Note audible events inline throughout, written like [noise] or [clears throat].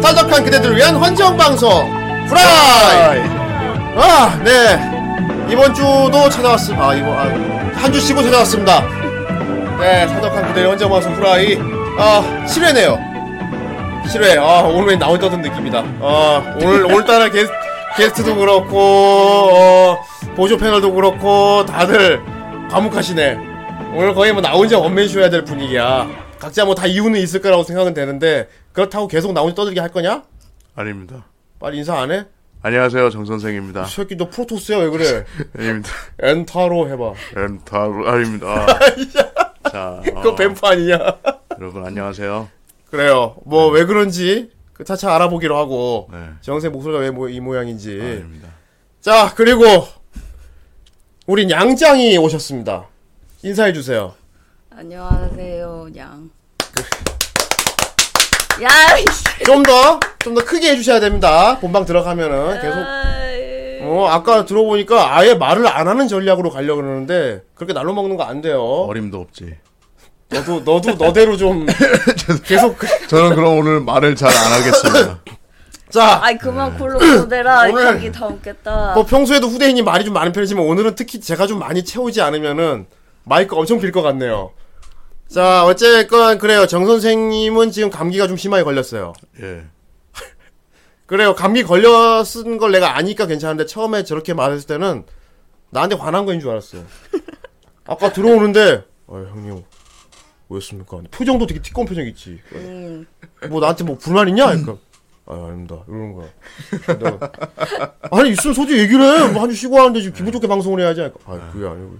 탈덕한 그대들을 위한 헌정 방송 프라이. 아, 네. 이번 주도 찾아왔습니다. 아, 이번 아, 한 주 쉬고 찾아왔습니다. 네, 탈덕한 그대의 헌정 방송 프라이. 아, 7회네요. 7회. 아, 오늘 왠나 혼자 듣는 느낌이다. 아, 오늘 오늘따라 게스, 게스트도 그렇고 어, 보조 패널도 그렇고 다들 과묵하시네. 오늘 거의 뭐 나 혼자 원맨쇼 해야 될 분위기야. 각자 뭐 다 이유는 있을 거라고 생각은 되는데 그렇다고 계속 나 혼자 떠들게 할 거냐? 아닙니다. 빨리 인사 안 해? 안녕하세요 정 선생입니다. 이 새끼 너 프로토스야 왜 그래? 아닙니다. 엔타로 해봐. [laughs] 엠타로 아닙니다. 자 어, 그거 뱀프 아니냐? 여러분 안녕하세요. 그래요. 뭐 왜 그런지 그 차차 알아보기로 하고 네. 정세 목소리가 왜뭐 이 모양인지. 아닙니다. 자 그리고 우린 양장이 오셨습니다. 인사해 주세요. 안녕하세요, 양. 그- 야, 이씨. 좀 더 좀 더 크게 해주셔야 됩니다. 본방 들어가면은 계속. 아이. 어 아까 들어보니까 아예 말을 안 하는 전략으로 가려 고 그러는데 그렇게 날로 먹는 거 안 돼요. 어림도 없지. 너도 너도 너대로 [laughs] 좀 계속 그- 저는 그럼 오늘 말을 잘 안 [laughs] 하겠습니다. 자. 아이, 그만 콜로 보내라. 오늘- 여기 다 웃겠다. 뭐 평소에도 후대인이 말이 좀 많은 편이지만 오늘은 특히 제가 좀 많이 채우지 않으면은 마이크 엄청 빌 것 같네요. 자 어쨌건 그래요 정 선생님은 지금 감기가 좀 심하게 걸렸어요. 예. 그래요 감기 걸렸은 걸 내가 아니까 괜찮은데 처음에 저렇게 말했을 때는 나한테 화난 거인 줄 알았어요. 아까 들어오는데 어 형님 왜였습니까? 표정도 되게 티꺼운 표정 있지. 음, 뭐 나한테 뭐 불만 있냐? 그러니까 아 아닙니다 이러는 거야. 내가, 아니 있으면 솔직히 얘기를 해. 뭐 한 주 쉬고 하는데 지금 기분 좋게 방송을 해야지. 그러니까, 아 그게 아니고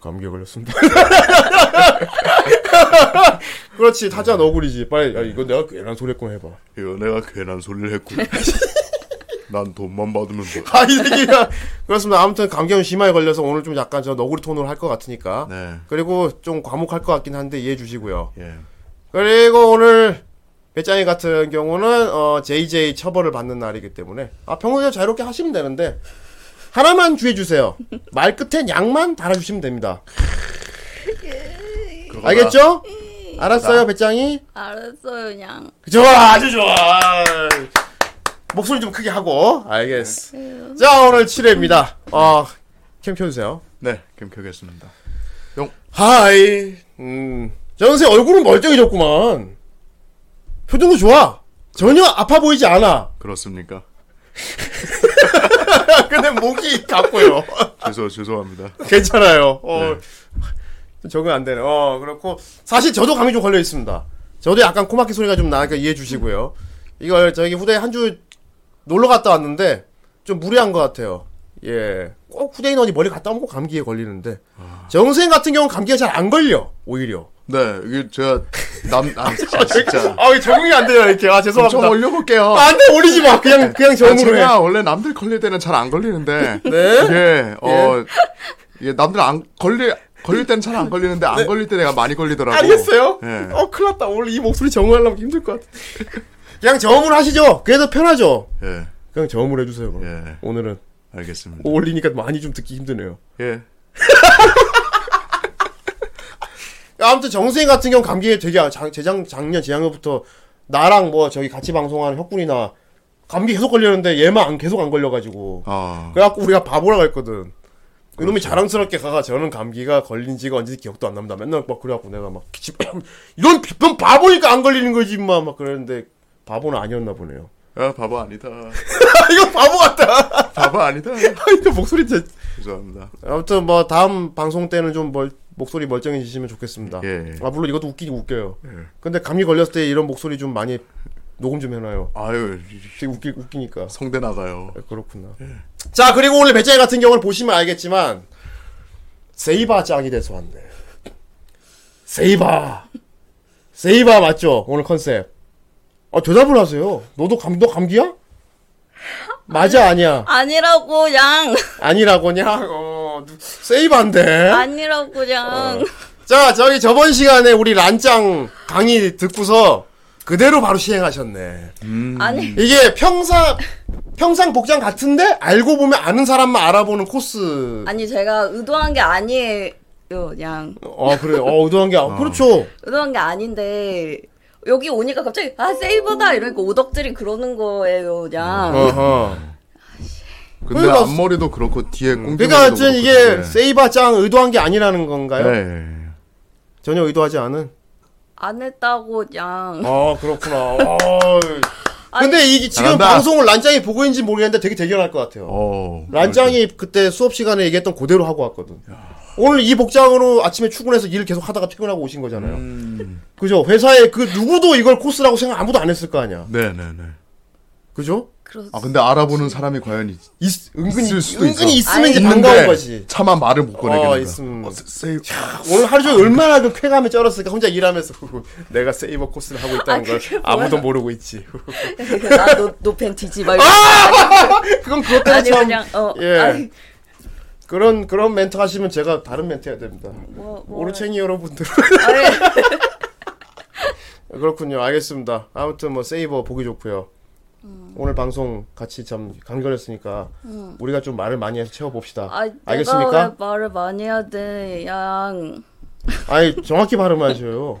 감기에 걸렸습니다. [laughs] 그렇지 타자 너구리지. 빨리 야 이거 내가 괜한 소리 했구나 해봐. [laughs] 이거 내가 괜한 소리를 했군. 난 돈만 받으면 돼. 아이 새끼야. 그렇습니다. 아무튼 감기는 심하게 걸려서 오늘 좀 약간 저 너구리 톤으로 할 것 같으니까. 네. 그리고 좀 과묵할 것 같긴 한데 이해해 주시고요. 예. 그리고 오늘 배짱이 같은 경우는 어, JJ 처벌을 받는 날이기 때문에 아 평소에 자유롭게 하시면 되는데 하나만 주의해 주세요. 말 끝엔 양만 달아주시면 됩니다. 그거나- 알겠죠? 알았어요, 배짱이. 알았어요, 양. 음. 좋아, 아주 좋아. 목소리 좀 크게 하고. 알겠어. 자, 오늘 7회입니다. 어, 캠 켜주세요. 네. 그럼 켜겠습니다. 하이. 음, 정세 얼굴은 멀쩡해졌구만. 표정도 좋아. 전혀 아파 보이지 않아. 그렇습니까? [laughs] 근데 목이 갔고요. 죄송 죄송합니다. 괜찮아요. 어, 네. 좀 적응 안 되네. 어, 그렇고. 사실 저도 감이 좀 걸려 있습니다. 저도 약간 코막히 소리가 좀 나니까 이해해 주시고요. 이걸 저기 후대에 한 주 놀러 갔다 왔는데 좀 무리한 것 같아요. 예. 꼭 후대인 어디 멀리 갔다 오면 꼭 감기에 걸리는데. 아. 정생 같은 경우는 감기가 잘 안 걸려. 오히려. 네. 이게 제가 남 아, 진짜 아, 이게 적응이 안 돼요, 이렇게. 아, 엄청 죄송합니다. 올려볼게요. 아, 안 돼, 올리지 마. 그냥, 그냥 아, 정으로 해. 제가 원래 남들 걸릴 때는 잘 안 걸리는데 네? 예. 이게 어 이게 남들 안 걸리 걸릴 때는 잘 안 걸리는데 안 걸릴 때 내가 많이 걸리더라고. 네. 알겠어요? 예. 어, 큰일 났다. 오늘 이 목소리 정음하려면 힘들 것 같아. 그냥 정음을 하시죠. 그래도 편하죠. 예. 그냥 정음을 해주세요. 그럼. 예. 오늘은 뭐 알겠습니다. 올리니까 많이 좀 듣기 힘드네요. 예. 아무튼 정수인 같은 경우 감기에 되게 작- 재작, 작년, 재작년부터 나랑 뭐 저기 같이 방송하는 혁군이나 감기 계속 걸렸는데 얘만 안- 계속 안 걸려가지고. 아. 그래갖고 우리가 바보라고 했거든. 이놈이 자랑스럽게 가가 저는 감기가 걸린 지가 언제 기억도 안 납니다. 맨날 막 그래갖고 내가 막 기침- [clears throat] 이런 비평 바보니까 안 걸리는 거지 임마 막 그랬는데 바보는 아니었나 보네요. 야, 바보 아니다. 이거 바보 [laughs] 같다. 바보 아니다. 이거 목소리 진 죄송합니다. 아무튼 뭐 다음 방송 때는 좀 멀, 목소리 멀쩡해지시면 좋겠습니다. 예. 아 물론 이것도 웃기긴 웃겨요. 근데 감기 걸렸을 때 이런 목소리 좀 많이 녹음 좀 해놔요. 아유, 되게 웃기, 웃기니까. 성대 나가요. 아, 그렇구나. 자 그리고 오늘 배짱이 같은 경우는 보시면 알겠지만 세이바짱이 돼서 왔네. 세이바. 세이바 맞죠? 오늘 컨셉. 아 대답을 하세요. 너도 감, 너 감기야? 맞아 아니야. 아니라고, 양. [laughs] 아니라고냐? 어, 세이바인데. 아니라고, 어. 양. 자, 저기 저번 시간에 우리 란짱 강의 듣고서 그대로 바로 시행하셨네. 아니, 이게 평상, 평상 복장 같은데 알고 보면 아는 사람만 알아보는 코스. 아니, 제가 의도한 게 아니, 냥 아 그래요. 어 의도한 게 아, 그렇죠. 의도한 게 아닌데 여기 오니까 갑자기 아 세이버다 이러니까 오덕들이 그러는 거예요 냥 어허. 근데 그러니까 앞머리도 그렇고 뒤에 꽁 그러니까 어쨌든 이게 세이바짱 의도한 게 아니라는 건가요? 네. 전혀 의도하지 않은. 안 했다고 냥 아 그렇구나. 어. 아니, 근데 이게 지금 잘한다. 방송을 란짱이 보고 있는지 모르겠는데 되게 대결할 것 같아요. 어. 란짱이 그때 수업 시간에 얘기했던 그대로 하고 왔거든. 오늘 이 복장으로 아침에 출근해서 일을 계속 하다가 퇴근하고 오신 거잖아요. 음. 그죠? 회사에 그 누구도 이걸 코스라고 생각 아무도 안 했을 거 아니야. 네네네. 그죠? 그렇- 아 근데 알아보는 사람이 과연 있, 있- 은근히 있을 수도 은근히 있어. 있으면 이제 있는데 반가운 거지. 차마 말을 못 꺼내게. 어, 되는 거야. 있으면. 어, 세- 세이- 오늘 하루 종일 얼마나 그 쾌감에 쩔었을까 혼자 일하면서 [laughs] 내가 세이버 코스를 하고 있다는 아, 걸 그게 뭐야? 아무도 모르고 있지. 나노 팬티지 말고 그건 그것 때문에 아니 아, 참 그냥 어 예. 아니 그런 그런 멘트 하시면 제가 다른 멘트 해야 됩니다. 뭐, 뭐. 오르챙이 여러분들 아니, 예. [laughs] 그렇군요. 알겠습니다. 아무튼 뭐 세이버 보기 좋고요. 음. 오늘 방송 같이 참 간결했으니까 우리가 좀 말을 많이 해서 채워봅시다. 아니, 내가 왜 알겠습니까? 말을 많이 해야 돼 양. 아니 정확히 발음하셔요.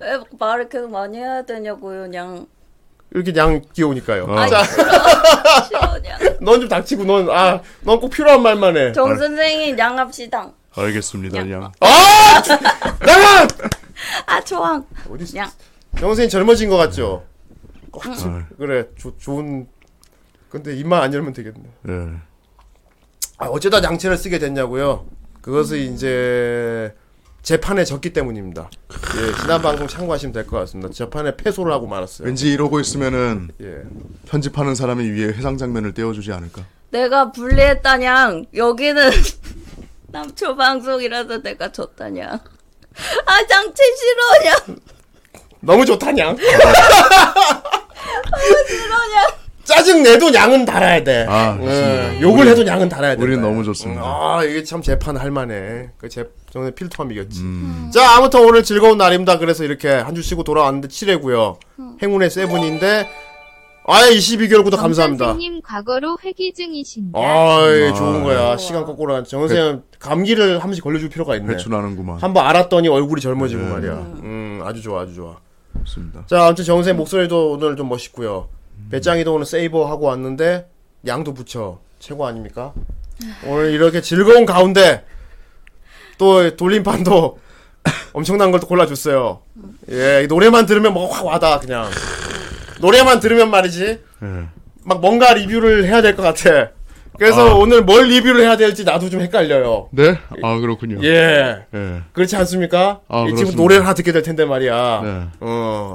왜 말을 계속 많이 해야 되냐고요 냥 이렇게 양 귀여우니까요. 어. 자, 싫어 [laughs] 냥 넌 좀 닥치고 넌 아, 넌 꼭 필요한 말만 해. 정 선생이 양합시당 알겠습니다. 그냥. 아! 나가! 아 좋아 어디 있어? 양 영생이 젊어진 것 같죠? 꽉 집- 아. 그래 조, 좋은 근데 입만 안 열면 되겠네. 네. 아, 어쩌다 양채를 쓰게 됐냐고요? 그것은 이제 재판에 졌기 때문입니다. 예, 지난 방송 참고하시면 될 것 같습니다. 재판에 패소를 하고 말았어요. 왠지 이러고 있으면은 예. 편집하는 사람이 위에 해상 장면을 떼어주지 않을까. 내가 불리했다냥 여기는 [laughs] 남초 방송이라서 내가 졌다냥 아 장치 싫어냥 너무 아, 좋다냥. 싫어냥 짜증 내도 양은 달아야 돼. 아, 예, 욕을 해도 양은 달아야 돼. 우리는 너무 좋습니다. 아, 이게 참 재판 할만해. 그 재, 저는 필터함 이겼지. 음. 자, 아무튼 오늘 즐거운 날입니다. 그래서 이렇게 한 주 쉬고 돌아왔는데 7회고요 행운의 세븐인데, 아예 22개월 구독 감사합니다. 선생님 과거로 회귀 중이신가? 아이 좋은 아. 거야 시간 거꾸로 한 정선생 감기를 한 번씩 걸려줄 필요가 있네 배출하는구만. 한 번 알았더니 얼굴이 젊어지고 네. 말이야 음 아주 좋아 아주 좋아 좋습니다. 자 아무튼 정선생 목소리도 오늘 좀 멋있고요 음. 배짱이도 오늘 세이버 하고 왔는데 양도 붙여 최고 아닙니까 오늘 이렇게 즐거운 가운데 또 돌림판도 [laughs] 엄청난 걸 또 골라줬어요 예이 노래만 들으면 뭐가 확 와다 그냥 노래만 들으면 말이지 네. 막 뭔가 리뷰를 해야 될 것 같아. 그래서 아. 오늘 뭘 리뷰를 해야 될지 나도 좀 헷갈려요. 네? 아 그렇군요. 예. 예. 그렇지 않습니까? 아, 이 친구 그렇습니다. 노래를 하나 듣게 될 텐데 말이야. 네. 어.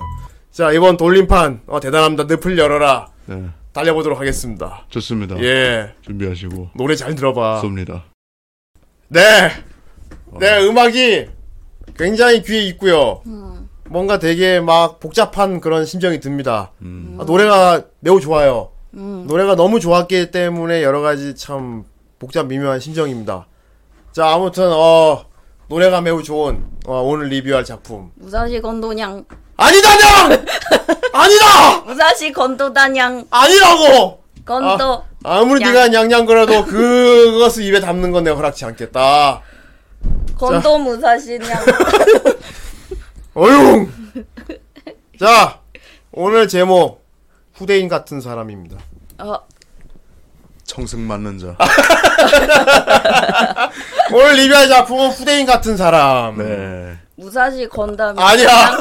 자, 이번 돌림판. 어, 대단합니다. 늪을 열어라. 네. 달려보도록 하겠습니다. 좋습니다. 예. 아. 준비하시고 노래 잘 들어봐. 쏩니다. 네. 네, 음악이 굉장히 귀에 있고요. 뭔가 되게 막 복잡한 그런 심정이 듭니다. 아, 노래가 매우 좋아요. 노래가 너무 좋았기 때문에 여러 가지 참 복잡 미묘한 심정입니다. 자, 아무튼 어 노래가 매우 좋은 어, 오늘 리뷰할 작품. 무사시 건도냥 아니다, 냥! 아니다! 무사시 건도다냥 아니라고! 건도 아무리 냥. 네가 냥냥거려도 그것을 입에 담는 건 내가 허락치 않겠다. 건도 무사시냥 어용. 자, 오늘 제목 후대인 같은 사람입니다. 어 청승 맞는 자. 아. 오늘 리뷰할 작품은 후대인 같은 사람. 네. 무사시 건다면 아니야.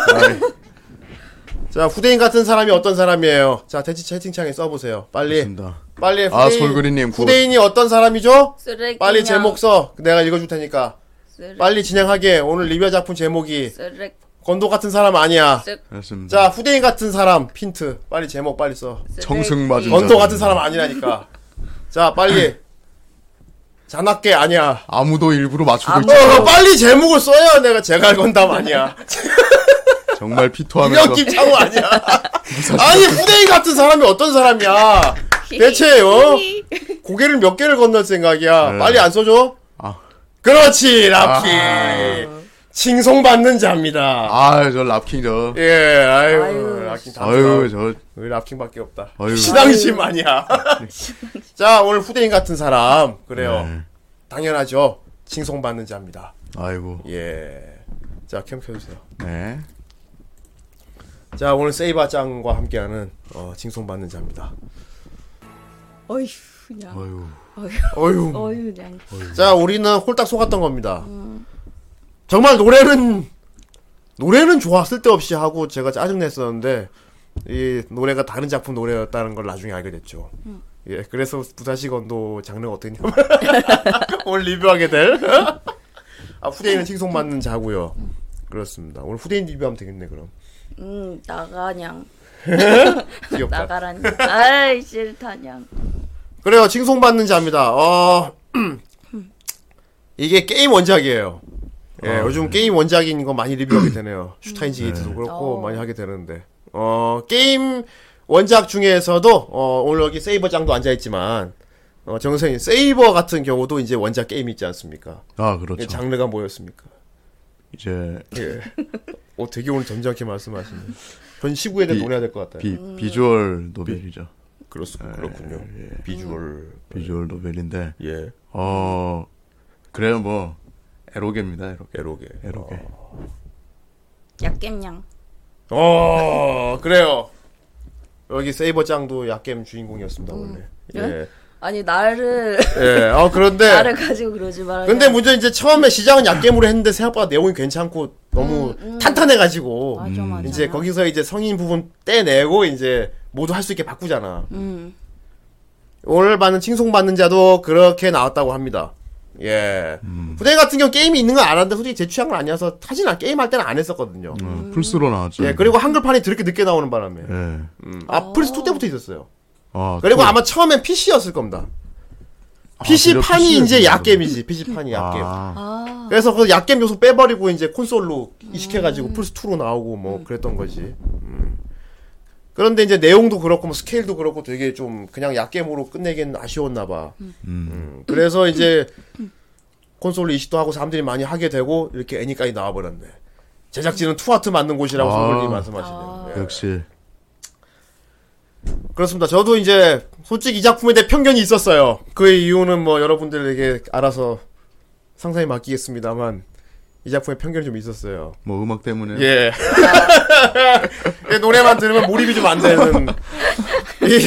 자, 후대인 같은 사람이 어떤 사람이에요? 자, 대체 채팅창에 써보세요. 빨리, 아, 좋습니다. 빨리. 후대인, 아, 솔그리님, 굿. 후대인이 어떤 사람이죠? 쓰레기 빨리 제목 써. 내가 읽어줄 테니까. 빨리 진행하게. 오늘 리뷰할 작품 제목이 쓰레기 건도 같은 사람 아니야. 알겠습니다. 자, 후대인 같은 사람 핀트. 빨리 제목 빨리 써. 청승 맞은 자. 건도 같은 사람 아니라니까. 자, 빨리. 잔악계 아니야. 아무도 일부러 맞추고 아, 있지. 어, 빨리 제목을 써야 내가 제가 건담 [laughs] 아니야. 정말 피토하면서 이명 김창호 아니야. [laughs] 아니 후대인 같은 사람이 어떤 사람이야? [laughs] 대체요. 어? 고개를 몇 개를 건널 생각이야. 네. 빨리 안 써줘. 아. 그렇지 랍키. 칭송받는 자입니다. 아저 랍킹 저 예, 아유, 아유, 랍킹 다 아유 아유, 저 우리 랍킹밖에 없다. 아유. 신앙심 아니야. [laughs] 자 오늘 후대인 같은 사람 그래요. 네. 당연하죠. 칭송받는 자입니다. 아이고. 예. 자, 캠 켜주세요. 네. 자, 오늘 세이바짱과 함께하는 어, 징송받는 자입니다. 어휴, 그냥. 아유. 어휴. 어휴, 그냥. 자, 우리는 홀딱 속았던 겁니다. 정말 노래는 노래는 좋아 쓸데없이 하고 제가 짜증냈었는데 이 노래가 다른 작품 노래였다는 걸 나중에 알게 됐죠. 예, 그래서 부사시건도 장르가 어떻냐 [laughs] 오늘 리뷰하게 될. 아 후대인은 칭송 맞는 자고요. 그렇습니다. 오늘 후대인 리뷰하면 되겠네 그럼. 음, 나가냥. [laughs] 귀엽다. 나가라니. 아이, 싫다냥. 그래요. 칭송받는 자입니다. 어, [clears throat] 이게 게임 원작이에요. 아, 예, 요즘 네. 게임 원작인 거 많이 리뷰하게 [clears throat] 되네요. 슈타인지게이트도 그렇고 어. 많이 하게 되는데. 어, 게임 원작 중에서도 어, 오늘 여기 세이버장도 앉아 있지만 어, 정선생님 세이버 같은 경우도 이제 원작 게임이 있지 않습니까? 아, 그렇죠. 예, 장르가 뭐였습니까? 이제 예. 어, 되게 오늘 점잖게 말씀하시네. 전 시구에 대해 비- 논해야 될 것 같아요. 비, 비주얼 노벨이죠. 그렇소, 그렇군요. 아, 예, 비주얼. 비주얼 노벨인데, 예. 어, 그래요, 뭐, 에로게입니다, 에로게. 어. 에로게. 에로게. 약겜냥. 어 그래요. 여기 세이버짱도 약겜 주인공이었습니다 음. 원래. 예. 아니, 나를, 예. 어 네? 나를 그런데 가지고 그러지 말아요. 근데 뭐 문제 이제 처음에 시작은 약겜으로 했는데 생각보다 내용이 괜찮고 너무 탄탄해가지고 음, 맞아, 맞아. 이제 거기서 이제 성인 부분 떼내고 이제 모두 할 수 있게 바꾸잖아. 음. 오늘 받는 칭송 받는 자도 그렇게 나왔다고 합니다. 예. 후대 같은 경우 게임이 있는 건 알았는데 솔직히 제 취향은 아니어서 사실 나 게임 할 때는 안 했었거든요. 어, 풀스로 나왔죠. 예. 그리고 한글판이 그렇게 늦게 나오는 바람에 예. 음. 아 플스 2 때부터 있었어요. 아, 그리고 그- 아마 처음엔 PC였을 겁니다. 아, 그래요? PC판이 PC 였구나. 이제 약겜이지. PC판이 약겜. 아, 아, 그래서 그 약겜 요소 빼버리고 이제 콘솔로 음. 이식해가지고 플스2로 나오고 뭐 그랬던 거지. 음. 그런데 이제 내용도 그렇고 뭐 스케일도 그렇고 되게 좀 그냥 약겜으로 끝내기엔 아쉬웠나 봐. 음. 음. 그래서 이제 콘솔로 이식도 하고 사람들이 많이 하게 되고 이렇게 애니까지 나와버렸네. 제작진은 투하트 만든 곳이라고 아. 선물님 말씀하시네요. 예. 역시. 그렇습니다. 저도 이제 솔직히 이 작품에 대해 편견이 있었어요. 그 이유는 뭐 여러분들에게 알아서 상상에 맡기겠습니다만 이 작품에 편견이 좀 있었어요. 뭐 음악 때문에 예. 예, 노래만 들으면 몰입이 좀 안 되는 이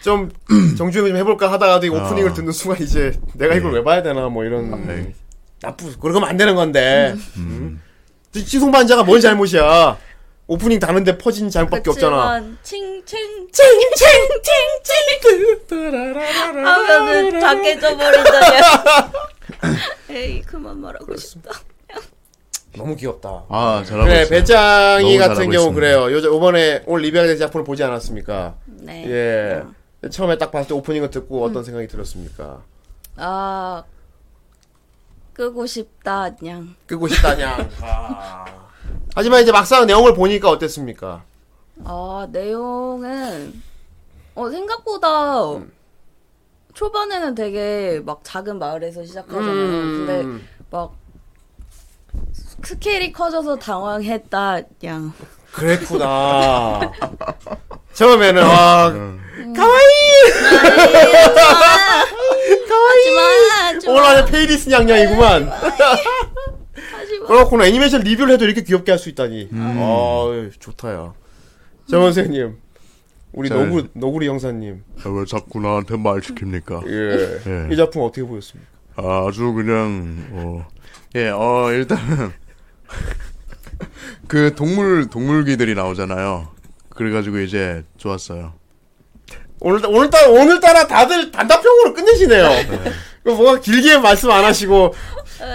좀 정주행을 좀 해볼까 하다가도 이 오프닝을 아. 듣는 순간 이제 내가 이걸 왜 봐야 되나 뭐 이런 네. 나쁘 그러면 안 되는 건데 음. 지송반자가 뭔 잘못이야 오프닝 다는데 퍼진 잘못밖에 없잖아 그치만 칭칭 칭칭칭칭 하면은 다 깨져버리잖아. [laughs] 에이 그만 말하고 싶다. 너무 귀엽다 아 잘하고 그래 네, 있어요. 배짱이 같은 너무 잘하고 경우 있습니다. 그래요. 요즘 이번에 오늘 리뷰하게 된 작품을 보지 않았습니까? 네. 음. 예. 처음에 딱 봤을 때 오프닝을 듣고 어떤 생각이 들었습니까? 아 끄고 싶다 그냥. 끄고 [laughs] 싶다냥. 아. 하지만 이제 막상 내용을 보니까 어땠습니까? 아 내용은 어 생각보다 음. 초반에는 되게 막 작은 마을에서 음, 시작하잖아요. 근데 막 스케일이 커져서 당황했다 그냥. [laughs] 그랬구나. 처음에는 와 음. 하지만 좀 오늘 안에 페이리스 냥냥이구만. 하지마. [laughs] 그렇구나 애니메이션 리뷰를 해도 이렇게 귀엽게 할 수 있다니. 음. 아 좋다요. 정 선생님, 우리 잘- 노구 노구리 형사님. 아, 왜 자꾸 나한테 말 시킵니까? 예. 예. 이 작품 어떻게 보였습니까? 아주 그냥 어. 예, 어 일단은 [laughs] 그 동물 동물기들이 나오잖아요. 그래가지고 이제 좋았어요. 오늘 오늘따라 오늘따라 다들 단답형으로 끝내시네요. 그 뭔가 길게 말씀 안 하시고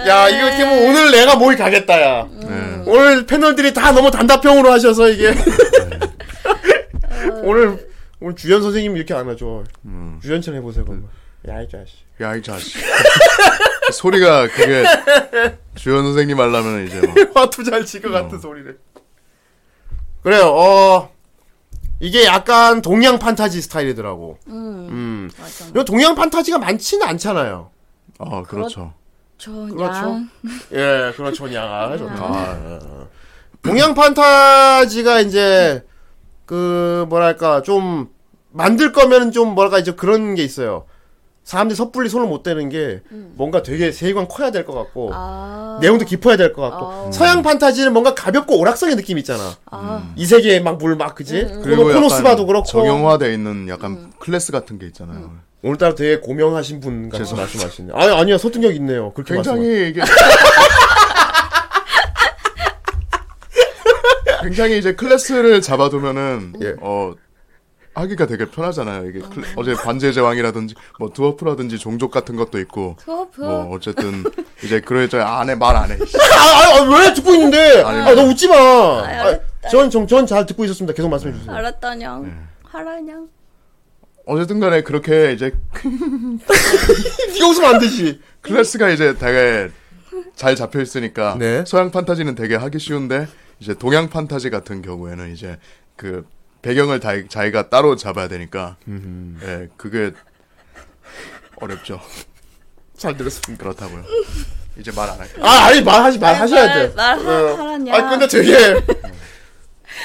야 이거 어떻게 보면 오늘 내가 모이 가겠다야. 예. 오늘 패널들이 다 너무 단답형으로 하셔서 이게 [laughs] 오늘 오늘 주연 선생님 이렇게 안 하죠. 음. 주연처럼 해보세요 그럼. 야이 자식. [laughs] 야이 자식. 소리가 그게 주연 선생님 말라면 이제 뭐. 막 화투 잘 칠 것 같은 소리를. 그래요. 어 이게 약간 동양 판타지 스타일이더라고. 음. 맞아. 이거 동양 판타지가 많지는 않잖아요. 아 그렇죠. 전양. 그렇죠. 예, 그렇죠. 야, 좋다. 아, 예. 아, 예. 동양 판타지가 이제 그 뭐랄까 좀 만들 거면 좀 뭐랄까 이제 그런 게 있어요. 사람들이 섣불리 손을 못 대는 게 뭔가 되게 세계관 커야 될 것 같고 음. 아. 내용도 깊어야 될 것 같고 아. 서양 판타지는 뭔가 가볍고 오락성의 느낌 있잖아. 음. 아. 음, 이 세계에 막 물 막 그지? 그리고 코노, 코노스바도 약간 그렇고 음. 정형화되어 있는 약간 클래스 같은 게 있잖아요. 오늘따라 되게 고명하신 분 같은 죄송합니다. 말씀하시네. 아니 아니야 소통력 있네요. 그렇게 말씀하- 굉장히 이게 굉장히 이제 클래스를 잡아두면은 예. 어 하기가 되게 편하잖아요. 이게 클- 어제 반지의 제왕이라든지 뭐 드워프라든지 종족 같은 것도 있고 드워프. 뭐 어쨌든 이제 그러자 안해 말 안 해. 아, 아, 아, 왜 듣고 있는데? 아니, 아, 너 웃지 마. 아, 알았다. 전, 전, 전 잘 듣고 있었습니다. 계속 말씀해 주세요. 알았다냥. 네. 하라냥. 어쨌든간에 그렇게 이제 네가 웃으면 안 되지. 클래스가 이제 되게 잘 잡혀 있으니까 네. 서양 판타지는 되게 하기 쉬운데 이제 동양 판타지 같은 경우에는 이제 그 배경을 다, 자기가 따로 잡아야 되니까 예 그게 어렵죠 잘 들었습니다. 그렇다고요 이제 말 안 할게요 아, 아니, 말하지, 말하셔야 돼. 말, 말, 어. 하라냥. 아, 근데 되게.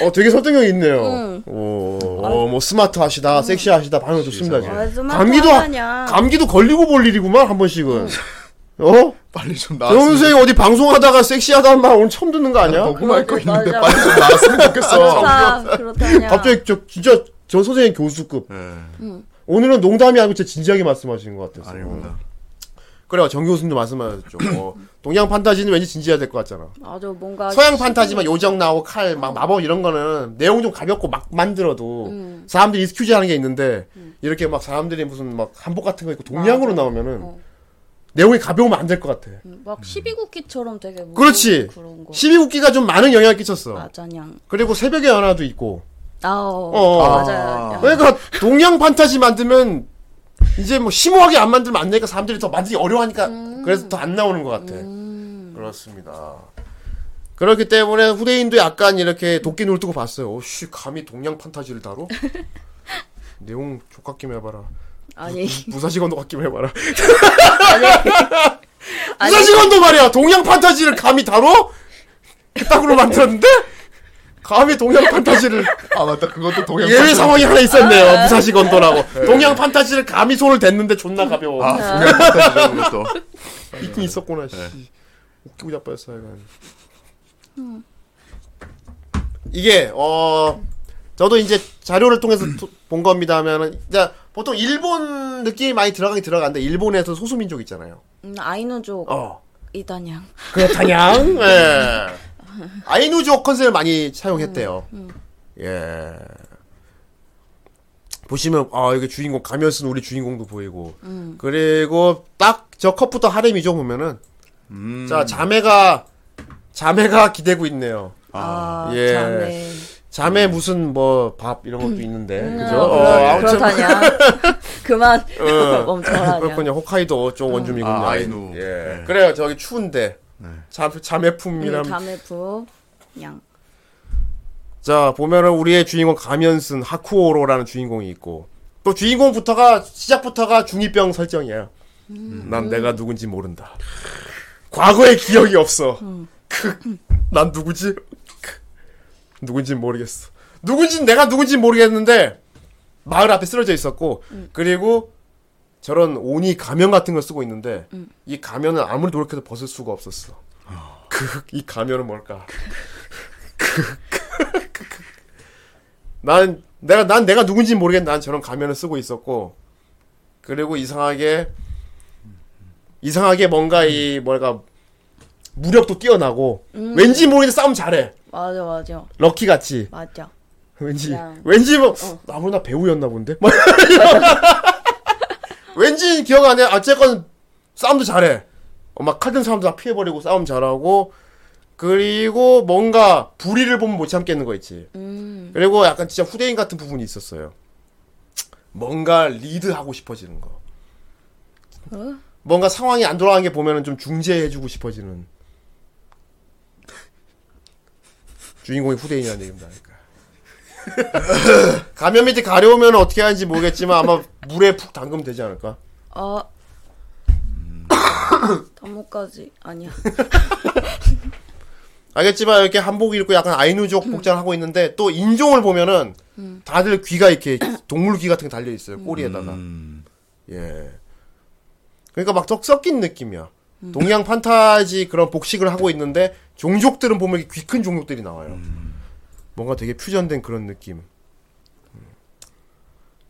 어, 되게 설득력 있네요. 응. 오, 어, 뭐, 스마트하시다, 섹시하시다, 반응 좋습니다, 아, 지금. 스마트 감기도, 하라냐. 감기도 걸리고 볼 일이구만, 한 번씩은. 어? 빨리 영수생 좀 나왔으면 어디 방송하다가 섹시하다는 말 오늘 처음 듣는 거 아니야? 녹음할 거 맞아, 있는데 맞아. 빨리 좀 나왔으면 아, 좋겠어 그렇죠. 그렇다. 그렇다냥. 아, 갑자기 저, 진짜, 저 선생님 교수급. 예 오늘은 농담이 아니고 진짜 진지하게 말씀하신 것 같아서. 아닙니다 그래요. 정 교수님도 말씀하셨죠. 어, [clears throat] 동양 판타지는 왠지 진지해야 될 것 같잖아. 아주 뭔가 서양 판타지만 요정 나오고 칼, 막 마법 이런 거는 내용 좀 가볍고 막 만들어도 음. 사람들이 익스큐즈 하는 게 있는데 이렇게 막 사람들이 무슨 막 한복 같은 거 입고 동양으로 나오면은 어. 내용이 가벼우면 안 될 것 같아. 막 12국기처럼 되게 무거운 그렇지. 그런 거. 12국기가 좀 많은 영향을 끼쳤어. 뭐. 맞아냥. 그리고 새벽의 연화도 있고. 아오. 어. 맞아요. 아. 야. 그러니까 동양 판타지 만들면 이제 뭐 심오하게 안 만들면 안 되니까 사람들이 더 만들기 어려워하니까 그래서 더 안 나오는 것 같아. 그렇습니다. 그렇기 때문에 후대인도 약간 이렇게 도끼 눈을 뜨고 봤어요. 오, 씨, 감히 동양 판타지를 다뤄? 내용 족같기만 해봐라. 아니. 무사시건도 같기만 해봐라. 아니. [laughs] 무사시건도 말이야! 동양 판타지를 감히 다뤄? 그따구로 만들었는데? 감히 동양 판타지를. 아 맞다 그것도 동양 예외 판타지. 상황이 하나 있었네요. 무사시 건도라고. 동양 판타지를 감히 손을 댔는데 존나 가벼워. 아 네. 동양 판타지라는 것도 있긴 있었구나, 씨. 웃기고 자빠졌어, 약간. 이게, 어, 저도 이제 자료를 통해서 도- 본 겁니다 하면은, 이제 보통 일본 느낌이 많이 들어가긴 들어가는데, 일본에서 소수민족 있잖아요. 음, 아이누족 어. 이다냥. 그렇다냥, [laughs] 예. 아이누족 컨셉을 많이 사용했대요. 음, 예. 보시면, 아, 여기 주인공, 가면 쓴 우리 주인공도 보이고. 음. 그리고 딱 저 컵부터 하렘이죠, 보면은. 음. 자, 자매가, 자매가 기대고 있네요. 아, 예. 자매. 자매 무슨 뭐, 밥 이런 것도 있는데. 그죠? 어, 어, 그러- 아무튼. 그렇다냥. [laughs] 그만 어. [laughs] 멈춰라냥. 그렇군요. 홋카이도 어. 쪽 원주민군요. 아, 아이누. 예. 네. 그래요. 저기 추운데. 자, 자매품이라면 음, 자매부 양. 자 보면은 우리의 주인공 가면슨 하쿠오로라는 주인공이 있고 또 주인공부터가 시작부터가 중2병 설정이에요. 난 내가 누군지 모른다. 과거의 기억이 없어. 크, 난 누구지? 크, 누군지 모르겠어. 누군지 내가 누군지 모르겠는데 마을 앞에 쓰러져 있었고 그리고 저런 오니 가면 같은 걸 쓰고 있는데 이 가면은 아무리 노력해도 벗을 수가 없었어. 크, 이 가면은 뭘까? 난 내가 난 내가 누군지 모르겠는데 난 저런 가면을 쓰고 있었고 그리고 이상하게 이상하게 뭔가 이 뭐랄까 무력도 뛰어나고 왠지 모르게 싸움 잘해 맞아 맞아 럭키 같이 [laughs] 맞아. 왠지 그냥. 왠지 뭐 나무나 배우였나 본데 막 [laughs] 왠지 기억 안 해 어쨌건 싸움도 잘해 어, 막 칼든 사람도 다 피해버리고 싸움 잘하고 그리고 뭔가 불의를 보면 못 참겠는 거 있지 음. 그리고 약간 진짜 후대인 같은 부분이 있었어요. 뭔가 리드하고 싶어지는 거. 어? 뭔가 상황이 안 돌아간 게 보면은 좀 중재해주고 싶어지는. 주인공이 후대인이라는 얘기입니다. 그러니까. [laughs] 가면 밑에 가려우면 어떻게 하는지 모르겠지만 아마 물에 푹 담그면 되지 않을까? 아. 단무까지 아니야. 알겠지만 이렇게 한복 입고 약간 아이누족 복장을 하고 있는데 또 인종을 보면은 다들 귀가 이렇게 동물 귀 같은 게 달려 있어요 꼬리에다가. 음. 예. 그러니까 막 적 섞인 느낌이야. 음. 동양 판타지 그런 복식을 하고 있는데 종족들은 보면 귀 큰 종족들이 나와요. 뭔가 되게 퓨전된 그런 느낌.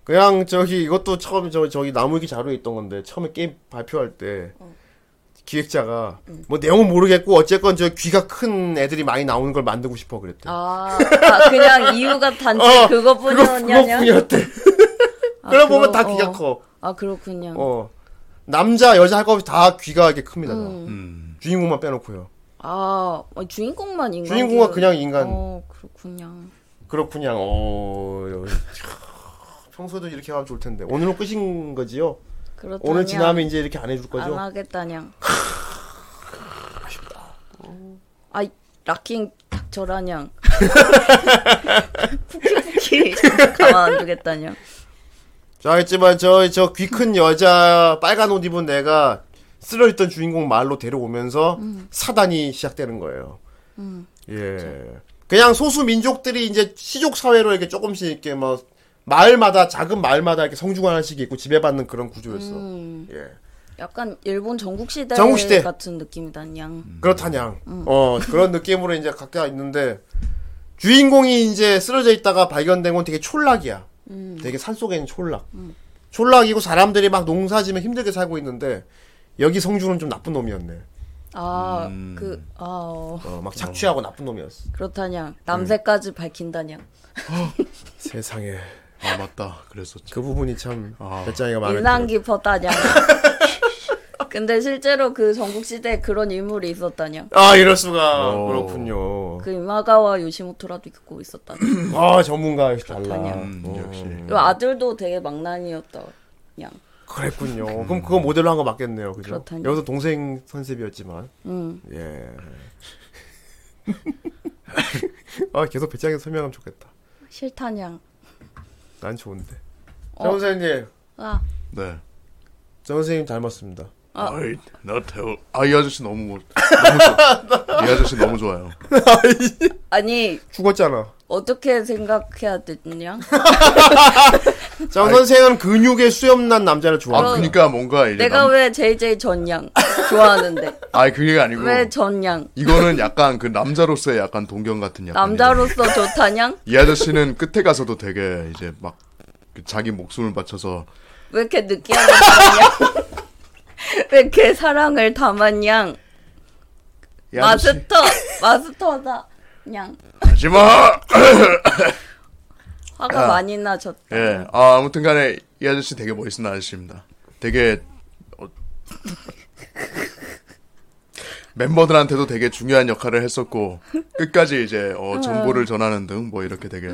그냥 저기 이것도 처음 저 저기 나무위키 자료에 있던 건데 처음에 게임 발표할 때 어. 기획자가 음. 뭐 내용은 모르겠고 어쨌건 저 귀가 큰 애들이 많이 나오는 걸 만들고 싶어 그랬대. 아, 아, 그냥 이유가 단지 그거뿐이었냐? 어. 그거뿐이었대. 아, 그럼 보면 그거- 다 귀가 어. 커. 아 그렇군요. 어 남자 여자 할 거 없이 다 귀가 이렇게 큽니다. 다. 음. 음. 주인공만 빼놓고요. 아 어, 주인공만 인간. 주인공은 그냥 인간. 어 그렇군요. 그렇군요. 어 여- 캬, 평소에도 이렇게 하면 좋을 텐데 오늘로 끝인 거지요. 그렇다면 오늘 지나면 이제 이렇게 안 해줄 안 거죠. 하겠다냥. 아쉽다. 아 락킹 [laughs] 닥쳐라냥. 푸키푸키 가만 안 두겠다냥. 자 했지만 저 저 귀 큰 여자 빨간 옷 입은 애가 쓸어있던 주인공 말로 데려오면서 음. 사단이 시작되는 거예요. 그렇죠. 예. 그냥 소수 민족들이 이제 시족 사회로 이렇게 조금씩 이렇게 막 마을마다 작은 마을마다 이렇게 성중 하나씩 있고 지배받는 그런 구조였어. 음, 예. 약간 일본 전국시대, 전국시대. 음. 같은 느낌이다냥. 그렇다냥. 어, 그런 느낌으로 이제 각자 있는데, 주인공이 이제 쓰러져 있다가 발견된 건 되게 촌락이야. 음. 되게 산속에 있는 촌락. 촌락이고 사람들이 막 농사 지면 힘들게 살고 있는데, 여기 성주는 좀 나쁜 놈이었네. 아, 그, 아, 어, 어, 막 착취하고 나쁜 놈이었어. 그렇다냥. 남색까지 밝힌다냥. 세상에. 아 맞다. 그랬었지. 그 부분이 참, 아. 배짱이가 마음에 인상 들어. [laughs] 깊었다냥. 근데 실제로 그 전국시대에 그런 인물이 있었다냥. 아, 이럴수가. 어. 그렇군요. 그 이마가와 요시모토라도 겪고 있었다냥. 아, 전문가 역시 달라. 그 그렇군요. 음, 어. 역시. 그 아들도 되게 망난이었다냥. 그랬군요. 그럼 그거 모델로 한 거 맞겠네요. 그죠? 그렇다니. 여기서 동생 컨셉이었지만. 음. 예. 아 계속 배짱이 설명하면 좋겠다. 싫다냥. 난 좋은데. 어. 정 선생님, 아, 네. 정 선생님 닮았습니다. 아. 아이 나 태워. 아이 아저씨 너무 너무 좋아. 이 아저씨 너무 좋아요. 아니, 죽었잖아. 어떻게 생각해야 되냐? 정 선생은 근육에 수염난 남자를 아 좋아해. 그러니까 뭔가 이제 내가 남... 어. 왜 JJ 전양 좋아하는데? 아니 그게 아니고 왜 전양? 이거는 약간 그 남자로서의 약간 동경 같은 약간 남자로서 좋다냥? 이 아저씨는 끝에 가서도 되게 이제 막그 자기 목숨을 바쳐서 왜 이렇게 느끼하게 담냐? [laughs] 왜 이렇게 사랑을 담았냥? 이 아저씨 마스터, 마스터다. 냥. 하지마 화가 많이 나셨다. 아. 예, 아, 아무튼 간에 이 아저씨 되게 멋있는 아저씨입니다. 되게 어, 멤버들한테도 되게 중요한 역할을 했었고 끝까지 이제 어, 정보를 전하는 등 뭐 이렇게 되게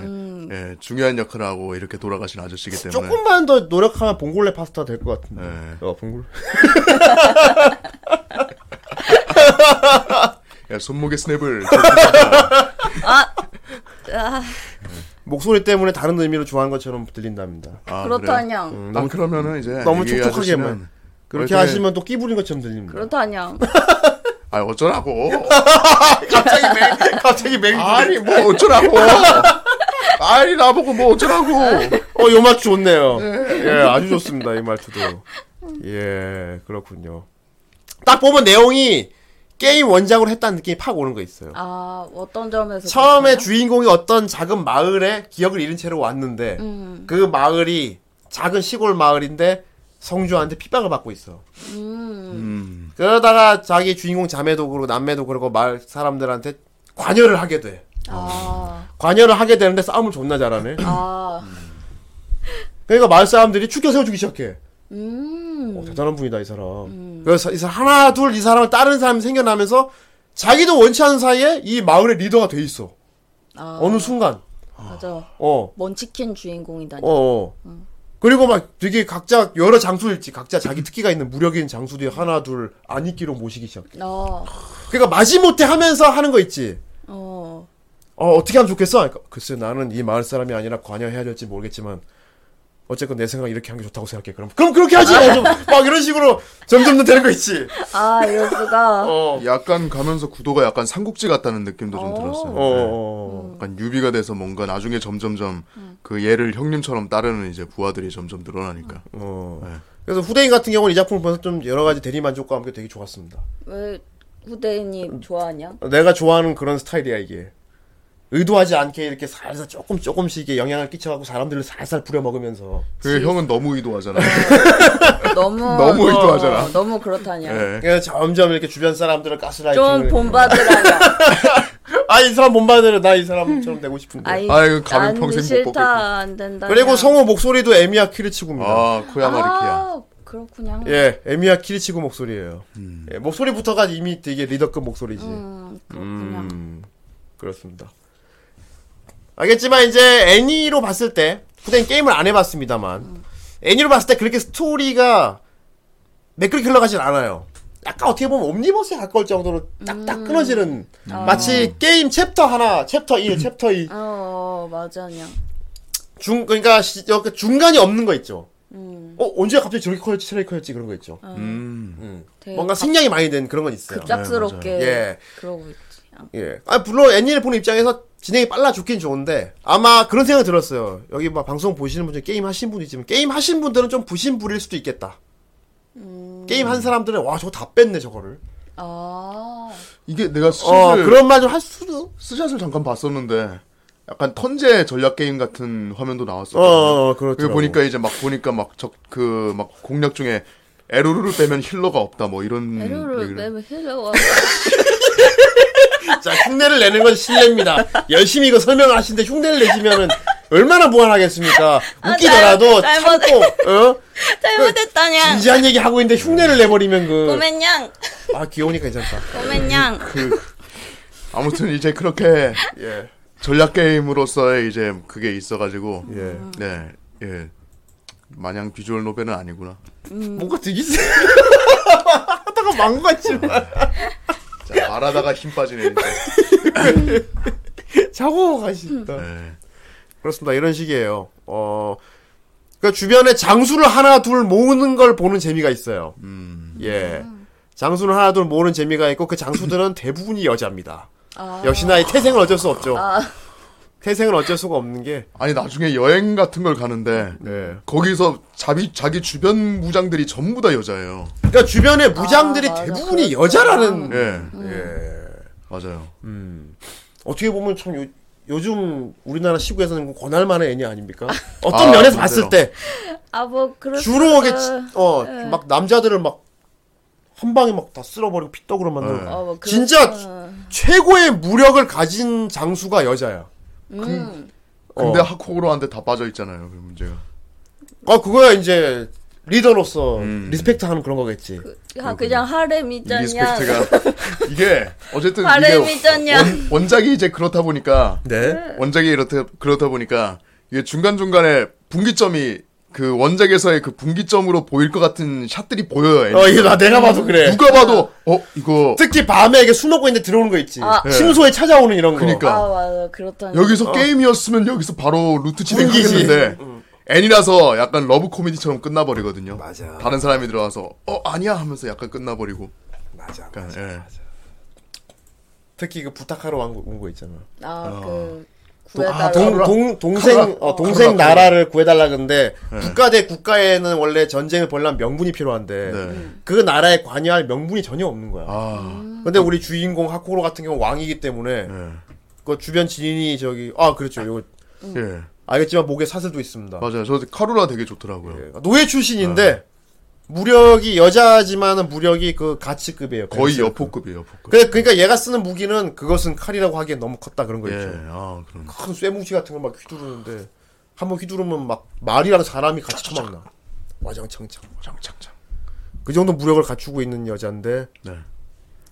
예, 중요한 역할을 하고 이렇게 돌아가신 아저씨이기 때문에 조금만 더 노력하면 봉골레 파스타 될 것 같은데. 네. 어 봉골. 야, 예, 손목에 스냅을 목소리 때문에 다른 의미로 좋아하는 것처럼 들린답니다. 아, 그렇다냥. 그래요? 아, 그러면은 이제 너무 이 촉촉하게만. 아저씨는 그렇게 원래 되게- 하시면 또 끼부린 것처럼 들립니다. 그렇다냥. 아 어쩌라고 갑자기 맥 갑자기 맥. 아니 뭐 어쩌라고 아니 나보고 뭐 어쩌라고 어, 요 말투 좋네요. 예, 아주 좋습니다. 이 말투도. 예, 그렇군요. 딱 보면 내용이 게임 원작으로 했다는 느낌이 팍 오는 거 있어요. 아, 어떤 점에서. 처음에 그렇나요? 주인공이 어떤 작은 마을에 기억을 잃은 채로 왔는데 음. 그 마을이 작은 시골 마을인데 성주한테 핍박을 받고 있어. 음. 음, 그러다가 자기 주인공 자매도 그러고 남매도 그러고 마을 사람들한테 관여를 하게 돼. 아. 관여를 하게 되는데 싸움을 존나 잘하네. 아. 그러니까 마을 사람들이 죽여 세워주기 시작해. 음. 어, 대단한 분이다 이 사람. 그래서 이 사람 하나 둘 이 사람을 따르는 사람이 생겨나면서 자기도 원치 않은 사이에 이 마을의 리더가 돼 있어. 아. 어느 순간. 맞아. 어. 먼치킨 주인공이다니. 어. 어. 음. 그리고 막 되게 각자 여러 장수 있지. 각자 자기 특기가 있는 무력인 장수들이 하나 둘 안익기로 모시기 시작. 어. 그러니까 마지못해 하면서 하는 거 있지. 어. 어, 어떻게 하면 좋겠어? 그러니까 글쎄 나는 이 마을 사람이 아니라 관여해야 될지 모르겠지만 어쨌건 내 생각 이렇게 하는 게 좋다고 생각해. 그럼 그럼 그렇게 하지. 어, 좀, 막 이런 식으로 점점 더 되는 거 있지. 아, 이럴 수가. 어. 약간 가면서 구도가 약간 삼국지 같다는 느낌도 좀 어. 들었어요. 어. 어. 네. 약간 유비가 돼서 뭔가 음. 나중에 점점점 그 얘를 형님처럼 따르는 이제 부하들이 점점 늘어나니까. 어. 네. 그래서 후대인 같은 경우는 이 작품을 보면서 좀 여러 가지 대리 만족과 함께 되게 좋았습니다. 왜 후대인이 좋아하냐? 내가 좋아하는 그런 스타일이야 이게. 의도하지 않게 이렇게 살살 조금 조금씩 이게 영향을 끼쳐갖고 사람들을 살살 부려먹으면서 그 형은 너무 의도하잖아. 너무 너무 의도하잖아. 어, 너무 그렇다냐? 예. 그냥 점점 이렇게 주변 사람들을 가스라이팅을 좀 본받으라냐? 아이 사람 본받으려 나 이 사람처럼 되고 싶은데 아이, 아이고, 가면 난 평생 못 싫다 안 된다. 그리고 성우 목소리도 에미야 키리치구입니다 아 코야마르키야. 아 그렇군요. 예 에미야 키리치구 목소리예요 음. 예, 목소리부터가 이미 되게 리더급 목소리지 음, 그렇군요. 그렇습니다 알겠지만 이제 애니로 봤을 때 후대는 게임을 안 해봤습니다만 애니로 봤을 때 그렇게 스토리가 매끄럽게 흘러가진 않아요 약간 어떻게 보면 옴니버스에 가까울 정도로 딱딱 끊어지는 마치 게임 챕터 하나 챕터 1 챕터 2 어, 맞아요. 중 그러니까 시, 약간 중간이 없는 거 있죠. 어 언제 갑자기 저렇게 커졌지 저렇게 커졌지 그런 거 있죠. 음. 음. 되게 뭔가 생략이 많이 된 그런 건 있어요. 갑작스럽게 예. 그러고 있지. 예. 아 물론 애니를 보는 입장에서 진행이 빨라 좋긴 좋은데 아마 그런 생각 들었어요. 여기 막 방송 보시는 분 중에 게임 하신 분이 있지만 게임 하신 분들은 좀 부심부릴 수도 있겠다. 음. 게임 한 사람들은 와 저거 다 뺐네 저거를. 아, 이게 내가 슬슬 어 그런 말 좀 할 수도. 스샷을 잠깐 봤었는데 약간 턴제 전략 게임 같은 화면도 나왔었거든요. 어, 어 그렇죠. 그 보니까 이제 막 보니까 막 적 그 막 공략 중에 에루루를 빼면 힐러가 없다 뭐 이런 에로를 얘기를- 빼면 힐러와 자 흉내를 내는 건 실례입니다. 열심히 이거 설명을 하시는데 흉내를 내시면은 얼마나 무한하겠습니까? 아, 웃기더라도 잘- 참고 어? 잘못했다냐? 진지한 얘기 하고 있는데 흉내를 내버리면 그 아 꼬맨냥, 귀여우니까 괜찮다. 꼬맨냥. 그 아무튼 이제 그렇게 [laughs] 예. 전략 게임으로서의 이제 그게 있어가지고 예. 네 예. 마냥 비주얼 노벨은 아니구나. 뭔가 되게 [laughs] 세. 하다가 망고 같지 마. 자, 말하다가 힘 빠지네. [laughs] 이제. 자고 가신다. 네. 그렇습니다. 이런 식이에요. 어. 그러니까 주변에 장수를 하나 둘 모으는 걸 보는 재미가 있어요. 음. 예. 장수를 하나 둘 모으는 재미가 있고 그 [laughs] 장수들은 대부분이 여자입니다. 아. 역시나 이 태생은 어쩔 수 없죠. 태생은 어쩔 수가 없는 게 아니 나중에 여행 같은 걸 가는데 네. 거기서 자기 자기 주변 무장들이 전부 다 여자예요. 그러니까 주변에 무장들이 아, 맞아. 대부분이 그렇구나. 여자라는 예 예. 맞아요. 어떻게 보면 참 요, 요즘 우리나라 시구에서는 권할 만한 애니 아닙니까? 어떤 아, 면에서 그런데요. 봤을 때 아, 뭐 그럴 주로 이게 수가- 네. 어막 남자들을 막 한 방에 막 다 쓸어버리고 피떡으로 만들고 네. 어, 뭐 그럴 진짜 수가- 최고의 무력을 가진 장수가 여자야. 음, 근데 어. 하코로한테 다 빠져 있잖아요. 그 문제가. 아 그거야 이제 리더로서 음. 리스펙트하는 그런 거겠지. 야, 아, 그냥 하렘이잖냐? [laughs] 리스펙트가 이게 어쨌든 이게 바람이잖냐? 원, 원작이 이제 그렇다 보니까 네. 원작이 이렇다 그렇다 보니까 이게 중간 중간에 분기점이 그 원작에서의 그 분기점으로 보일 것 같은 샷들이 보여요. 애니. 어 이거 나 내가 음. 봐도 그래. 누가 봐도 어 이거 특히 밤에 이게 술 먹고 있는데 들어오는 거 있지. 아. 침소에 찾아오는 이런 거. 그러니까. 아, 맞아, 그렇다냐? 여기서 게임이었으면 여기서 바로 루트 어. 분기지. 진행하겠는데 애니라서 약간 러브 코미디처럼 끝나버리거든요. 맞아. 다른 사람이 들어와서 어 아니야 하면서 약간 끝나버리고. 맞아. 약간, 예. 특히 그 부탁하러 온 거 있잖아. 아, 그 아, 구해달라. 동, 카르라- 동, 동생, 카르라- 어, 카르라 동생 카르라. 나라를 구해달라 근데, 네. 국가 대 국가에는 원래 전쟁을 벌려면 명분이 필요한데, 네. 그 나라에 관여할 명분이 전혀 없는 거야. 아 근데 우리 주인공 하코로 같은 경우 왕이기 때문에, 예. 그 주변 지인이 저기, 아, 그렇죠. 이거, 예. 알겠지만 목에 사슬도 있습니다. 맞아요. 저 카루라 되게 좋더라고요. 예. 노예 출신인데, 무력이 여자지만은 무력이 그 가치급이에요. 거의 벤츠. 여포급이에요, 여포급. 그래, 그러니까 얘가 쓰는 무기는 그것은 칼이라고 하기엔 너무 컸다 그런 거 예, 있죠. 아, 그럼. 큰 쇠뭉치 같은 걸 막 휘두르는데 한 번 휘두르면 막 말이랑 사람이 같이 처막나 와장창창 장창장. 그 정도 무력을 갖추고 있는 여잔데 네.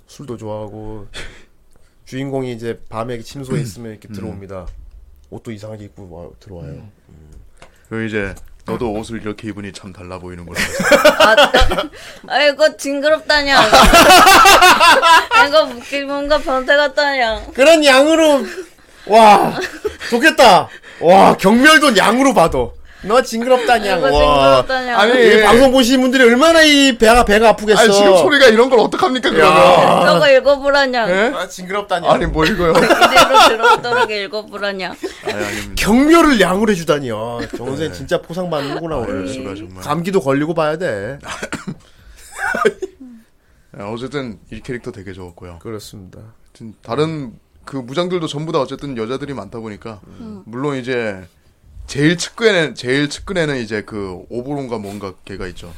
술도 좋아하고 주인공이 이제 밤에 침소에 있으면 이렇게 음. 들어옵니다 옷도 이상하게 입고 와, 들어와요 그 이제 너도 옷을 이렇게 입으니 참 달라 보이는 거라. 아이고 징그럽다냐. 아, 이거 웃기- 뭔가 변태 같다냐. 그런 양으로 와 좋겠다 와 경멸돈 양으로 봐도 너 징그럽다냥. 누가 와. 징그럽다냥. 아니, 이 예. 방송 보시는 분들이 얼마나 이 배가 배가 아프겠어. 아니 지금 소리가 이런 걸 어떡합니까 그러면? 저거 읽어보라냐. 예? 아, 징그럽다냥. 아니 뭐 이거요? 그대로 들어오도록 읽어보라냐. 아니 아닙니다. 경멸을 양으로 [laughs] 해주다니요. 정선생 네. 진짜 포상 받는구나 오늘. 뭐 수가 정말. 감기도 걸리고 봐야 돼. 아, 야, 네, 어쨌든 이 캐릭터 되게 좋았고요. 그렇습니다. 아무튼 다른 그 무장들도 전부 다 어쨌든 여자들이 많다 보니까 음. 물론 이제 제일 측근에는 제일 측근에는 이제 그 오보론가 뭔가 걔가 있죠.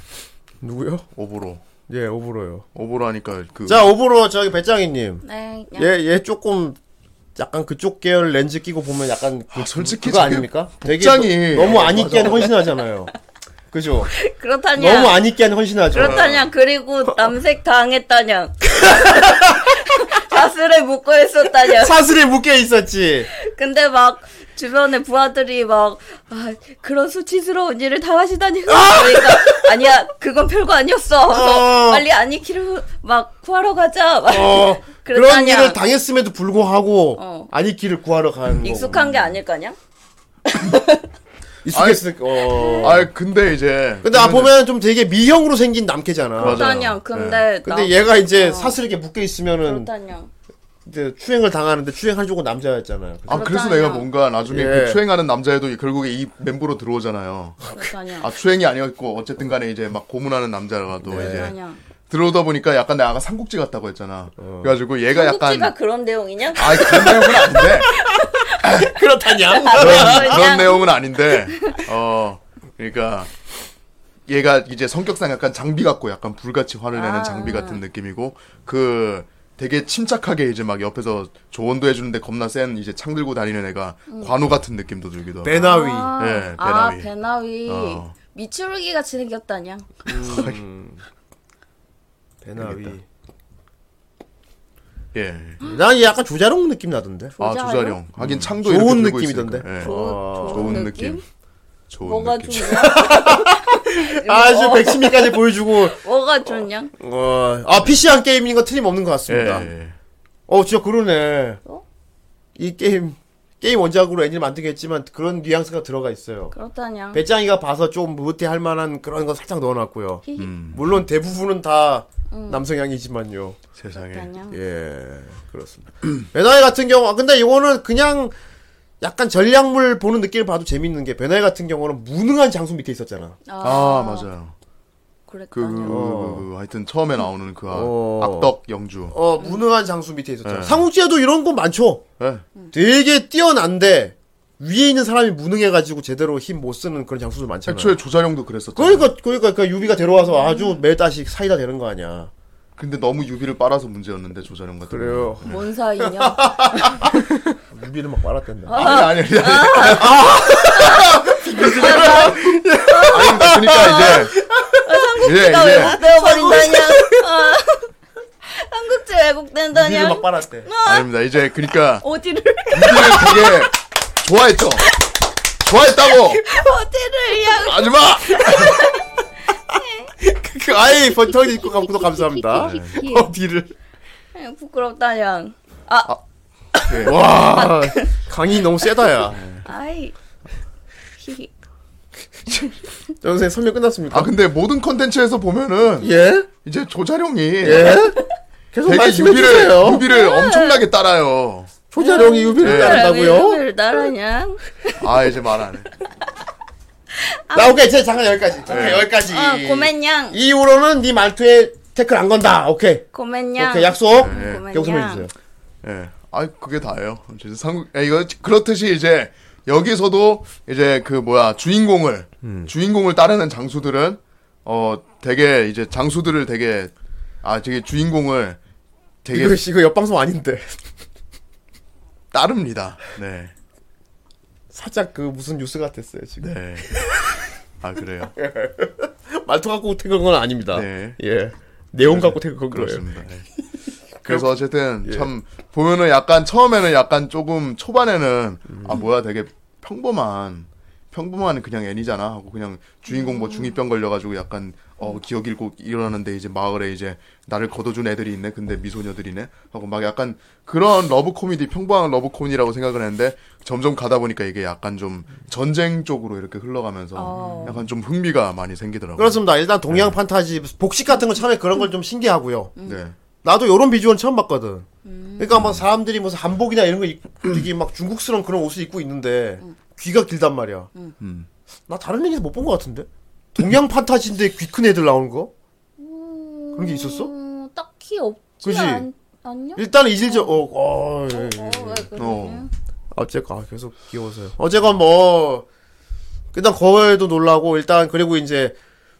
누구요? 오보로. 예, 오브로요. 오보라니까 그 자, 오브로 저기 배짱이님. 네, 그냥. 얘, 얘 조금 약간 그쪽 계열 렌즈 끼고 보면 약간 그, 아, 솔직히 그거 저게 아닙니까? 복장이- 예, 너, 너무 안 맞아. 입게 한 헌신하잖아요. 그죠? 예? 그렇다냐. 너무 안 입게 한 헌신하죠. 그렇다냐. 그리고 남색 당했다냐. [laughs] 사슬에 묶어 있었다냐. 사슬에 묶여 있었지. 근데 막 주변에 부하들이 막 아, 그런 수치스러운 일을 아! 당하시다니 그러니까 아니야 그건 별거 아니었어 하면서 어. 빨리 아니키를 막 구하러 가자 막 어, 그런 그렇다냐. 일을 당했음에도 불구하고 어. 안 입기를 구하러 가는 거. 익숙한 게 아닐까냐 익숙했을 어. 아 근데 이제 근데 아 보면 좀 되게 미형으로 생긴 남캐잖아. 맞아. 맞아요. 네. 그렇다냐 근데 나 근데 얘가 이제 사슬 이렇게 묶여 있으면은 어. 그렇다냐 이제 추행을 당하는데 추행한 쪽은 남자였잖아요. 아 그래서 그렇잖아요. 내가 뭔가 나중에 예. 그 추행하는 남자애도 결국에 이 멤버로 들어오잖아요. 그렇다냐 아 추행이 아니었고 어쨌든 간에 이제 막 고문하는 남자라도 이제 그렇다냐 들어오다 보니까 약간 내가 아까 삼국지 같다고 했잖아. 어. 그래가지고 얘가 약간 한국지가 그런 내용이냐 아 그런 [laughs] 내용은 아닌데 [laughs] 그렇다냐? 그런, 그냥- 그런 내용은 아닌데 어 그러니까 얘가 이제 성격상 약간 장비 같고 약간 불같이 화를 내는 아. 장비 같은 느낌이고 그 되게 침착하게 이제 막 옆에서 조언도 해주는데 겁나 센 이제 창 들고 다니는 애가 관우 같은 느낌도 들기도 하고 베나위. 음. 아, 예, 아 배나위. 배나위 어. 미추르기 같이 생겼다냐 베나위. 예. 난얘 약간 조자룡 느낌 나던데. 아 조자룡? 조자룡 하긴 창도 음. 좋은 이렇게 들고 느낌이던데. 있으니까. 예. 좋은, 좋은 느낌? 느낌 좋은 뭐가 느낌 좋냐 어. 아주 백신미까지 보여주고. 뭐가 좋냐 어, 아 PC한 게임인 거 틀림없는 것 예, 같습니다. 예. 어 진짜 그러네. 어? 이 게임 게임 원작으로 애니를 만들겠지만 그런 뉘앙스가 들어가 있어요. 그렇다냐 배짱이가 봐서 좀 못해할 만한 그런 거 살짝 넣어놨고요. 히히. 음, 물론 대부분은 다 남성향이지만요. 세상에 그렇다냐 예, 그렇습니다. [clears throat] 배나이 같은 경우, 아, 근데 이거는 그냥 약간 전략물 보는 느낌을 봐도 재밌는 게 배나이 같은 경우는 무능한 장수 밑에 있었잖아. 어, 아 맞아요 그, 그, 그랬다냐. 그, 그, 그, 하여튼 처음에 나오는 그 아- 어. 악덕 영주 어, 무능한 장수 밑에 있었잖아. 음. 예. 상욱지에도 이런 건 많죠. 예. 되게 뛰어난데 위에 있는 사람이 무능해가지고 제대로 힘 못 쓰는 그런 장수들 많잖아. 애초에 조자룡도 그랬었죠. 그러니까 그러니까 그 유비가 데려와서 아주 매일 다씩 사이다 되는 거 아니야. 근데 너무 유비를 빨아서 문제였는데 조자룡 같은. 경우는. 뭔 사이냐? 유비를 막 빨았댄다. 아니 아니 아니. [laughs] 아니. 아니 그러니까 이제. 네, 예, 이제 나 이제 왜곡되어버린다냐? 한국제 유비를 왜곡된다냐? 막 빨았대. 아닙니다. 이제 그러니까 어디를 [laughs] 유비를 되게 좋아했죠. 좋아했다고 어디를 야 하지마. 그 아이 번쩍 입고 감고도 감사합니다. 키키키키키. 어디를 부끄럽다냐? 아, 예. 와 [laughs] 강이 너무 세다야. 아이. 히히. 선생 설명 끝났습니까? 아 근데 모든 컨텐츠에서 보면은 예? 이제 조자룡이 예? 계속 되게 말씀해 유비를 주세요. 네. 유비를 엄청나게 따라요. 조자룡이 네, 유비를 예. 따른다고요? 왜 나라냐? 아 이제 말 안 해. 나 오케이 제 잠깐 여기까지. 오케이, 여기까지. 어, 고맨냥. 이후로는 네 말투에 태클 안 건다. 오케이. 고맨냥. 오케이 약속. 네, 고맨냥. 약속해 주세요. 예. 아, 그게 다예요. 어쨌든 삼국, 예, 이거 그렇듯이 이제 여기서도 이제 그 뭐야 주인공을 주인공을 따르는 장수들은 어 되게 이제 장수들을 되게 아 되게 주인공을 되게 이거 씨, 이거 옆방송 아닌데 [laughs] 따릅니다. 네, 살짝 그 무슨 뉴스 같았어요 지금. 네. 아 그래요. [laughs] 말투 갖고 태그한 건 아닙니다. 네. 예. 내용 갖고 [laughs] 태그한 거예요. 예. 그렇습니다. 예. 그래서 어쨌든 참 음. 보면은 약간 처음에는 약간 조금 초반에는 아 뭐야 되게 평범한 평범한 그냥 애니잖아 하고 그냥 주인공 음. 뭐 중이병 걸려가지고 약간 어 기억 잃고 일어나는데 이제 마을에 이제 나를 거둬준 애들이 있네 근데 미소녀들이네 하고 막 약간 그런 러브 코미디 평범한 러브 코미디라고 생각을 했는데 점점 가다 보니까 이게 약간 좀 전쟁 쪽으로 이렇게 흘러가면서 어. 약간 좀 흥미가 많이 생기더라고요. 그렇습니다. 일단 동양 판타지 복식 같은 건 처음에 그런 걸 좀 신기하고요. 네. 나도 요런 비주얼 처음 봤거든. 그러니까 막 사람들이 무슨 한복이나 이런 거 입고 되게 막 중국스러운 그런 옷을 입고 있는데 귀가 길단 말이야. 음. 나 다른 애니에서 못 본 것 같은데. 동양 판타지인데 귀 큰 애들 나오는 거? 그런 게 있었어? 음, 딱히 없지 그지? 않, 않냐? 일단은 이질적 어, 어, 예, 예. 어, 왜 그러냐? 어. 어쨌건 아, 계속 귀여워서요. 어쨌건 뭐 일단 거에도 놀라고 일단 그리고 이제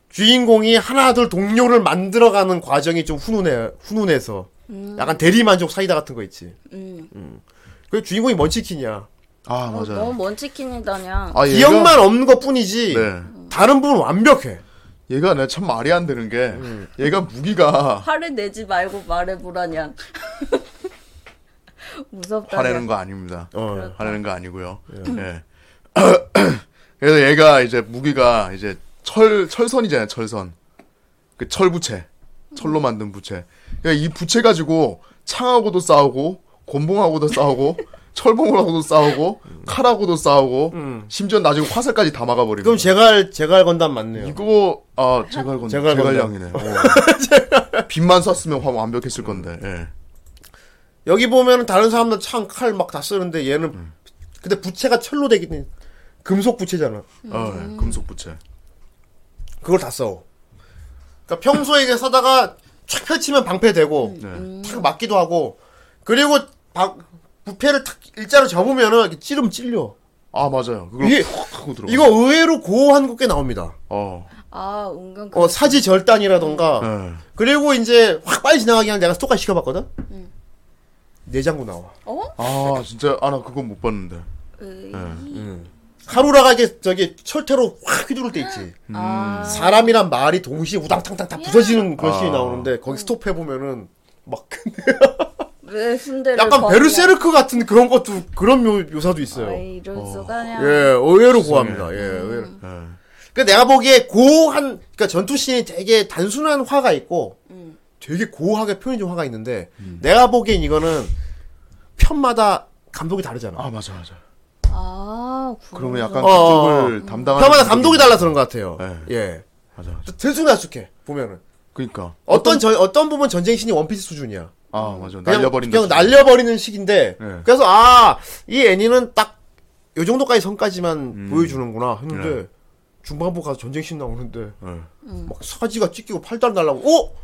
주인공이 하나둘 동료를 만들어가는 과정이 좀 훈훈해 훈훈해서 약간 대리만족 사이다 같은 거 있지. 음. 그 주인공이 먼치킨이야. 아 어, 맞아요. 너무 먼 치킨이다냐. 아, 얘가- 기억만 없는 것 뿐이지 네. 다른 부분 은 완벽해. 얘가 내가 참 말이 안 되는 게 음. 얘가 [laughs] 무기가 화를 내지 말고 말해보라냐. [laughs] 무섭다. 화내는 거 아닙니다. 어. 화내는 거 아니고요. 네. 예. [clears throat] 그래서 얘가 이제 무기가 이제 철 철선이잖아요. 철선. 그 철부채. 철로 만든 부채. 그러니까 이 부채 가지고 창하고도 싸우고 곤봉하고도 싸우고 철봉하고도 싸우고 음. 칼하고도 싸우고 심지어 나중에 화살까지 다 막아버립니다. 그럼 제갈 제갈 건담 맞네요. 이거 아 제갈 건 제갈 제갈 건담. 양이네. 어. [laughs] 빛만 쐈으면 화 완벽했을 건데. 예. 여기 보면은 다른 사람들 창 칼 막 다 쓰는데 얘는 음. 근데 부채가 철로 되긴 해. 금속 부채잖아. 어, 음. 예. 금속 부채. 그걸 다 싸워. 그러니까 평소에 이게 싸다가 촥 펼치면 방패되고 네. 탁 맞기도 하고 그리고 바, 부패를 탁 일자로 접으면은 이렇게 찌르면 찔려. 아 맞아요. 그걸 이게- 푹 하고 들어. 이거 의외로 고어한 곡꽤 나옵니다. 어. 아, 은근. 그 어 사지 절단이라던가 예. 그리고 이제 확 빨리 지나가게 한 내가 스토카 시켜봤거든. 음. 네 내장구 나와. 어? 아 진짜 아나 그건 못 봤는데. 네. 으이. 카루라가 이게 저기 철퇴로 확 휘두를 때 있지. 아, 사람이란 말이 동시에 우당탕탕 음. 다 부서지는 그런 아. 씬이 나오는데 거기 스톱해 보면은 막그 왜 순대를. 약간 버리냐. 베르세르크 같은 그런 것도 그런 묘, 사도 있어요. 아이, 이럴 수가냐. 예, 의외로 고합니다. 예, 음. 의외로. 예. 그 내가 보기에 고한 그러니까 전투 씬이 되게 단순한 화가 있고 음. 되게 고하게 표현된 화가 있는데 내가 보기엔 이거는 편마다 감독이 다르잖아. 아 맞아 맞아. 아, 그렇구나. 그러면 약간 어, 그쪽을 담당하는 편마다 감독이 달라서 그런 것 같아요. 네. 예. 맞아 맞아. 들쑥날쑥해 보면은 그러니까. 어떤 전- 어떤 부분 전쟁 씬이 원피스 수준이야. 아 맞아. 그냥- 날려버린. 그냥 날려버리는 식인데 네. 그래서 아 이 애니는 딱 요 정도까지 선까지만 보여주는구나 했는데 음. 네. 중반부 가서 전쟁씬 나오는데 예. 막 사지가 찢기고 팔다리 날라고 어?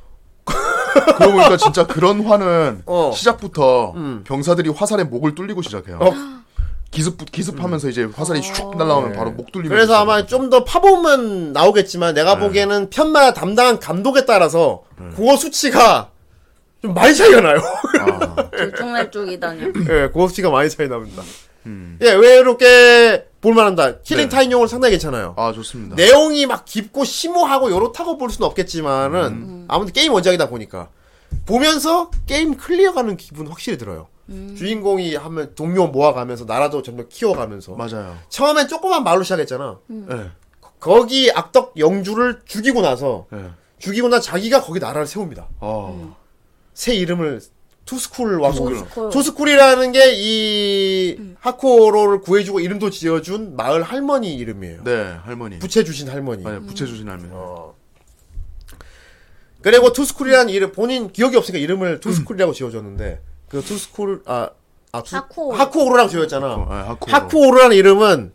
그러고 보니까 진짜 그런 화는 [laughs] 어. 음. 시작부터 병사들이 화살에 목을 뚫리고 시작해요. 어. 음. 기습 기습하면서 이제 화살이 슉 날라오면 바로 목 뚫리면. 그래서 아마 좀 더 파보면 나오겠지만 내가 네. 보기에는 편마다 담당한 감독에 따라서 고어 수치가 좀 많이 차이가 나요 아, [laughs] 들쭉날쭉이다냐. 예, 고어 수치가 많이 차이 납니다 예 외로 꽤 볼만합니다 킬링 음. 네. 타임용으로 상당히 괜찮아요 아 좋습니다. 내용이 막 깊고 심오하고 요렇다고 볼 수는 없겠지만은 음. 아무튼 게임 원작이다 보니까 보면서 게임 클리어가는 기분 확실히 들어요. 주인공이 하면 동료 모아가면서 나라도 점점 키워가면서 맞아요. 처음엔 조그만 말로 시작했잖아. 예. 거- 거기 악덕 영주를 죽이고 나서 예. 죽이고 나 자기가 거기 나라를 세웁니다. 어. 음. 새 이름을 투스쿨 왕국 투스쿨. 음. 투스쿨이라는 게 이 하코로를 구해주고 이름도 지어준 마을 할머니 이름이에요. 네 할머니. 부채 음. 주신 할머니. 맞아 부채 어, 주신 할머니. 그리고 투스쿨이라는 이름 본인 기억이 없으니까 이름을 투스쿨이라고 지어줬는데 그 투스쿨 아, 아 투, 하쿠오루. 하쿠오로라고 지어졌잖아. 어, 예, 하쿠. 하쿠오로라는 이름은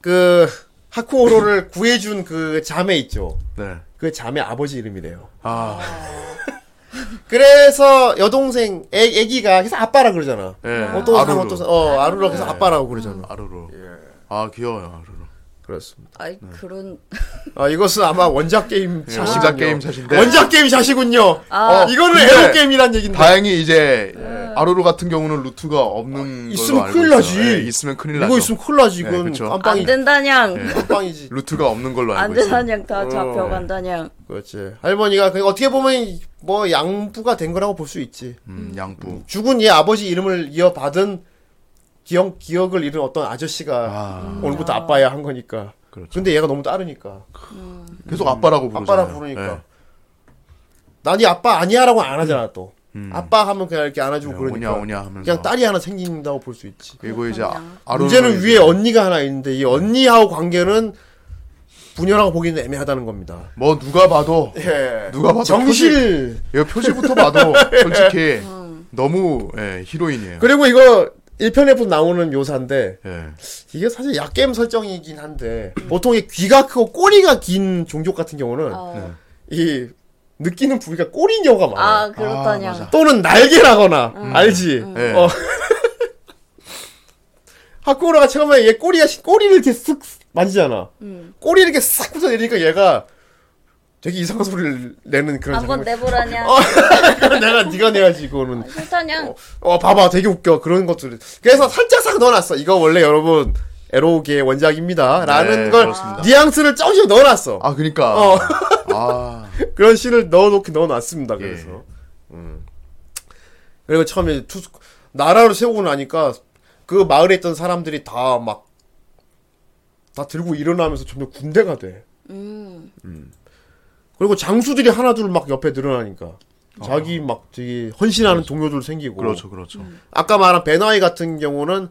그 하쿠오로를 구해준 그 자매 있죠. 네. 그 자매 아버지 이름이래요. 아. 그래서 여동생 애, 애기가 그래서 아빠라 그러잖아. 예. 어떤 사람 아루루. 음. 어떤 사람 어 아루라 그래서 아빠라고 그러잖아. 아루루. 아 귀여워요 아루루. 그렇습니다. 아이, 그런. 아 이것은 아마 원작 게임 예, 샷이군요. 원작 게임 샷인데. 원작 게임 샷이군요. 아. 어, 이거는 근데 에로 게임이란 얘긴데. 다행히 이제 아루루 같은 경우는 루트가 어, 없는 걸로 예. 있으면 알고 큰일 있어요. 나지. 예, 있으면 큰일 나죠. 이거 있으면 큰일 나지 이건 네, 그쵸. 안 깜빵이 된다냥. 깜빵이지 루트가 없는 걸로 안 알고 있어요. 된다냥. 다 잡혀간다냥. 네. 그렇지 할머니가 그 어떻게 보면 뭐 양부가 된 거라고 볼 수 있지 음, 양부. 죽은 얘 아버지 이름을 이어받은 기억 기억을 잃은 어떤 아저씨가 오늘부터 아빠야 한 거니까. 그렇죠. 근데 얘가 너무 따르니까 계속 아빠라고 음. 부르잖아요. 네. 예. 아빠라 부르니까. 난 이 아빠 아니야라고 안 하잖아 또. 아빠 하면 그냥 이렇게 안아주고 음. 네, 그러니까 오냐, 오냐 하면서. 그냥 딸이 하나 생긴다고 볼 수 있지. 그리고 이제 아, 아론은 문제는 이제 위에 언니가 하나 있는데 네. 이 언니하고 관계는 분열하고 보기는 애매하다는 겁니다. 뭐 누가 봐도 예. 누가 봐도 정실 이거 [laughs] 표지부터 봐도 솔직히 음. 너무 예, 히로인이에요. 그리고 이거 1편에부터 나오는 묘사인데 예. 이게 사실 약겜 설정이긴 한데 음. 보통 이 귀가 크고 꼬리가 긴 종족 같은 경우는 어. 이 느끼는 부위가 꼬리인 경우가 많아. 아 그렇다냐. 아, 맞아. 또는 날개라거나 음. 알지? 예. 어. [laughs] 하쿠우라가 처음에 얘 꼬리가 꼬리를 이렇게 쓱 만지잖아. 음. 꼬리 이렇게 싹 붙어 내리니까 얘가 되게 이상한 소리를 내는 그런 한번 장면. 내보라냐. [laughs] 내가 네가 내야지 아, 이거는. 싫다냐. 어 봐봐 되게 웃겨 그런 것들 그래서 살짝싹 넣어놨어 이거 원래 여러분 에로우계의 원작입니다 라는 네, 걸 그렇습니다. 뉘앙스를 조금씩 넣어놨어 아 그러니까 어. 아 그런 씬을 넣어놓긴 넣어놨습니다 예. 그래서 음. 그리고 처음에 투 나라를 세우고 나니까 그 마을에 있던 사람들이 다 막 다 들고 일어나면서 점점 군대가 돼 음. 그리고 장수들이 하나둘 막 옆에 늘어나니까 자기 막 되게 헌신하는 동료들 생기고 아. 그렇죠 그렇죠. 아까 말한 베나이 같은 경우는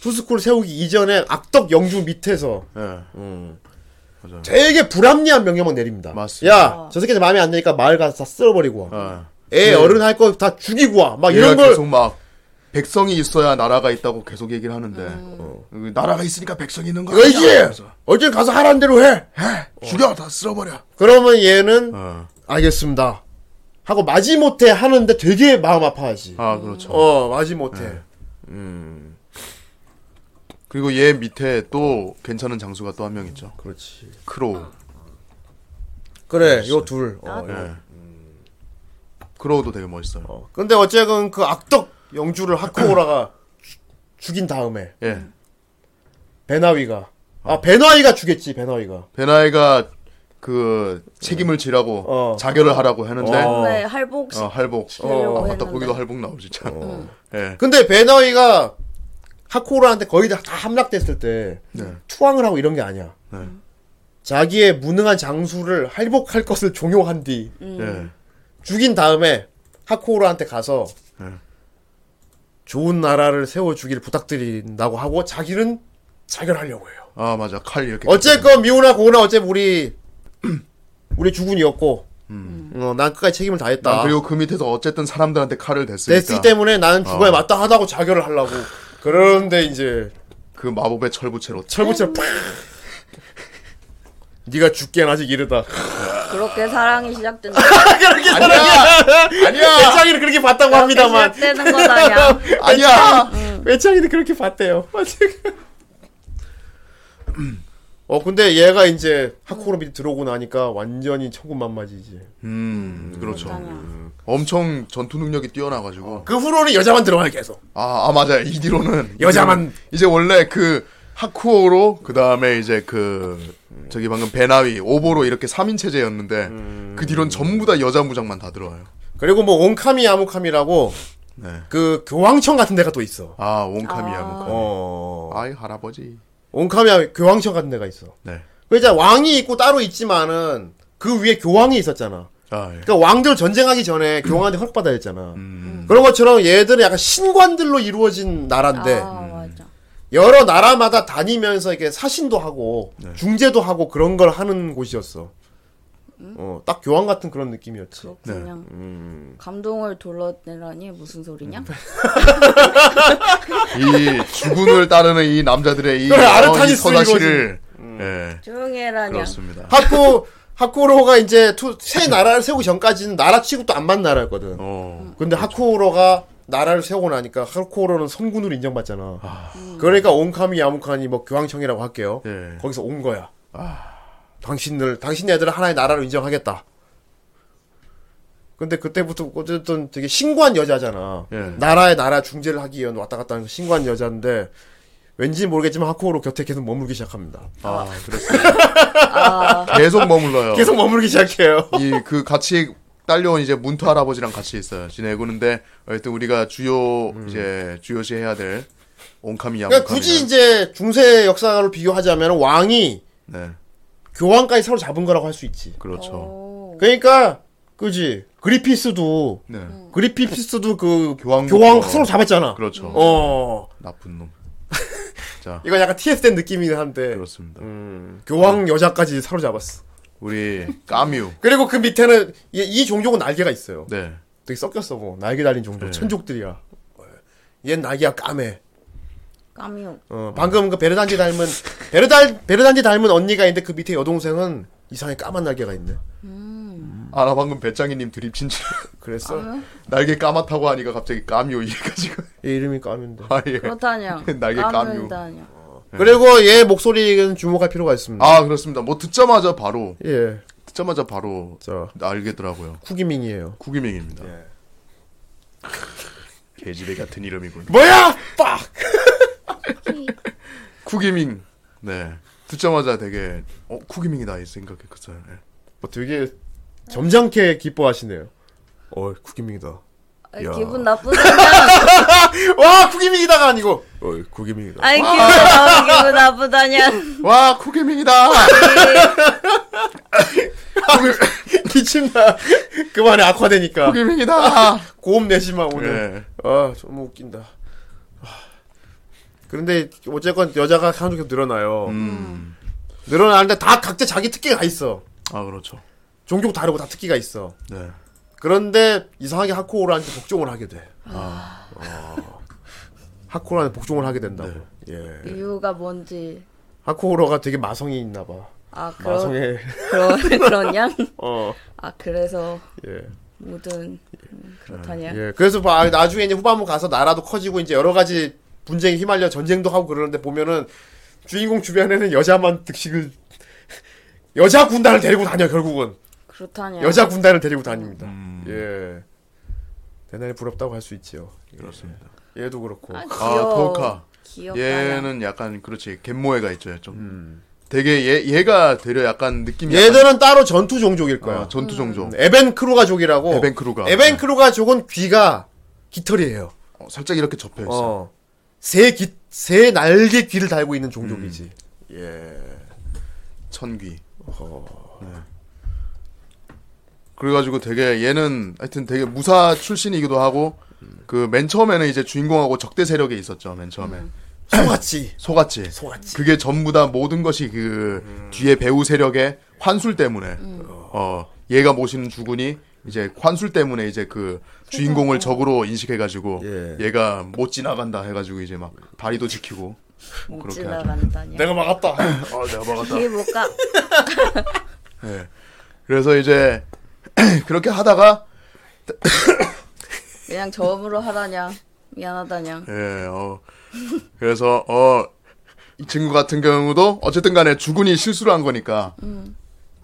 투스쿨 세우기 이전에 악덕 영주 밑에서 예. 되게 불합리한 명령만 내립니다. 맞습니다. 야, 저 새끼들 마음에 안 드니까 마을 가서 다 쓸어버리고 네. 와. 예. 애 어른 할 거 다 죽이고 와. 막 아, 얘가 이런 걸 계속 막 백성이 있어야 나라가 있다고 계속 얘기를 하는데 음. 어. 나라가 있으니까 백성이 있는 거야. 왜지? 어제 가서 하라는 대로 해. 해 죽여 다 쓸어버려. 그러면 얘는 어. 알겠습니다. 하고 마지못해 하는데 되게 마음 아파하지. 아 그렇죠. 어, 마지못해. 그리고 얘 밑에 또 괜찮은 장수가 또 한 명 있죠. 그렇지. 크로우. 그래, 요 둘. 어, 요 예. 크로우도 되게 멋있어요. 어. 근데 어쨌건 그 악덕 영주를 [clears throat] 하코오라가 죽- 죽인 다음에 예. 베나위가 아 베나위가 죽였지 베나위가 베나이가 그 책임을 지라고 어. 자결을 하라고 하는데 어. 네 할복 시 어, 할복. 하려고 어, 맞다 거기도 했는데. 음. 할복 나오지 참. 예. 근데 베나위가 하코오라한테 거의 다, 다 함락됐을 때 네. 투항을 하고 이런 게 아니야 네. 자기의 무능한 장수를 할복할 것을 종용한 뒤 음. 예. 죽인 다음에 하코오라한테 가서 네. 좋은 나라를 세워주길 부탁드린다고 하고 자기는 자결하려고 해요 아 맞아 칼 이렇게. 어쨌건 미우나 고우나 어째 우리 [clears throat] 우리 주군이었고 어, 난 끝까지 책임을 다했다. 음. 난 그리고 그 밑에서 어쨌든 사람들한테 칼을 댔으니까 됐기 때문에 나는 죽어야 아. 맞다 하다고 자결을 하려고. 그런데 이제 그 마법의 철부채로 철부처럼 팍. 네가 죽기엔 아직 [laughs] 이르다. 그렇게 사랑이 시작된다. 아니야 외창이는 그렇게 봤다고 그렇게 합니다만. 시작되는 어. 거다냐. 아니야 외창이는 그렇게 봤대요. [laughs] 어 근데 얘가 이제 하코로 밑에 들어오고 나니까 완전히 천군만마지지. 음 그렇죠 그렇다냐. 엄청 전투 능력이 뛰어나가지고 그 후로는 여자만 들어와요 계속. 아, 아 맞아요 이디로는 여자만- 이제 원래 그 하쿠오로 그 다음에 이제 그 저기 방금 베나위 오보로 이렇게 3인 체제였는데 그 뒤론 전부 다 여자 무장만 다 들어와요 그리고 뭐 온카미 아무카미라고 네. 그 교황청 같은 데가 또 있어. 아 온카미야 뭔가 어. 아이 할아버지 온카미 교황청 같은 데가 있어. 네 그러니까 왕이 있고 따로 있지만은 그 위에 교황이 있었잖아. 아, 예. 그러니까 왕들 전쟁하기 전에 교황한테 허락받아야 했잖아. 그런 것처럼 얘들은 약간 신관들로 이루어진 나라인데 아 맞아. 여러 나라마다 다니면서 이렇게 사신도 하고 중재도 하고 그런 걸 하는 곳이었어. 어, 딱 교황 같은 그런 느낌이었지. [laughs] 그냥 감동을 둘러내라니 무슨 소리냐? 이 주군을 따르는 이 남자들의 이, 그래, 어, 이 네, 아르타니스 선악실을 예 조용히 해라냐. 그렇습니다 하쿠 하쿠로가 이제 투, 새 나라를 세우기 전까지는 나라 취급도 안 맞는 나라였거든. 어 근데 하쿠오로가 나라를 세우고 나니까 하쿠오로는 성군으로 인정받잖아. 그러니까 온카미 야무카니 뭐 교황청이라고 할게요. 예. 거기서 온 거야. 아. 당신들 당신 애들을 하나의 나라로 인정하겠다. 근데 그때부터 어쨌든 되게 신관 여자잖아. 예. 나라의 나라 중재를 하기 위한 왔다 갔다 하는 신관 여자인데 왠지 모르겠지만 하쿠오로 곁에 계속 머물기 시작합니다. 아, 아. 그랬어요. 계속 머물러요. [laughs] 계속 머물기 시작해요. 이 그 같이 딸려온 이제 문토 할아버지랑 같이 있어요. 지내고 있는데 하여튼 우리가 주요 이제 주요시 해야 될 온카미야. 그러니까 음. 굳이 이제 중세 역사로 비교하자면 왕이 네 교황까지 서로 잡은 거라고 할 수 있지. 그렇죠. 오. 그러니까 그지 그리피스도 네 음. 그리피스도 그 교황 교황 어, 서로 잡았잖아. 그렇죠. 어 나쁜 놈. 자 이건 약간 TS된 느낌이긴 한데 그렇습니다. 네. 음, 교황 여자까지 서로 잡았어. 우리 까뮤. 그리고 그 밑에는 이, 이 종족은 날개가 있어요. 네 되게 섞였어 뭐 날개 달린 종족 천족들이야. 얘 날개가 까매. 까미용. 어, 방금 그 베르단지 닮은 베르단 베르단지 닮은 언니가 있는데 그 밑에 여동생은 이상하게 까만 날개가 있네. 음. 아, 나 방금 배짱이님 드립 친줄 그랬어? [laughs] 날개 까맣다고 하니까 갑자기 까뮤 이래가지고. [laughs] 얘 이름이 까면데. 아, [laughs] 예. 그렇다냐. 날개 까뮤. 까미용이다냐. 그리고 얘 목소리는 주목할 필요가 있습니다. 아, 그렇습니다. 뭐 듣자마자 바로, 예, 듣자마자 바로 저 알겠더라고요. 쿠기밍이에요. 구기맹입니다. 예. [laughs] 개지배 같은 이름이군. 뭐야? 빡! 쿠기밍. 네. 듣자마자 되게 어 쿠기밍이다 이 생각했었어요. 예. 뭐 되게 점잖게 기뻐하시네요. 어, 쿠기밍이다. 아, 야. 기분 나쁜 사람. 와, 쿠기밍이다가 아니고. 어, 쿠기밍이다. [laughs] 아니 기분 나쁜 기분 나쁘다냐. 와 [laughs] 쿠기밍이다. 기침나. 그만해 악화되니까. 쿠기밍이다. 고음 내지마 오늘. 예. 아, 너무 웃긴다. 아. 그런데 어쨌건 여자가 한쪽에 늘어나요. 음. 늘어나는데 다 각자 자기 특기가 있어. 아 그렇죠. 종족 다르고 다 특기가 있어. 네. 그런데 이상하게 하코우라한테 복종을 하게 돼. 아. 하코우라한테 복종을 하게 된다고. 예. 이유가 뭔지. 하코우라가 되게 마성이 있나 봐. 아 그런 마성의 그런 그런냐. 어. 아 그래서 예. 모든 음, 그렇다냐. 예. 그래서 봐, 나중에 이제 후반부 가서 나라도 커지고 이제 여러 가지 분쟁에 휘말려 전쟁도 하고 그러는데 보면은 주인공 주변에는 여자만 득식을 [laughs] 여자 군단을 데리고 다녀 결국은 그렇다냐. 여자 군단을 데리고 다닙니다. 예. 대단히 부럽다고 할 수 있지요. 그렇습니다. 얘도 그렇고. 아, 아 귀여워. 도카. 귀엽다. 얘는 약간 그렇지 갯모애가 있죠. 좀 되게 얘 얘가 되려 약간 느낌이 음. 약간, 얘들은 따로 전투 종족일 거야. 아, 전투 종족. 어. 에벤크루가족이라고. 에벤크루가. 에벤크루가족은 귀가 깃털이에요. 어, 살짝 이렇게 접혀 있어. 어. 새 깃, 새 날개 귀를 달고 있는 종족이지. 음. 천귀. 네. 그래가지고 되게 얘는 하여튼 되게 무사 출신이기도 하고 그 맨 처음에는 이제 주인공하고 적대 세력에 있었죠 맨 처음에 소같이. [clears throat] 소같이 소같이. 그게 전부 다 모든 것이 그 뒤에 배우 세력의 환술 때문에 어 얘가 모시는 주군이 이제 환술 때문에 이제 그 주인공을 적으로 인식해가지고 예. 얘가 못 지나간다 해가지고 이제 막 다리도 지키고 못 그렇게 지나간다냐. 내가 [laughs] 막았다. 아 내가 막았다 이게 뭘까? 그래서 이제 [clears throat] 그렇게 하다가 그냥 저음으로 하다냐. 미안하다냐. 예, 어. 그래서, 어, 이 친구 같은 경우도 어쨌든 간에 주군이 실수를 한 거니까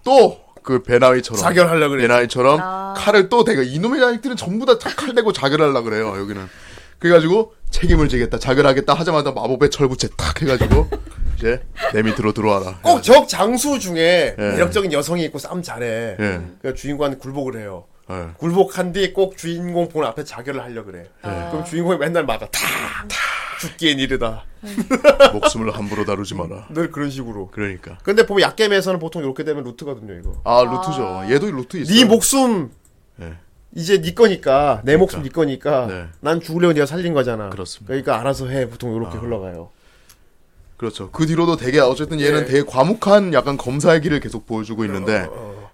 또 그 베나위처럼. 자결하려고 그래. 베나위처럼 아. 칼을 또 대고 이놈의 자식들은 전부 다 칼 대고 자결하려고 그래요, 여기는. 그래가지고 책임을 지겠다, 자결하겠다 하자마자 마법의 철부채 탁 해가지고 이제 내 밑으로 들어와라. 꼭 적 장수 중에 예. 매력적인 여성이 있고 싸움 잘해. 예. 그래서 주인공한테 굴복을 해요. 예. 굴복한 뒤 꼭 주인공 본 앞에 자결을 하려고 그래. 그럼 주인공이 맨날 막아. 탁! 탁! 죽기엔 이르다. 목숨을 함부로 다루지 마라. 늘 그런 식으로. 그러니까. 근데 보면 약겜에서는 보통 이렇게 되면 루트거든요, 이거. 아, 루트죠. 얘도 루트 있어. 네 목숨 그렇죠. 예. 그러니까. 이제 네 거니까 내 목숨 네 거니까 네. 난 죽으려고 네가 살린 거잖아. 그렇습니다. 러니까 알아서 해 보통 이렇게 흘러가요. 그렇죠. 그 뒤로도 되게 어쨌든 예. 얘는 되게 과묵한 약간 검사의 길을 계속 어, 보여주고 있는데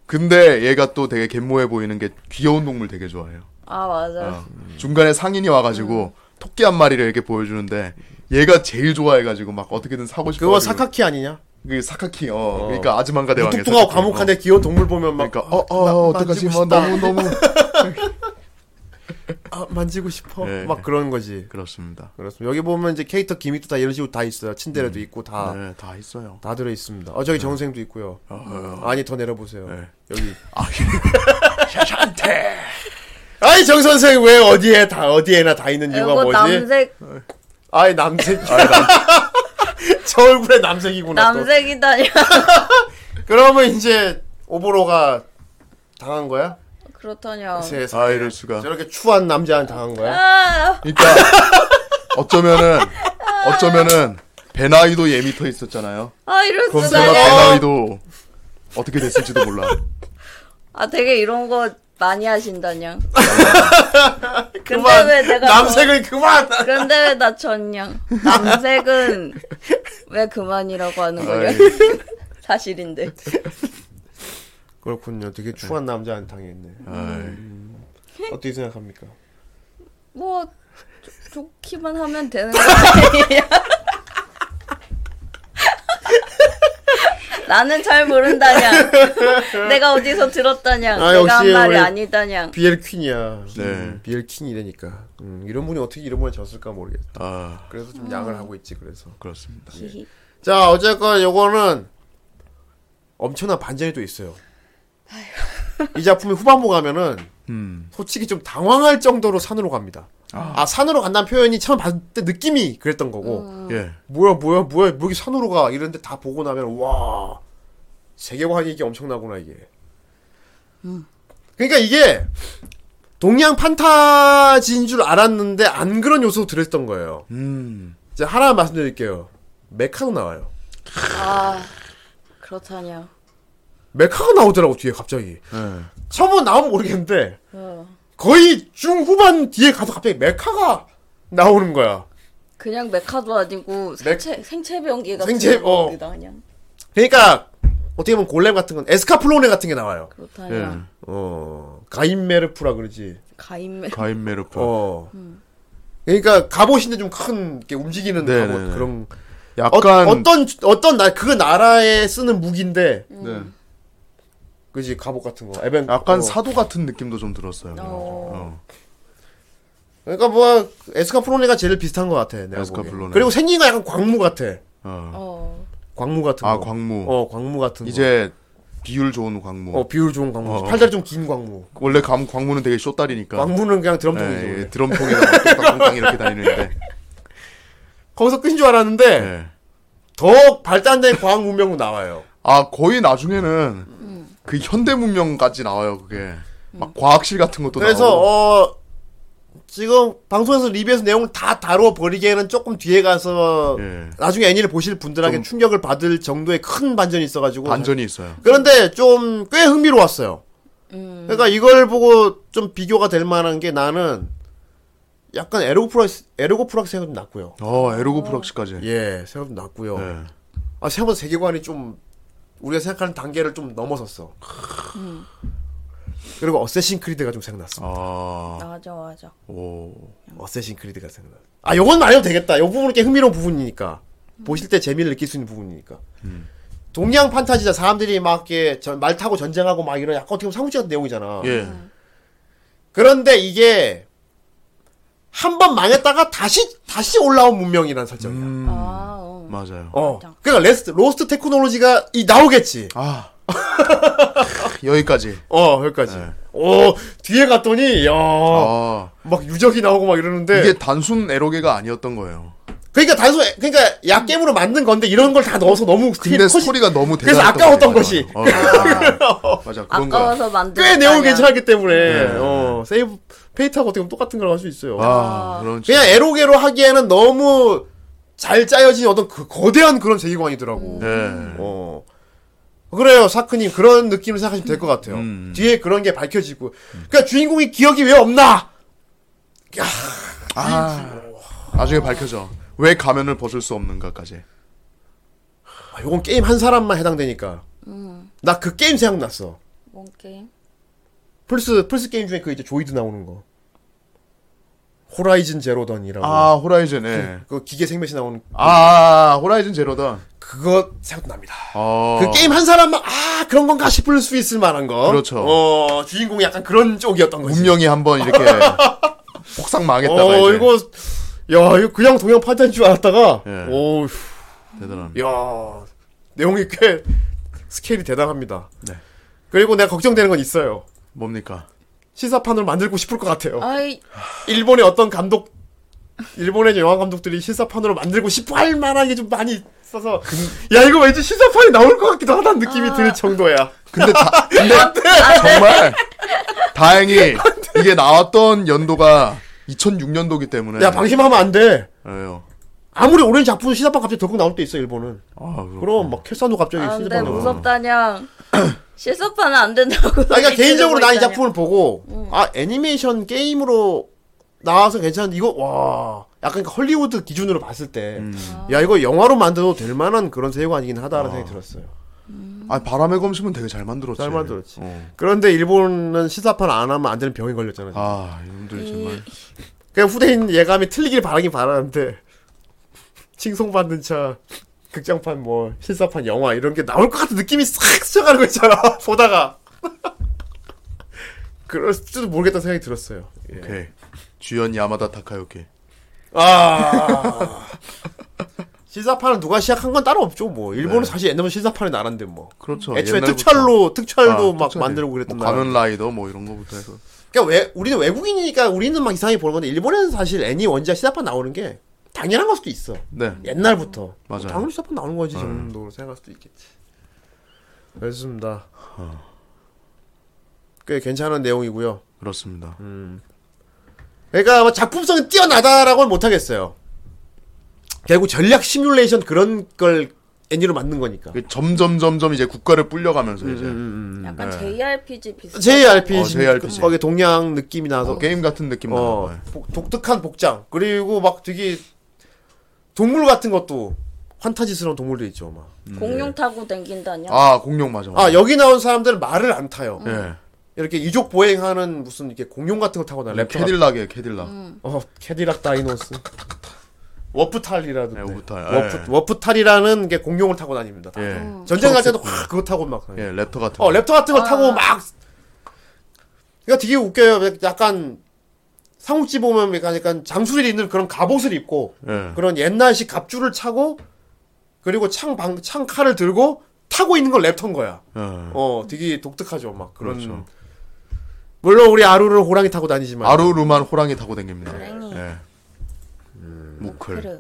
근데 얘가 또 되게 갯모해 보이는 게 귀여운 동물 되게 좋아해요. 아 맞아. 어. 중간에 상인이 와가지고 음. 토끼 한 마리를 이렇게 보여주는데 얘가 제일 좋아해가지고 막 어떻게든 사고 싶어. 그거 사카키 아니냐? 그 사카키 어. 그러니까 아즈만가 대왕의 뚱뚱하고 사카키. 어. 과묵한데 귀여운 동물 보면 막 그러니까 어어 어, 떡하지 만지고 뭐 너무 [laughs] 너무 아, 만지고 싶어. 네. 막 그런 거지. 그렇습니다. 그렇습니다. 여기 보면 이제 캐릭터 기믹도 다 이런 식으로 다 있어요. 친데레도 있고 다. 네, 다 있어요. 다 들어 있습니다. 어 저기 정생도 있고요. 아니 더 내려보세요. 네. 여기 아, [laughs] 샤샨테. 아니 정 선생 왜 어디에 다 어디에나 다 있는 이유가 이거 뭐지? 아, 남색 아이 남색. [laughs] [laughs] 저 얼굴에 남색이구나. 또. 남색이다냐. 그러면 이제 오보로가 당한 거야? [laughs] 그렇다냐. 세상에 아 이럴 수가. 저렇게 추한 남자한테 당한 거야? 어. 아, 그러니까 어쩌면은 어쩌면은 베나이도 예미터 있었잖아요. 아 이럴 그럼 수가. 설마 요 베나이도 어떻게 됐을지도 몰라. 아 되게 이런 거 많이 하신다냐. 근데 [laughs] 그만 왜 내가 남색을 그만. 더- 근데 왜 나 전냥. 남색은 왜 어, 그만이라고 하는 거냐. 아이, [laughs] 사실인데. 그렇군요. 되게 추한 남자한테 당했네. 아이. 어떻게 생각합니까? 뭐 좋- 좋기만 하면 되는 거 아니야? [laughs] 나는 잘 모른다냥. 내가 어디서 들었다냥. 아, 내가 한 역시 말이 우리- 아니다냥. BL 퀸이야. 네. 음, BL 퀸이라니까. 음, 이런 분이 어떻게 이런 분에 졌을까 모르겠다. 아 그래서 음. 좀 양을 하고 있지 그래서. 그렇습니다. 히히. 자 어쨌건 요거는 엄청난 반전이 또 있어요. 이 작품이 후반부 가면은 음. 솔직히 좀 당황할 정도로 산으로 갑니다. 아, 산으로 간다는 표현이 처음 봤을 때 느낌이 그랬던 거고 음. 예. 뭐야 뭐야 뭐야 뭐 이게 산으로 가 이런데 다 보고 나면 와 세계관이 이게 엄청나구나 이게. 그러니까 이게 동양 판타지인 줄 알았는데 안 그런 요소 들었던 거예요. 음. 이제 하나 말씀드릴게요. 메카도 나와요. 아 그렇다냥. 메카가 나오더라고 뒤에 갑자기 예. 처음은 나오면 모르겠는데 어. 거의 중후반 뒤에 가서 갑자기 메카가 나오는 거야 그냥 메카도 아니고 생체 생체 변기 같은 생체- 어. 거기다 그냥. 그러니까 어떻게 보면 골렘 같은 건 에스카플로네 같은 게 나와요 예, 그렇다냥. 어 가인메르프라 그러지 가인메. 가인 메르프. 어 그러니까 갑옷인데 좀 큰 움직이는 네, 갑옷 네, 네. 그런 약간 어, 어떤 어떤 나 그 나라에 쓰는 무기인데 네. 그지 갑옷 같은 거 에벤 약간 어. 사도 같은 느낌도 좀 들었어요. 어. 어. 그러니까 뭐 에스카플로네가 제일 비슷한 것 같아 내가 보기엔. 에스카플로네. 그리고 생긴 거 약간 광무 같아 어. 어. 광무 같은 아 거. 광무. 어, 광무 같은 거. 이제 비율 좋은 광무. 어, 비율 좋은 광무. 어. 팔다리 좀 긴 광무. 원래 감, 광무는 되게 쇼다리니까. 광무는 그냥 드럼통이지. 예, 원래. 예, 드럼통에다가 뚱땅뚱땅 이렇게 다니는데. 거기서 끝인 줄 알았는데 예. 더 발달된 광 문명으로 나와요. 아 거의 나중에는 그 현대 문명까지 나와요 그게. 막 과학실 같은 것도 그래서 나오고. 어 지금 방송에서 리뷰에서 내용을 다 다루어 버리기에는 조금 뒤에 가서 예. 나중에 애니를 보실 분들에게 좀- 충격을 받을 정도의 큰 반전이 있어가지고 반전이 있어요. 그런데 좀 꽤 흥미로웠어요. 음, 그러니까 이걸 보고 좀 비교가 될 만한 게 나는 약간 에르고프락스 에르고프락스 생각이 좀 났고요. 어 에르고 프락시까지. 예, 생각이 좀 났고요. 예. 아, 생각보다 세계관이 좀 우리가 생각하는 단계를 좀 넘어섰어. 그리고 어쌔신 크리드가 좀 생각났어. 아 맞아 맞아. 오. 어쌔신 크리드가 생각났어. 아, 요건 말해도 되겠다. 요 부분은 꽤 흥미로운 부분이니까. 음. 보실 때 재미를 느낄 수 있는 부분이니까. 동양 판타지자 사람들이 막 이렇게 전- 말 타고 전쟁하고 막 이런 약간 어떻게 보면 상징 같은 내용이잖아. 예. 그런데 이게 한 번 망했다가 다시 다시 올라온 문명이라는 설정이야. 음, 아. 어. 맞아요. 어. 그러니까 레스트 로스트 테크놀로지가 이 나오겠지. 아 [laughs] 여기까지. 어, 여기까지. 오, 뒤에 갔더니, 야, 네. 아 막 유적이 나오고 막 이러는데. 이게 단순 에로게가 아니었던 거예요. 그러니까 단순, 그러니까 약겜으로 만든 건데 이런 걸 다 넣어서 너무 근데 커지- 스토리가 너무 그래서 대단했던 아까웠던 거잖아요. 것이. 어, 맞아. 맞아 그런 거야. 아까워서 만든. 네, 꽤 내용이 괜찮았기 때문에, 어, 세이브, 페이트하고 어떻게 보면 똑같은 걸 할 수 있어요. 아 그런 그냥 에로게로 하기에는 너무 잘 짜여진 어떤 그 거대한 그런 세계관이더라고. 네. 어. 그래요, 사크님. 그런 느낌을 생각하시면 될 것 같아요. 음. 뒤에 그런 게 밝혀지고. 그러니까 주인공이 기억이 왜 없나? 아, 나중에 밝혀져. 왜 가면을 벗을 수 없는가까지. 아, 요건 게임 한 사람만 해당되니까. 나 그 게임 생각났어. 뭔 게임? 플스 플스 게임 중에 그 이제 조이드 나오는 거. 호라이즌 제로던이라고. 아 호라이즌에. 그 기계 생명체 나오는 아 호라이즌 제로던. 그거 생각납니다. 어. 그 게임 한 사람만 아 그런 건가 싶을 수 있을 만한 거. 그렇죠. 어 주인공이 약간 그런 쪽이었던 거지. 운명이 한번 [laughs] 이렇게 폭삭 망했다가 어 이제 이거 야 이거 그냥 동양 판타지인 줄 알았다가 예. 오우 대단합니다. 야 내용이 꽤 스케일이 대단합니다. 네. 그리고 내가 걱정되는 건 있어요. 뭡니까? 시사판을 만들고 싶을 것 같아요. 아이 일본의 어떤 감독 일본의 영화 감독들이 시사판으로 만들고 싶어 할 만한 게 좀 많이 있어서 야 이거 왠지 시사판이 나올 것 같기도 하다는 느낌이 들 정도야 근데 자, 근데 정말 [laughs] 다행히 이게 나왔던 연도가 2006년도기 때문에. 야 방심하면 안 돼. 예요. 아무리 오랜 작품 시사판 갑자기 덜컥 나올 때 있어 일본은. 아, 그렇구나. 그럼 막 켈산도 갑자기 아, 근데 시사판 나와. 무섭다냥 [coughs] 실사판은 안 된다고. 아, 그러니까 개인적으로 난 이 있다냐. 작품을 보고 아 애니메이션 게임으로 나와서 괜찮은데 이거 와 약간 그 헐리우드 기준으로 봤을 때 음. 야 이거 영화로 만들어도 될 만한 그런 세계관이긴 하다라는 생각이 들었어요. 아 바람의 검심은 되게 잘 만들었지. 잘 만들었지. 어. 그런데 일본은 시사판 안 하면 안 되는 병이 걸렸잖아요. 아 이분들 정말. 그냥 후대인 예감이 틀리길 바라긴 바라는데 칭송받는 차 극장판 뭐 실사판 영화 이런 게 나올 것 같은 느낌이 싹 스쳐가는 거 있잖아 [laughs] 보다가 그럴지도 모르겠다는 생각이 들었어요 예. 오케이. 주연 야마다 타카요키. 아 [laughs] 실사판은 누가 시작한 건 따로 없죠 뭐 일본은 네. 사실 옛날부터 실사판의 나라인데 뭐 그렇죠. 애초에 옛날부터. 특촬로 특촬도 아, 막 특촬이. 만들고 그랬던 뭐 나라 가면 라이더 뭐 이런 거부터 해서. 그러니까 외, 우리는 외국인이니까 우리는 막 이상하게 보는 건데 일본에는 사실 애니 원작 실사판 나오는 게 당연한 걸 수도 있어 네. 옛날부터 맞아요. 네. 당연히 사판 나오는 거지 정도로 생각할 수도 있겠지 그렇습니다 어. 꽤 괜찮은 내용이고요 그렇습니다. 음. 그러니까 뭐 작품성이 뛰어나다라고는 못하겠어요 결국 전략 시뮬레이션 그런 걸 애니로 만든 거니까 그 점점 점점 이제 국가를 불려가면서 음, 이제 약간 JRPG 비슷한. JRPG, 어, JRPG. 거기에 동양 느낌이 나서 어, 네. 게임 같은 느낌 나는 어, 거예요. 복- 독특한 복장 그리고 막 되게 동물 같은 것도 환타지스러운 동물도 있죠 막. 공룡 타고 댕긴다냐. 아 공룡 맞아. 아 여기 나온 사람들은 말을 안 타요 예. 이렇게 이족 보행하는 무슨 이렇게 공룡 같은 거 타고 날래. 네, 캐딜락이에요 캐딜락. 어 캐딜락 다이노스. [laughs] 워프탈이라던데. 네, 워프탈. 워프, 예. 워프탈이라는 게 공룡을 타고 다닙니다. 예. 전쟁 갈 때도 확 그거 타고 막. 다녀요. 예 랩터 같은. 어 거. 랩터 같은 거 타고 막. 그러니까 되게 웃겨요. 약간 삼국지 보면 약간, 약간 장수들이 입는 그런 갑옷을 입고 예. 그런 옛날식 갑주를 차고 그리고 창방 창칼을 들고 타고 있는 건 랩터인 거야. 예. 어 되게 독특하죠 막 그런. 그렇죠. 물론 우리 아루를 호랑이 타고 다니지만. 아루루만 호랑이 타고 댕깁니다. 호랑이. 예. 음. 무클. 그래.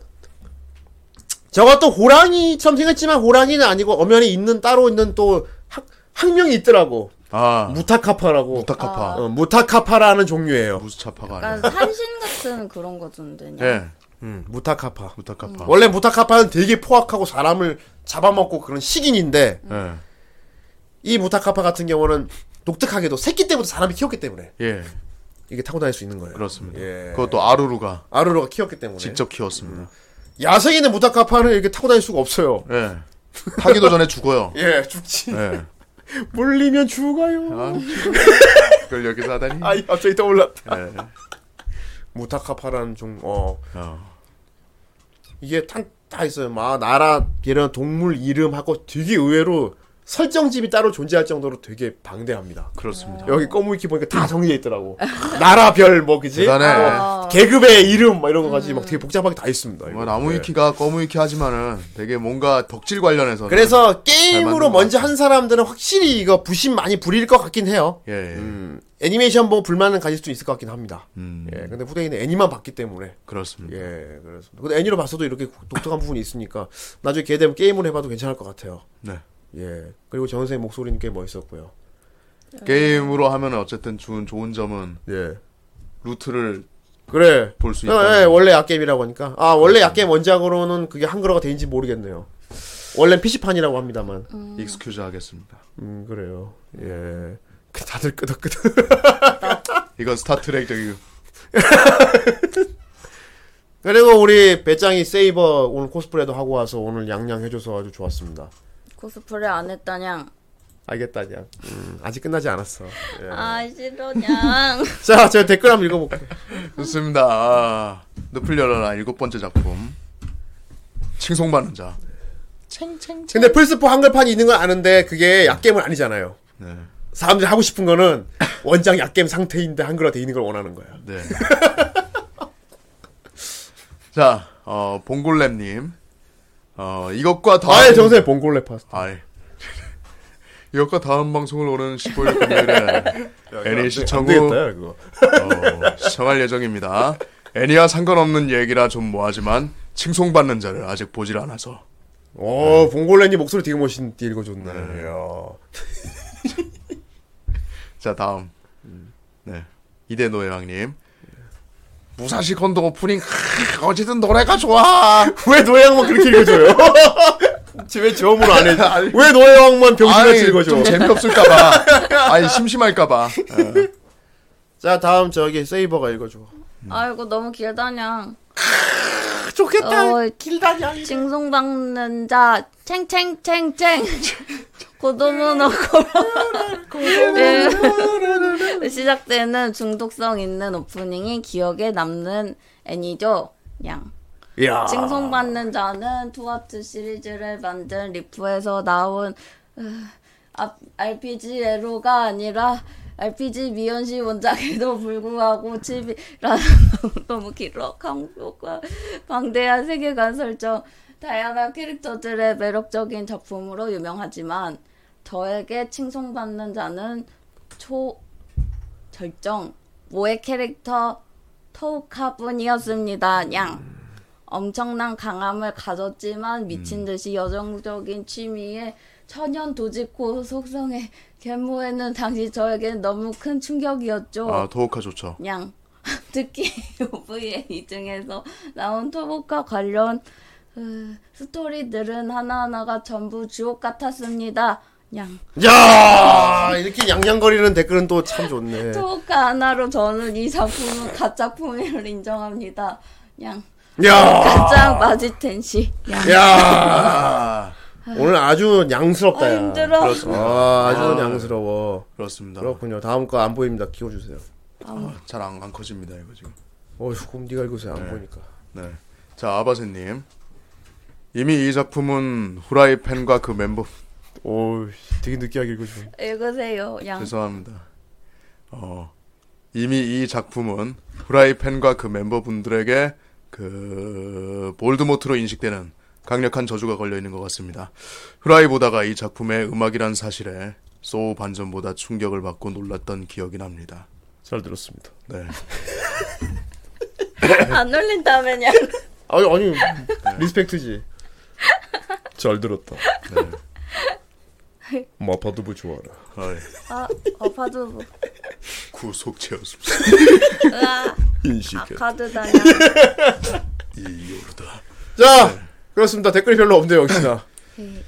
저것도 호랑이처럼 생겼지만 호랑이는 아니고 엄연히 있는 따로 있는 또 학, 학명이 있더라고 아 무타카파라고 무타카파. 아. 어, 무타카파라는 종류예요 무스차파가 아니야. 약간 그러니까 산신 같은 그런 거던데. 예. 음. 무타카파 무타카파. 원래 무타카파는 되게 포악하고 사람을 잡아먹고 그런 식인인데 예. 이 무타카파 같은 경우는 독특하게도 새끼 때부터 사람이 키웠기 때문에 예. 이게 타고 다닐 수 있는 거예요 그렇습니다. 예. 그것도 아루루가 아루로가 키웠기 때문에 직접 키웠습니다. 야생에 있는 무타카파는 이렇게 타고 다닐 수가 없어요 예. 타기도 전에 죽어요. 예 죽지 [laughs] 예. 물리면 죽어요 아, 그걸 여기서 하다니. 아 갑자기 떠올랐다 예. 무타카파라는 종어 어. 이게 다, 다 있어요. 막 나라 이런 동물 이름하고 되게 의외로 설정집이 따로 존재할 정도로 되게 방대합니다. 그렇습니다. 여기 꺼무위키 보니까 다 정리돼 있더라고. 나라별 뭐 그지? 음. 대단해. 아, 어, 계급의 이름 막 이런 거까지 막 되게 복잡하게 다 있습니다. 이거. 네. 정말 뭐 나무위키가 꺼무위키 하지만은 되게 뭔가 덕질 관련해서 네. 그래서 만든 게임으로 것 먼저 한 사람들은 확실히 이거 부심 많이 부릴 것 같긴 해요. 예, 예. 음, 애니메이션 보고 불만은 가질 수 있을 것 같긴 합니다. 음, 예, 근데 후대인은 애니만 봤기 때문에 그렇습니다. 예, 그래서 근데 애니로 봤어도 이렇게 독특한 부분이 있으니까 나중에 기회 되면 게임으로 해봐도 괜찮을 것 같아요. 네. 예. 그리고 정 선생 목소리는 꽤 멋있었고요. 예. 게임으로 하면은 어쨌든 좋은 좋은 점은 예. 루트를 그래. 볼 수 어, 있다. 예, 원래 약겜이라고 하니까. 아, 원래 약겜 원작으로는 그게 한글화가 돼있는지 모르겠네요. 원래 PC판이라고 합니다만. 익스큐즈 하겠습니다. 음, 그래요. 예. 그 다들 끄덕끄덕. [laughs] 이건 스타트랙적인 그리고 우리 배짱이 세이버 오늘 코스프레도 하고 와서 오늘 양양 해줘서 아주 좋았습니다. 코스프레 안 했다냥. 알겠다, 냥. 음, 아직 끝나지 않았어. 예. 아 싫어냥. 자, 제가 댓글 한번 읽어볼게요. 좋습니다. 아, 늪을 열어라 일곱 번째 작품. 칭송받는 자. 근데 플스4 한글판이 있는 건 아는데 그게 약겜은 아니잖아요. 네. 사람들이 하고 싶은 [laughs] 거는 원작 약겜 상태인데 한글화 돼 있는 걸 원하는 거야. 네. [laughs] 자, 어, 봉골렘님. 어, 이것과 다음. 아예 정세 봉골레 파스타. 아이. [laughs] 이것과 다음 방송을 오는 15일 [laughs] 금요일에 애니 시청후 그거. 어, 시청할 예정입니다. 애니와 상관없는 얘기라 좀 뭐하지만 칭송받는 자를 아직 보질 않아서 오 어, 봉골레님 목소리 되게 멋있게 읽어줬네. 이야. 자 다음 네. 이대 노예왕님. 무사시 콘도 오프닝, 크, 어쨌든 노래가 좋아! 왜 노예왕만 그렇게 [laughs] 읽어줘요? 집에 네. 저음으로 안 해. [laughs] 왜 노예왕만 아이, 병신같이 읽어줘? 좀 재미없을까봐. 아니, 심심할까봐. 예. 자 다음 저기 세이버가 읽어줘. 아이고 너무 길다냥. 그 좋겠다. 어, 길다냥. 징송받는 자 챙챙챙챙. [laughs] 고도모노 [laughs] 고로. 시작되는 중독성 있는 오프닝이 기억에 남는 애니죠. 양. 이야. 징송받는 자는 투하트 시리즈를 만든 리프에서 나온 으, 아, RPG 에로가 아니라 RPG 미연시 원작에도 불구하고 칩이라는 [laughs] 너무 길어 강력과 방대한 세계관 설정 다양한 캐릭터들의 매력적인 작품으로 유명하지만 저에게 칭송받는 자는 초 절정 모의 캐릭터 토우카뿐이었습니다. 냥. 엄청난 강함을 가졌지만 미친 듯이 여정적인 취미에 천연 도지코 속성의 계모에는 당시 저에겐 너무 큰 충격이었죠. 아, 도호카 좋죠. 양. [laughs] 특히 OVA 중에서 나온 토보카 관련 으, 스토리들은 하나하나가 전부 주옥 같았습니다. 양. 야 이렇게 양양거리는 댓글은 또 참 좋네. 토보카 하나로 저는 이 작품은 가짜품을 인정합니다. 양. 야. 가짜 마지텐시. 양. 야. 오늘 아주 예, 양스럽다. 아, 야. 힘들어. 아, 아주 양스러워. 그렇습니다. 아, 그렇군요. 다음 거 안 보입니다. 키워주세요. 잘 안 커집니다, 이거 지금. 어휴, 그럼 네가 읽으세요. 안 보니까. 네. 자, 아바세님. 이미 이 작품은 후라이팬과 그 멤버 오, 되게 느끼하게 읽어주네. 읽으세요. 양. 죄송합니다. 어, 이미 이 작품은 후라이팬과 그 멤버분들에게 그 볼드모트로 인식되는 강력한 저주가 걸려 있는 것 같습니다. 후라이보다가 이 작품의 음악이란 사실에 소우 반전보다 충격을 받고 놀랐던 기억이 납니다. 잘 들었습니다. 네. 안 올린다면요. 아니, 아니, 리스펙트지. 네. 잘 들었다. 네. 마파두부 좋아라. 어이, 아, 어파두부. 구속체였습니다. 으아, 인식. 아카드다냐. 이요르다. 자, 그렇습니다. 댓글이 별로 없네요, 역시나.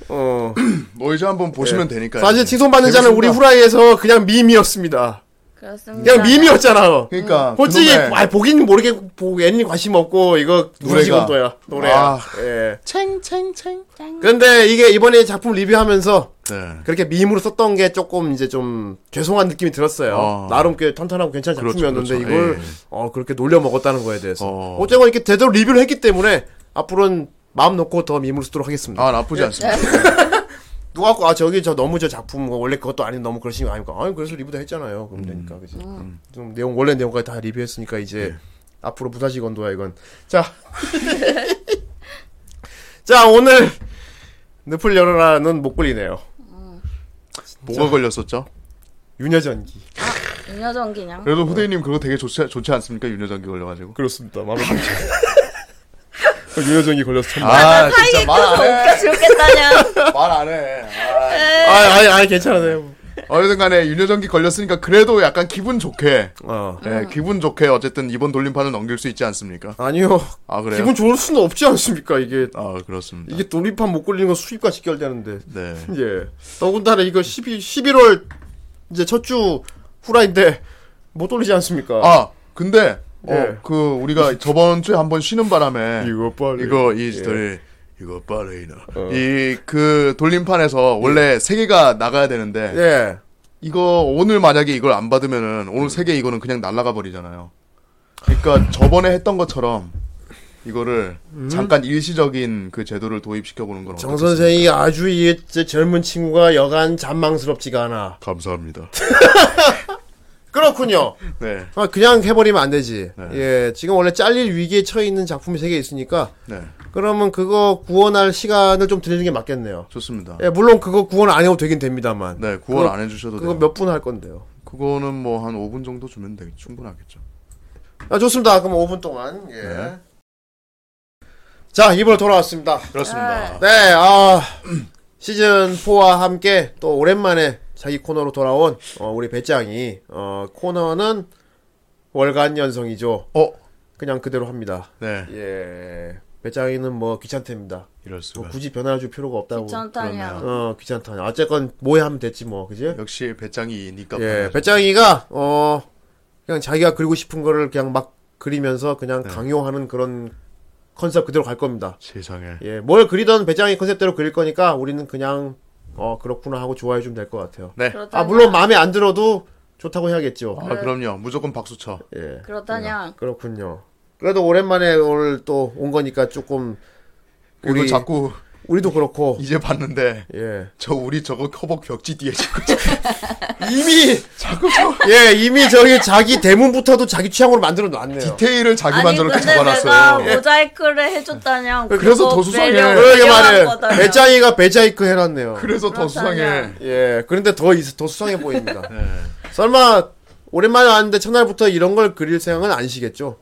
어. 뭐 이제 한번 보시면 되니까요. 사실 칭송받는 자는 우리 후라이에서 그냥 밈이었습니다. 그렇습니다. 그냥 밈이었잖아요. 그러니까 솔직히 그놈의- 아 보긴 모르게 보고 애니 관심 없고 이거 노래가. 노래가 또야 노래야. 아. 예. 챙챙챙. 근데 이게 이번에 작품 리뷰하면서 네. 그렇게 밈으로 썼던 게 조금 이제 좀 죄송한 느낌이 들었어요. 아. 나름 꽤 탄탄하고 괜찮은 그렇죠, 작품이었는데 그렇죠. 이걸 예. 어 그렇게 놀려 먹었다는 거에 대해서 어. 어. 쨌건 이렇게 제대로 리뷰를 했기 때문에 앞으로는 마음 놓고 더 밈으로 쓰도록 하겠습니다. 아 나쁘지 않습니다. 누가 갖고 아 저기 저 너무 저 작품 원래 그것도 아닌 너무 그러신 거 아닙니까? 아니 그래서 리뷰 다 했잖아요. 그럼 되니까 그지. 좀 내용 원래 내용까지 다 리뷰했으니까 이제 앞으로 무사시 건도야 이건. 자, [laughs] 자 오늘 늪을 열어라는 목걸이네요. 뭐가 걸렸었죠? 윤여전기. 윤여정 기냥. 그래도 후대인님 그거 되게 좋지 좋지 않습니까? 윤여정기 걸려가지고. [laughs] 그렇습니다. 마음에 윤여전기 걸려서 참. 아, 사이에 껴서 네. 웃겨 죽겠다냐. 말안 해. 아, 아니 아니 괜찮아요. 어쨌든간에 윤여정기 걸렸으니까 그래도 약간 기분 좋게, 어. 예, 기분 좋게 어쨌든 이번 돌림판을 넘길 수 있지 않습니까? 아니요. 아 그래요? 기분 좋을 수는 없지 않습니까 이게. 아 그렇습니다. 이게 돌입판 목걸이는 건 수입과 직결되는데. 네. [laughs] 예. 더군다나 이거 12, 11월 이제 첫 주 후라인데 못 돌리지 않습니까? 아 근데 예. 어, 그 우리가 저번 주에 한번 쉬는 바람에 이거 빨리. 예. 어. 이거 이 스토리 이거 빠르이나 이 그 돌림판에서 원래 세 개가 나가야 되는데 예. 이거 오늘 만약에 이걸 안 받으면은 오늘 세 개 이거는 그냥 날라가 버리잖아요. 그러니까 저번에 했던 것처럼 이거를 잠깐 일시적인 그 제도를 도입시켜 보는 건 음. 정 어떨까? 선생이 아주 이 제- 젊은 친구가 여간 잔망스럽지가 않아. 감사합니다. 그렇군요. [laughs] 네. 아, 그냥 해버리면 안 되지. 네. 예. 지금 원래 잘릴 위기에 처해 있는 작품이 세 개 있으니까 네. 그러면 그거 구원할 시간을 좀 드리는 게 맞겠네요. 좋습니다. 예, 물론 그거 구원 안 해도 되긴 됩니다만. 네, 구원 그거- 안 해주셔도 그거 돼요. 몇 분 할 건데요. 그거는 뭐 한 5분 정도 주면 되게 충분하겠죠. 아, 좋습니다. 그럼 5분 동안. 예. 네. 자, 입으로 돌아왔습니다. 그렇습니다. 네, 아, 시즌 4와 함께 또 오랜만에 자기 코너로 돌아온 어, 우리 배짱이 어, 코너는 월간 연성이죠. 어, 그냥 그대로 합니다. 네. 예. 배짱이는 뭐 귀찮답니다. 이럴 뭐 수가. 굳이 변화줄 필요가 없다고. 귀찮다냐. 어 귀찮다. 어쨌건 뭐해 하면 됐지 뭐, 그지? 역시 배짱이니까. 예. 배짱이가 어 그냥 자기가 그리고 싶은 거를 그냥 막 그리면서 그냥 강요하는 그런 컨셉 그대로 갈 겁니다. 세상에. 예, 뭘 그리던 배짱이 컨셉대로 그릴 거니까 우리는 그냥 어 그렇구나 하고 좋아해 주면 될 것 같아요. 네. 그렇다냐. 아 물론 마음에 안 들어도 좋다고 해야겠죠. 아, 그럼요. 무조건 박수 쳐. 예, 그렇다냐. 그렇군요. 그래도 오랜만에 오늘 또 온 거니까 조금 그리고 우리- 자꾸 [laughs] 우리도 그렇고 이제 봤는데 예 저 우리 저거 커버 벽지 뒤에 지금 이미 자꾸 저 [laughs] 예 이미 저기 자기 대문부터도 자기 취향으로 만들어 놨네요. 디테일을 자기만 아니 저렇게 근데 내가 예. 잡아놨어요. 예. 모자이크를 해줬다냐. 그래서 그거 더 수상해. 매력, 그러게 매력한 말해. 거다냐. 배짱이가 배자이크 해놨네요. 그래서 더 그렇다냐. 수상해. 예, 그런데 더, 이수- 더 수상해 보입니다. [laughs] 네. 설마, 오랜만에 왔는데 첫날부터 이런 걸 그릴 생각은 아니시겠죠?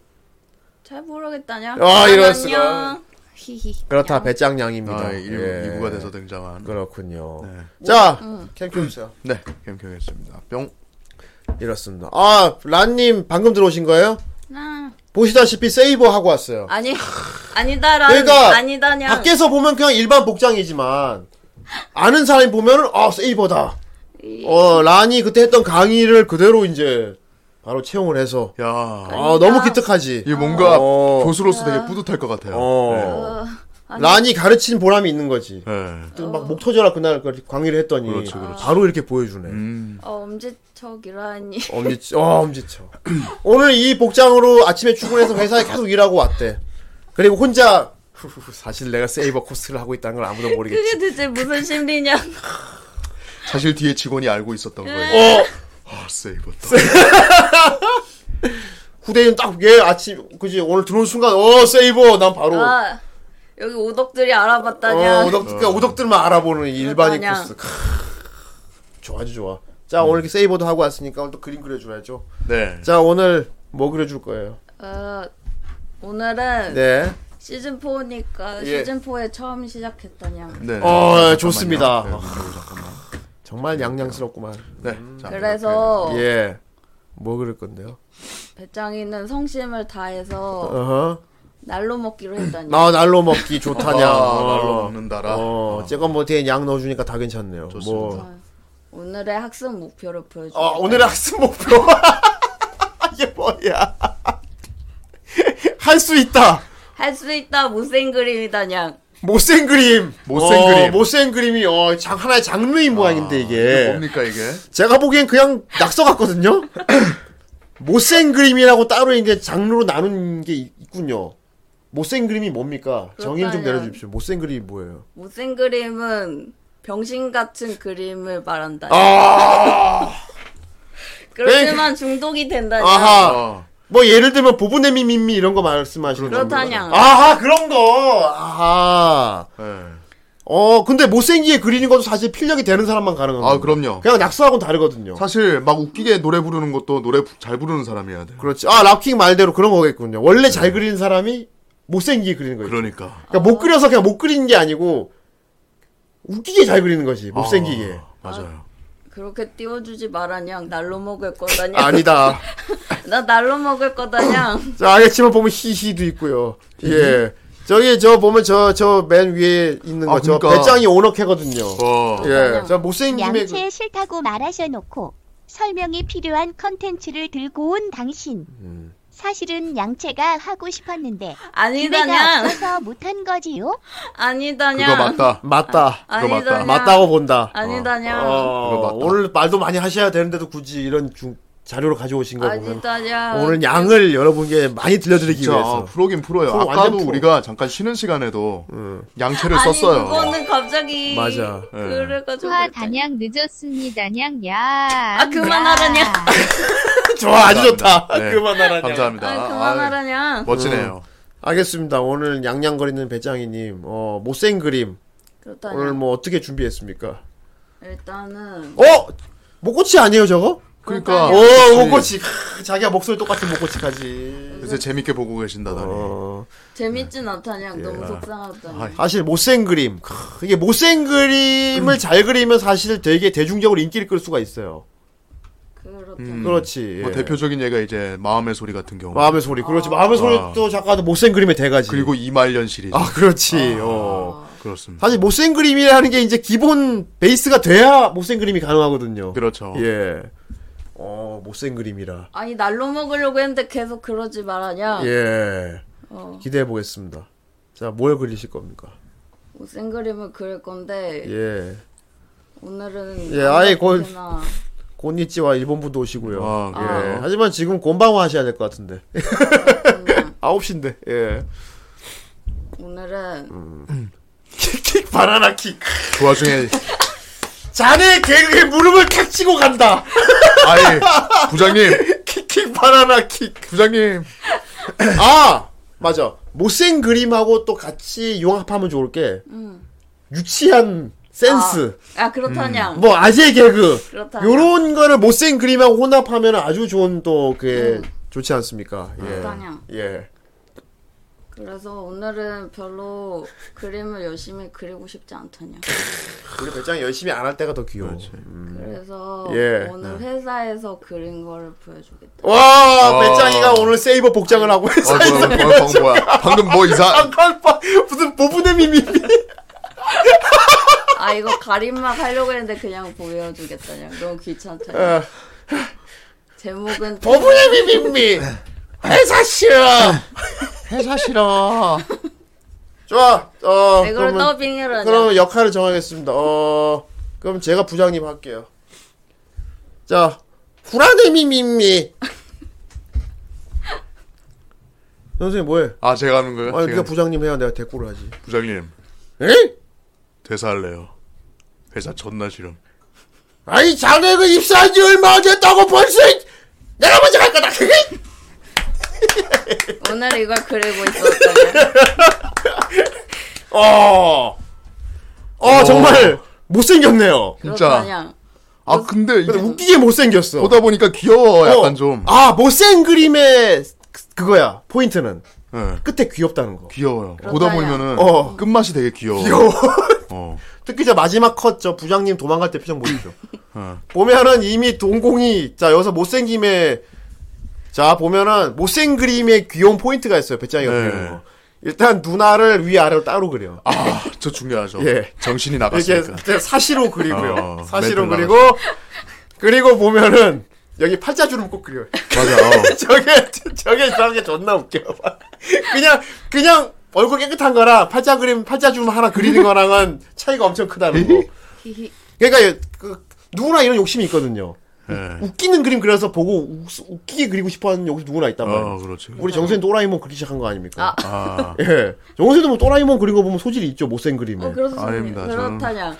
잘 모르겠다냐. 아, 이럴 수가. 안녕. 히히. 그렇다, 배짱냥입니다. 아, 일부 예. 이부가 돼서 네. 등장한. 그렇군요. 자, 캠 켜주세요. 네, 경경했습니다. 뿅. 이렇습니다. 아, 란님 방금 들어오신 거예요? 아, 보시다시피 세이버 하고 왔어요. 아니 아니다라. 그러니까 아니다냐. 밖에서 보면 그냥 일반 복장이지만 아는 사람이 보면은 아 세이버다. 어 란이 그때 했던 강의를 그대로 이제 바로 채용을 해서 야, 아 너무 기특하지. 이게 뭔가 어. 교수로서 되게 뿌듯할 것 같아요. 어. 란이 가르친 보람이 있는 거지. 네. 또 어. 막 목 터져라 그날 그 강의를 했더니 그렇지, 그렇지. 바로 이렇게 보여주네. 음, 어 엄지척이라니. 엄지척, 어, 엄지척. [clears throat] 오늘 이 복장으로 아침에 출근해서 회사에 계속 일하고 왔대. 그리고 혼자 후후후, 사실 내가 세이버 코스를 하고 있다는 걸 아무도 모르겠지. 그게 대체 무슨 심리냐. 사실 뒤에 직원이 알고 있었던 음. 거예요. 어 아, 세이버. 후대인 딱얘 아침 그지 오늘 들어온 순간 어 세이버 난 바로 아 여기 오덕들이 알아봤다냐. 어 오덕 그러니까 오덕들만 알아보는 이 일반인 그렇다냐. 코스. 크, 좋아 아주 좋아. 자 오늘 이렇게 세이버도 하고 왔으니까 오늘 또 그림 그려줘야죠. 네. 자 오늘 뭐 그려줄 거예요? 어, 오늘은 네. 시즌 4니까 예. 시즌 4에 처음 시작했다냐. 네. 어, 잠깐만요. 좋습니다. 네, 이쪽으로 잠깐만. 정말 양양스럽구만. 네. 자, 그래서 예. 뭐 그릴 건데요? 배짱이는 성심을 다해서 어허. 음, 날로 먹기로 했다냐. 나 날로 먹기 이렇게. 좋다냐. 아, 어. 날로 먹는다라. 아, 어, 어쨌건 뭐 뒤에 양 넣어주니까 다 괜찮네요. 좋습니다. 뭐. 오늘의 학습 목표를 보여줘. 어, 오늘의 학습 목표. [laughs] 이게 뭐야. [laughs] 할 수 있다. 할수 있다 못생 그림이다냥. 못생 그림. 못생 어, 그림. 아, 못생 그림이, 어, 장, 하나의 장르인 모양인데, 이게 이게. 뭡니까 이게? 제가 보기엔 그냥 낙서 같거든요? [coughs] 못생 그림이라고 따로 이게 장르로 나눈 게 있- 있군요. 못생 그림이 뭡니까? 정의를 좀 그렇다면- 내려주십시오. 못생 그림이 뭐예요? 못생 그림은 병신 같은 그림을 말한다. 아, 그렇지만 중독이 된다냐. 네. 아하. 어. [laughs] 뭐 예를 들면 보부네 미미미 이런 거 말씀하시는 그렇다냐. 건가요? 아하 그런 거. 아하. 네. 어 근데 못생기게 그리는 것도 사실 필력이 되는 사람만 가능한 아 거예요. 그럼요. 그냥 낙서하고는 다르거든요. 사실 막 웃기게 노래 부르는 것도 노래 부- 잘 부르는 사람이어야 돼. 그렇지. 아 랍킹 말대로 그런 거겠군요. 원래 잘 그리는 사람이 못생기게 그리는 거예요. 그러니까. 그러니까 아. 못 그려서 그냥 못 그리는 게 아니고 웃기게 잘 그리는 거지. 못생기게. 아, 맞아요. 그렇게 띄워주지 말아냥 날로 먹을 거다냥. 아. 니다 나 날로 먹을 [laughs] 거다냥. 자, 아래치만 보면 히히도 있고요. 예. 저기 저 보면 저 저 맨 위에 있는 아, 거 저 그러니까. 배짱이 오너캐거든요. 어. 예, 저 못생김의 그- 양채 싫다고 말하셔놓고 설명이 필요한 컨텐츠를 들고 온 당신. 사실은 양채가 하고 싶었는데 기회가 아니다냥. 없어서 못한 거지요. 아니다냥. 그거 맞다. 맞다. 그거 맞다. 아니다냥. 맞다고 본다. 아니다냥. 어, 그거 맞다. 오늘 말도 많이 하셔야 되는데도 굳이 이런 중, 자료를 가져오신 거 보면 아니다냥. 오늘 양을 여러분께 많이 들려드리기 진짜 아, 위해서 [laughs] 프로긴 프로예요. 프로, 아까도 완전 프로. 예. 우리가 잠깐 쉬는 시간에도 양채를 아니 썼어요. 그거는 갑자기 맞아. 예. 그래가지고 수아 그랬다. 단양 늦었습니다냥 야. 아, 그만하라냐. 야. 좋아 아주 좋다. 감사합니다. [laughs] 네. 그만하라. 감사합니다. 아 아유, 뭐, 그만하라냐 멋지네요. 예. 알겠습니다. 오늘 양양거리는 배짱이님, 어, 못생 그림 그렇다냐 오늘 뭐 어떻게 준비했습니까? 일단은 어, 목꼬치 아니에요 저거? 그러니까 오, 목꼬치. 크, 자기가 목소리 똑같은 목꼬치까지. 요새 재밌게 보고 계신다더니. 어, 재밌진 않다냥 예. 아. 너무 속상하다. 아이, 사실 못생 그림 크, 이게 못생 음. 그림을 잘 그리면 사실 되게 대중적으로 인기를 끌 수가 있어요. 그렇다. 음. 그렇지. 뭐 예. 대표적인 예가 이제 마음의 소리 같은 경우. 마음의 소리 그렇지 마음의 소리도 작가도 못생 그림의 대가지. 아. 그리고 이말년 시리즈. 아 그렇지. 어. 그렇습니다. 사실 못생 그림이라는 게 이제 기본 베이스가 돼야 못생 그림이 가능하거든요. 그렇죠. 예. 어, 못생 그림이라. 아니 날로 먹으려고 했는데 계속 그러지 말아냐. 예. 어, 기대해 보겠습니다. 자, 뭘 그리실 겁니까? 뭐 못생 그림을 그릴 건데 예. 오늘은 예, 아예 건- 아무렇게나 곤니찌와 일본분도 오시고요. 아, 예. 그래요? 하지만 지금 곤방화 하셔야 될 것 같은데. 음. [laughs] 9시인데. 예. 오늘은 킥킥 바나나 킥. 그 와중에 자네 개그의 무릎을 탁 치고 간다. [laughs] 아예 부장님, 킥킥 바나나 킥. 부장님. 아! 맞아. 못생 그림하고 또 같이 융합하면 좋을 게 유치한 센스. 아, 아 그렇다냥 뭐 아재 개그 그렇다. 요런 거를 못생 그림하고 혼합하면 아주 좋은 또 그게 좋지 않습니까? 음. 그렇다냥. 예. 예. 그래서 오늘은 별로 그림을 열심히 그리고 싶지 않다냐. 우리 배짱 열심히 안 할 때가 더 귀여워. 그래서 음. 예. 오늘 회사에서 그린 거를 보여주겠다. 와, 와. 배짱이가 오늘 세이버 복장을 하고 아, 회사에 뭐야, 뭐야, 방금 뭐야? 방금 뭐 아. 이상? 안갈바 무슨 보부대 미미. 아 이거 가림막 하려고 했는데 그냥 보여주겠다냐. 너무 귀찮다. 예. 어, 제목은 보부대 미미미. 회사 싫어. [laughs] 회사 싫어. 좋아. 어, 이걸 그러면 네, 더빙을 하냐. 그럼 역할을 정하겠습니다. 어, 그럼 제가 부장님 할게요. 자, 후라네 미미미. [laughs] 선생님 뭐해? 아 제가 하는 거예요? 아니, 제가 네가 부장님 해야 내가 대꾸를 하지. 부장님 에? 퇴사할래요. 회사 존나 싫음. 아니, 자네 그 입사한 지 얼마 됐다고 벌써 이- 내가 먼저 갈 거다. 그게? 오늘 이걸 그리고 있었다냐. 어. 어, 어. 정말 못생겼네요. 진짜. 그렇다냐. 아 근데 이게 근데 웃기게 못생겼어. 보다 보니까 귀여워 약간 어, 좀. 아, 못생 그림의 그- 그거야. 포인트는 예. 끝에 귀엽다는 거. 귀여워요. 보다 그렇다냐. 보면은 어. 끝맛이 되게 귀여워. 귀여워. [laughs] 어. 특히 저 마지막 컷 저 부장님 도망갈 때 표정 보십시오. [laughs] 어. 보면은 이미 동공이 자 여기서 못생김에 자 보면은 못생 그림에 귀여운 포인트가 있어요 배짱이가 네. 그리는 거. 일단 누나를 위 아래로 따로 그려. 아저 중요하죠. 예. 정신이 이렇게 네, 나갔으니까. 사시로 그리고요. 어, 사시로 멘트 그리고 그리고 보면은 여기 팔자주름 꼭 그려. 맞아. 어. [laughs] 저게 저게 저게 존나 웃겨. [laughs] 그냥 그냥 얼굴 깨끗한 거랑 팔자 그림 팔자 주름 하나 그리는 거랑은 차이가 엄청 크다는 거. 히히. 그러니까 그, 누구나 이런 욕심이 있거든요. 예. 웃기는 그림 그려서 보고 웃, 웃기게 그리고 싶어하는 욕이 누구나 있단 말이에요. 어 그렇지. 우리 정수는 도라이몬 그리기 시작한 거 아닙니까? 아 예. 정수도 뭐 도라이몬 그린 거 보면 소질이 있죠 못생 그림에. 어 그렇습니다. 네, 아닙니다, 저는. [laughs] 그렇다냐.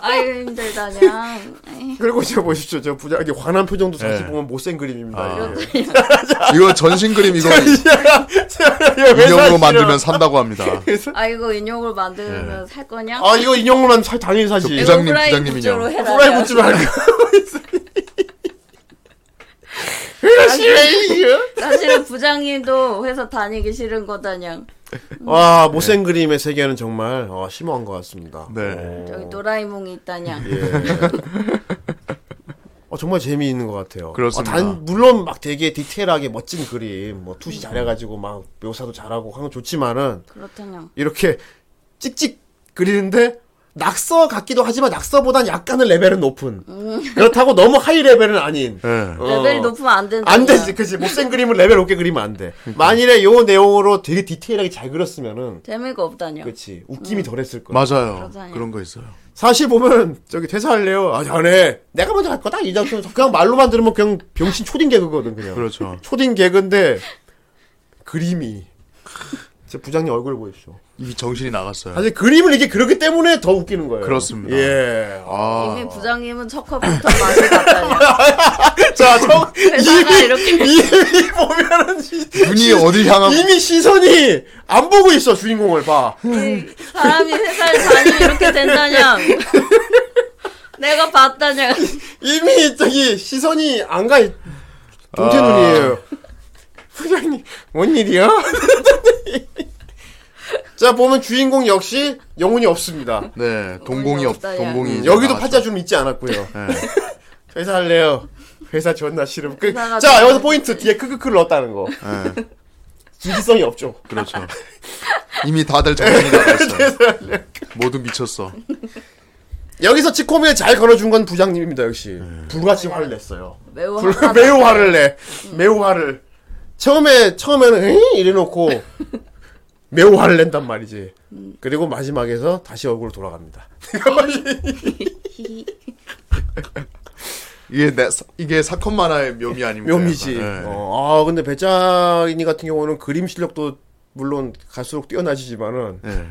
아유 힘들다냐. 에이, 그리고 저 보십시오, 저 부자 이게 화난 표정도 사실 예. 보면 못생 그림입니다. 예. 아. [laughs] 이게. 이거 전신 [laughs] 그림 이거 인형으로 만들면 산다고 [laughs] 합니다. 아 이거 인형을 만들면 살 거냐? 아 이거 인형으로만 살 당연히 사지. 부자- 부장님, 이거 후라이 부장님 굿즈로 인형. 해라. 후라이 묻지 말고. [laughs] 사실은 부장님도 회사 다니기 싫은 거다냥. 와 못생 그림의 세계는 정말 어, 심오한 것 같습니다. 네. 저기 도라이몽이 있다냥. 예. 어, 정말 재미있는 것 같아요. 그렇습니다. 어, 단, 물론 막 되게 디테일하게 멋진 그림, 뭐 투시 잘해가지고 막 묘사도 잘하고 하는 건 좋지만은 그렇다냥. 이렇게 찍찍 그리는데 낙서 같기도 하지만 낙서보단 약간의 레벨은 높은. 그렇다고 너무 하이 레벨은 아닌. 예. 어. 음. 레벨이 높으면 안 된다. 안 되지, 그치. 못생 그림을 레벨 높게 그리면 안 돼. 만일에 요 내용으로 되게 디테일하게 잘 그렸으면은, 재미가 없다냥. 그치. 음. 웃김이 덜했을 거야. 맞아요. 그러잖아요. 그런 거 있어요. 사실 보면 저기 퇴사할래요. 아, 자네. 내가 먼저 갈 거다. 이 장면 그냥 말로만 들으면 그냥 병신 초딩 개그거든 그냥. 그렇죠. 초딩 개그인데 그림이 제 부장님 얼굴 보십시오. 이 정신이 나갔어요. 사실 그림을 이게 그렇기 때문에 더 웃기는 거예요. 그렇습니다. 예. 아 이미 부장님은 첫 컵부터 맛이 같다냐. [laughs] 자, [laughs] 저 회사가 이렇게 이미 보면은 시- 눈이 어디 향하고 이미 시선이 안 보고 있어 주인공을 봐. [laughs] 사람이 회사를 다니면 이렇게 된다냐. [laughs] 내가 봤다냐. 아. 이미 저기 시선이 안 가. 동태 눈이에요. 소장님, 뭔 일이야? [laughs] 자 보면 주인공 역시 영혼이 없습니다. 네, 동공이 없, 없다, 야. 동공이. 음, 이제 여기도 나왔죠. 팔자 좀 있지 않았고요. 네. 회사할래요. 회사 존나 싫음. 그, 회사가 자 좀- 여기서 포인트 뒤에 크크크를 넣었다는 거. 네, 진지성이 없죠. 네, 그렇죠. [laughs] 이미 다들 정신이 나갔어요. 네. 모두 미쳤어. 여기서 치코미에 잘 걸어준 건 부장님입니다 역시. 네. 불같이 화를 냈어요. [laughs] 매우 불, [laughs] 화가 매우 화를 내. 음. 매우 화를. 처음에 처음에는 에이? 이래놓고 [laughs] 매우 화를 낸단 말이지. 음. 그리고 마지막에서 다시 얼굴 돌아갑니다. 이게 내, 사- 이게 사건 만화의 묘미 아닙니까? 예, 묘미지. 약간? 네. 어, 아 근데 배짱이 같은 경우는 그림 실력도 물론 갈수록 뛰어나시지만은 네.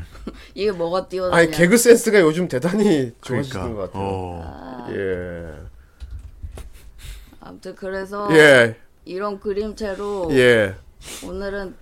이게 뭐가 뛰어나냐 아니 개그 센스가 요즘 대단히 좋아지는 그러니까. 것 같아요. 어. 예. 아무튼 그래서 어. 예. 이런 그림체로 예. 오늘은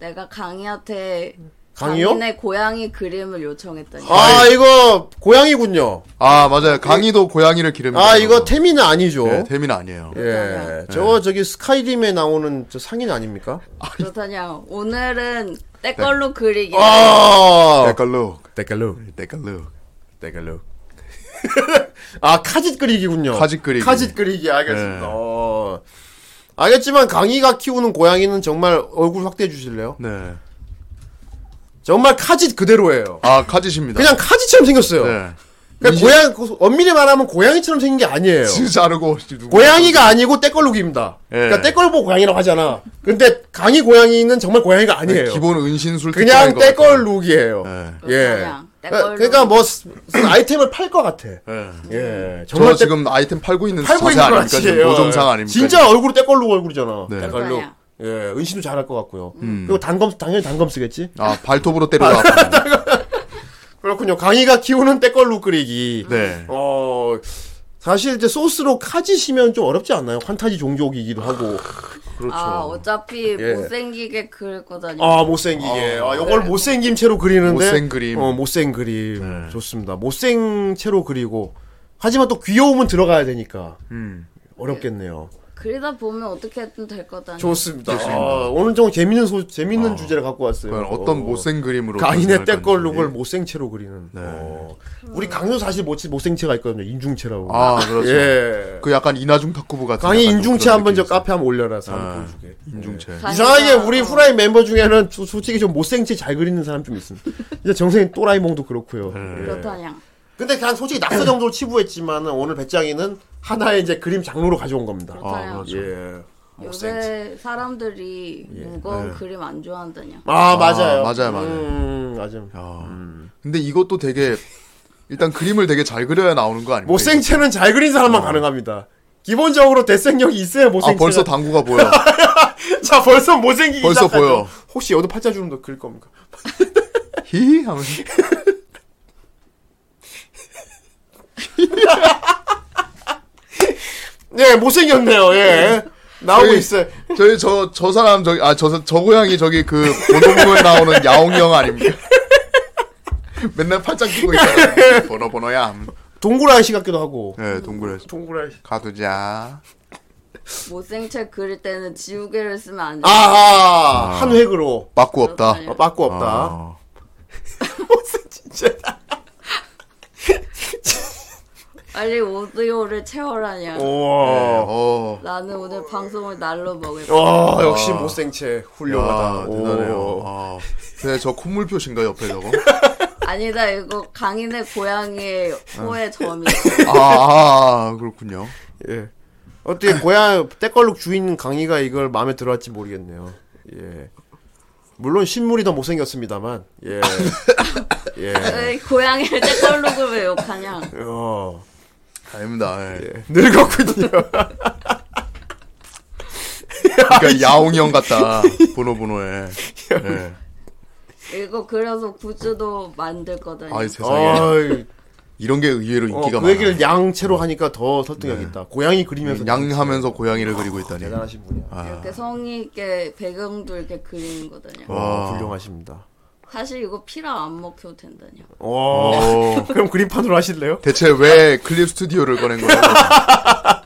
내가 강희한테 강희요? 자기네 고양이 그림을 요청했더니 아 이거 고양이군요. 아, 맞아요. 강희도 고양이를 기릅니다. 아 이거 태미는 아니죠. 어. 네, 대민 아니에요. 예. 저거 저기 스카이림에 나오는 저 상인 아닙니까? 그렇다냐 오늘은 네. 때 걸로 그리기 아, 아. 데칼룩, 댓글로, 데칼룩. 댓글로. 네, 그, [laughs] 아 카짓 그리기군요. 카짓 그리기. 카짓 그리기 알겠습니다. 네. 어. 알겠지만 강희가 키우는 고양이는 정말 얼굴 확대해 주실래요? 네. 정말 카짓 그대로예요. 아, 카짓입니다. 그냥 카지처럼 생겼어요. 네. 그러니까 고양 고- 엄밀히 말하면 고양이처럼 생긴 게 아니에요. 진짜 자르고 누구- 고양이가 아니고 떼걸룩입니다. 예. 그러니까 떼걸보 고양이라고 하잖아. 근데 강희 고양이는 정말 고양이가 아니에요. 네, 기본 은신술 그냥 특징인 것 같아요. 떼걸룩이에요. 예. 예. 그냥 떼걸룩. 그러니까 뭐 쓰- 쓰는 아이템을 팔 것 같아. 예. 예. 저 정말 떼- 지금 아이템 팔고 있는 팔고 자세 있는 거 아닙니까? 지금 아니에요. 모정상 아닙니까? 진짜 얼굴은 떼걸룩 얼굴이잖아. 네. 음. 떼걸룩. 그러니까요. 예, 은신도 잘할 것 같고요. 그리고 단검 당연히 단검 쓰겠지. 아 [laughs] 발톱으로 때려라. 그렇군요. 강희가 키우는 떼걸룩 그리기. 네. 어 사실 이제 소스로 카지시면 좀 어렵지 않나요? 판타지 종족이기도 하고 아 어차피 그렇죠. 예. 못생기게 그릴 거다니 아 못생기게 아 요걸 못생김 채로 그리는데 네. 못생 그림. 네. 어 못생 그림 좋습니다 못생 채로 그리고 하지만 또 귀여움은 들어가야 되니까 음. 어렵겠네요 그리다 보면 어떻게든 될 거다니 좋습니다, 아, 오늘 좀 재밌는 소 재밌는 주제를 갖고 왔어요 과연 어. 어떤 못생 그림으로 가인의 변신할 때걸 룩을 건지. 네. 못생 채로 그리는 어. 우리 강도 사실 못 못생 채가 있거든요 인중채라고 아 그렇죠. 예 그 약간 이나중 탁구부 같은. 강의 약간 좀 인중채 그런 한번 저 느낌이 있어요. 카페 한번 올려라 사람 아, 보여주게 인중채. 예. 가- 이상하게 아니다. 우리 후라이 멤버 중에는 조- 솔직히 좀 못생채 잘 그리는 사람 좀 있습니다. 이제 정생이 또라이몽도 그렇고요. 네. 예. 그렇다냐 근데 그냥 솔직히 낙서 정도로 치부했지만 오늘 배짱이는 하나의 이제 그림 장르로 가져온 겁니다. 그렇다냐 그렇죠. 예. 네. 못생채. 요새 사람들이 무거운 그림 안 좋아한다냐 아 맞아요. 아, 맞아요, 맞아요. 음, 맞아요. 야. 근데 이것도 되게 일단 그림을 되게 잘 그려야 나오는 거 아닙니까? 못생채는 잘 그린 사람만 가능합니다. 기본적으로 대생력이 있어야 어. 아 못생채. 벌써 당구가 [laughs] 보여. 자 벌써 못생기기 벌써 시작하죠. 보여. 혹시 여도 팔자 주름도 그릴 겁니까? 히히 하면서. 예 못생겼네요. [laughs] 예 나오고 저희- 있어요. 저희 저, 저 사람 저기 아 저 저 고양이 저기 그 번호부에 나오는 야옹형 아닙니까? [laughs] 맨날 팔짱 끼고 있잖아요. 번호 번호야. 동굴 아저씨 같기도 하고. 예, 동굴에서 동굴 아저씨. 가두자. 못생채 그릴 때는 지우개를 쓰면 안 돼. 아하 한 획으로 빠꾸 없다. 어, 빠꾸 없다. 아, 빨리 오디오를 채워라냐. 우와. 어. 나는 오늘 방송을 날로 어. 먹을 거야. 와 역시 못생채 훌륭하다. 네. 아. 야, 오. 대단해요. 아. 근데 저 콧물 표시인가 옆에 저거? 아니다, 이거 강인의 고양이의 어. 코에 점이. 아, 아 그렇군요. 예. 어떻게 고향 때걸룩 주인 강희가 이걸 마음에 들어할지 모르겠네요. 예. 물론 신물이 더 못생겼습니다만. 예. [laughs] 예. 에이, 고양이를 때걸룩을 왜 욕하냐. 어. 아닙니다. 예. 늙었군요. 그러니까 야옹형 같다. 번호 번호에. 예. 이거 그려서 굿즈도 만들 거다니. 아이 세상에 어이, 이런 게 의외로 어, 인기가 그 많아. 네. 얘기를 양채로 하니까 더 설득력 있다. 고양이 그리면서 양하면서 아, 고양이를 그리고 있다니. 대단하신 분이야. 이렇게 성의 있게 배경도 이렇게 그리는 거다냐. 어. 와, 어, 아. 훌륭하십니다. 사실 이거 피라 안 먹혀도 된다냐. 와. 어. 그럼 그림판으로 하실래요? 대체 왜 클립 스튜디오를 꺼낸 거예요?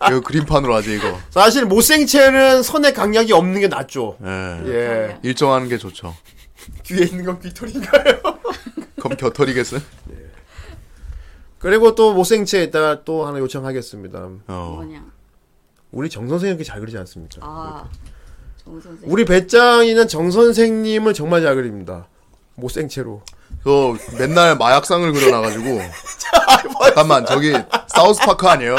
이거 그림판으로 하지 이거. 사실 못생채는 선의 강약이 없는 게 낫죠. 예. 예. 일정하는 게 좋죠. 뒤에 있는 건 귀털인가요? 그럼 겨털이겠어요? 그리고 또 못생채 이따가 또 하나 요청하겠습니다. 어. 뭐냐. 우리 정 선생님께 잘 그리지 않습니까? 아, 정 선생. 네. 우리 배짱이는 정 선생님을 정말 잘 그립니다. 못생채로. 저 맨날 마약상을 그려놔가지고 잠깐만 저기 사우스파크 아니에요?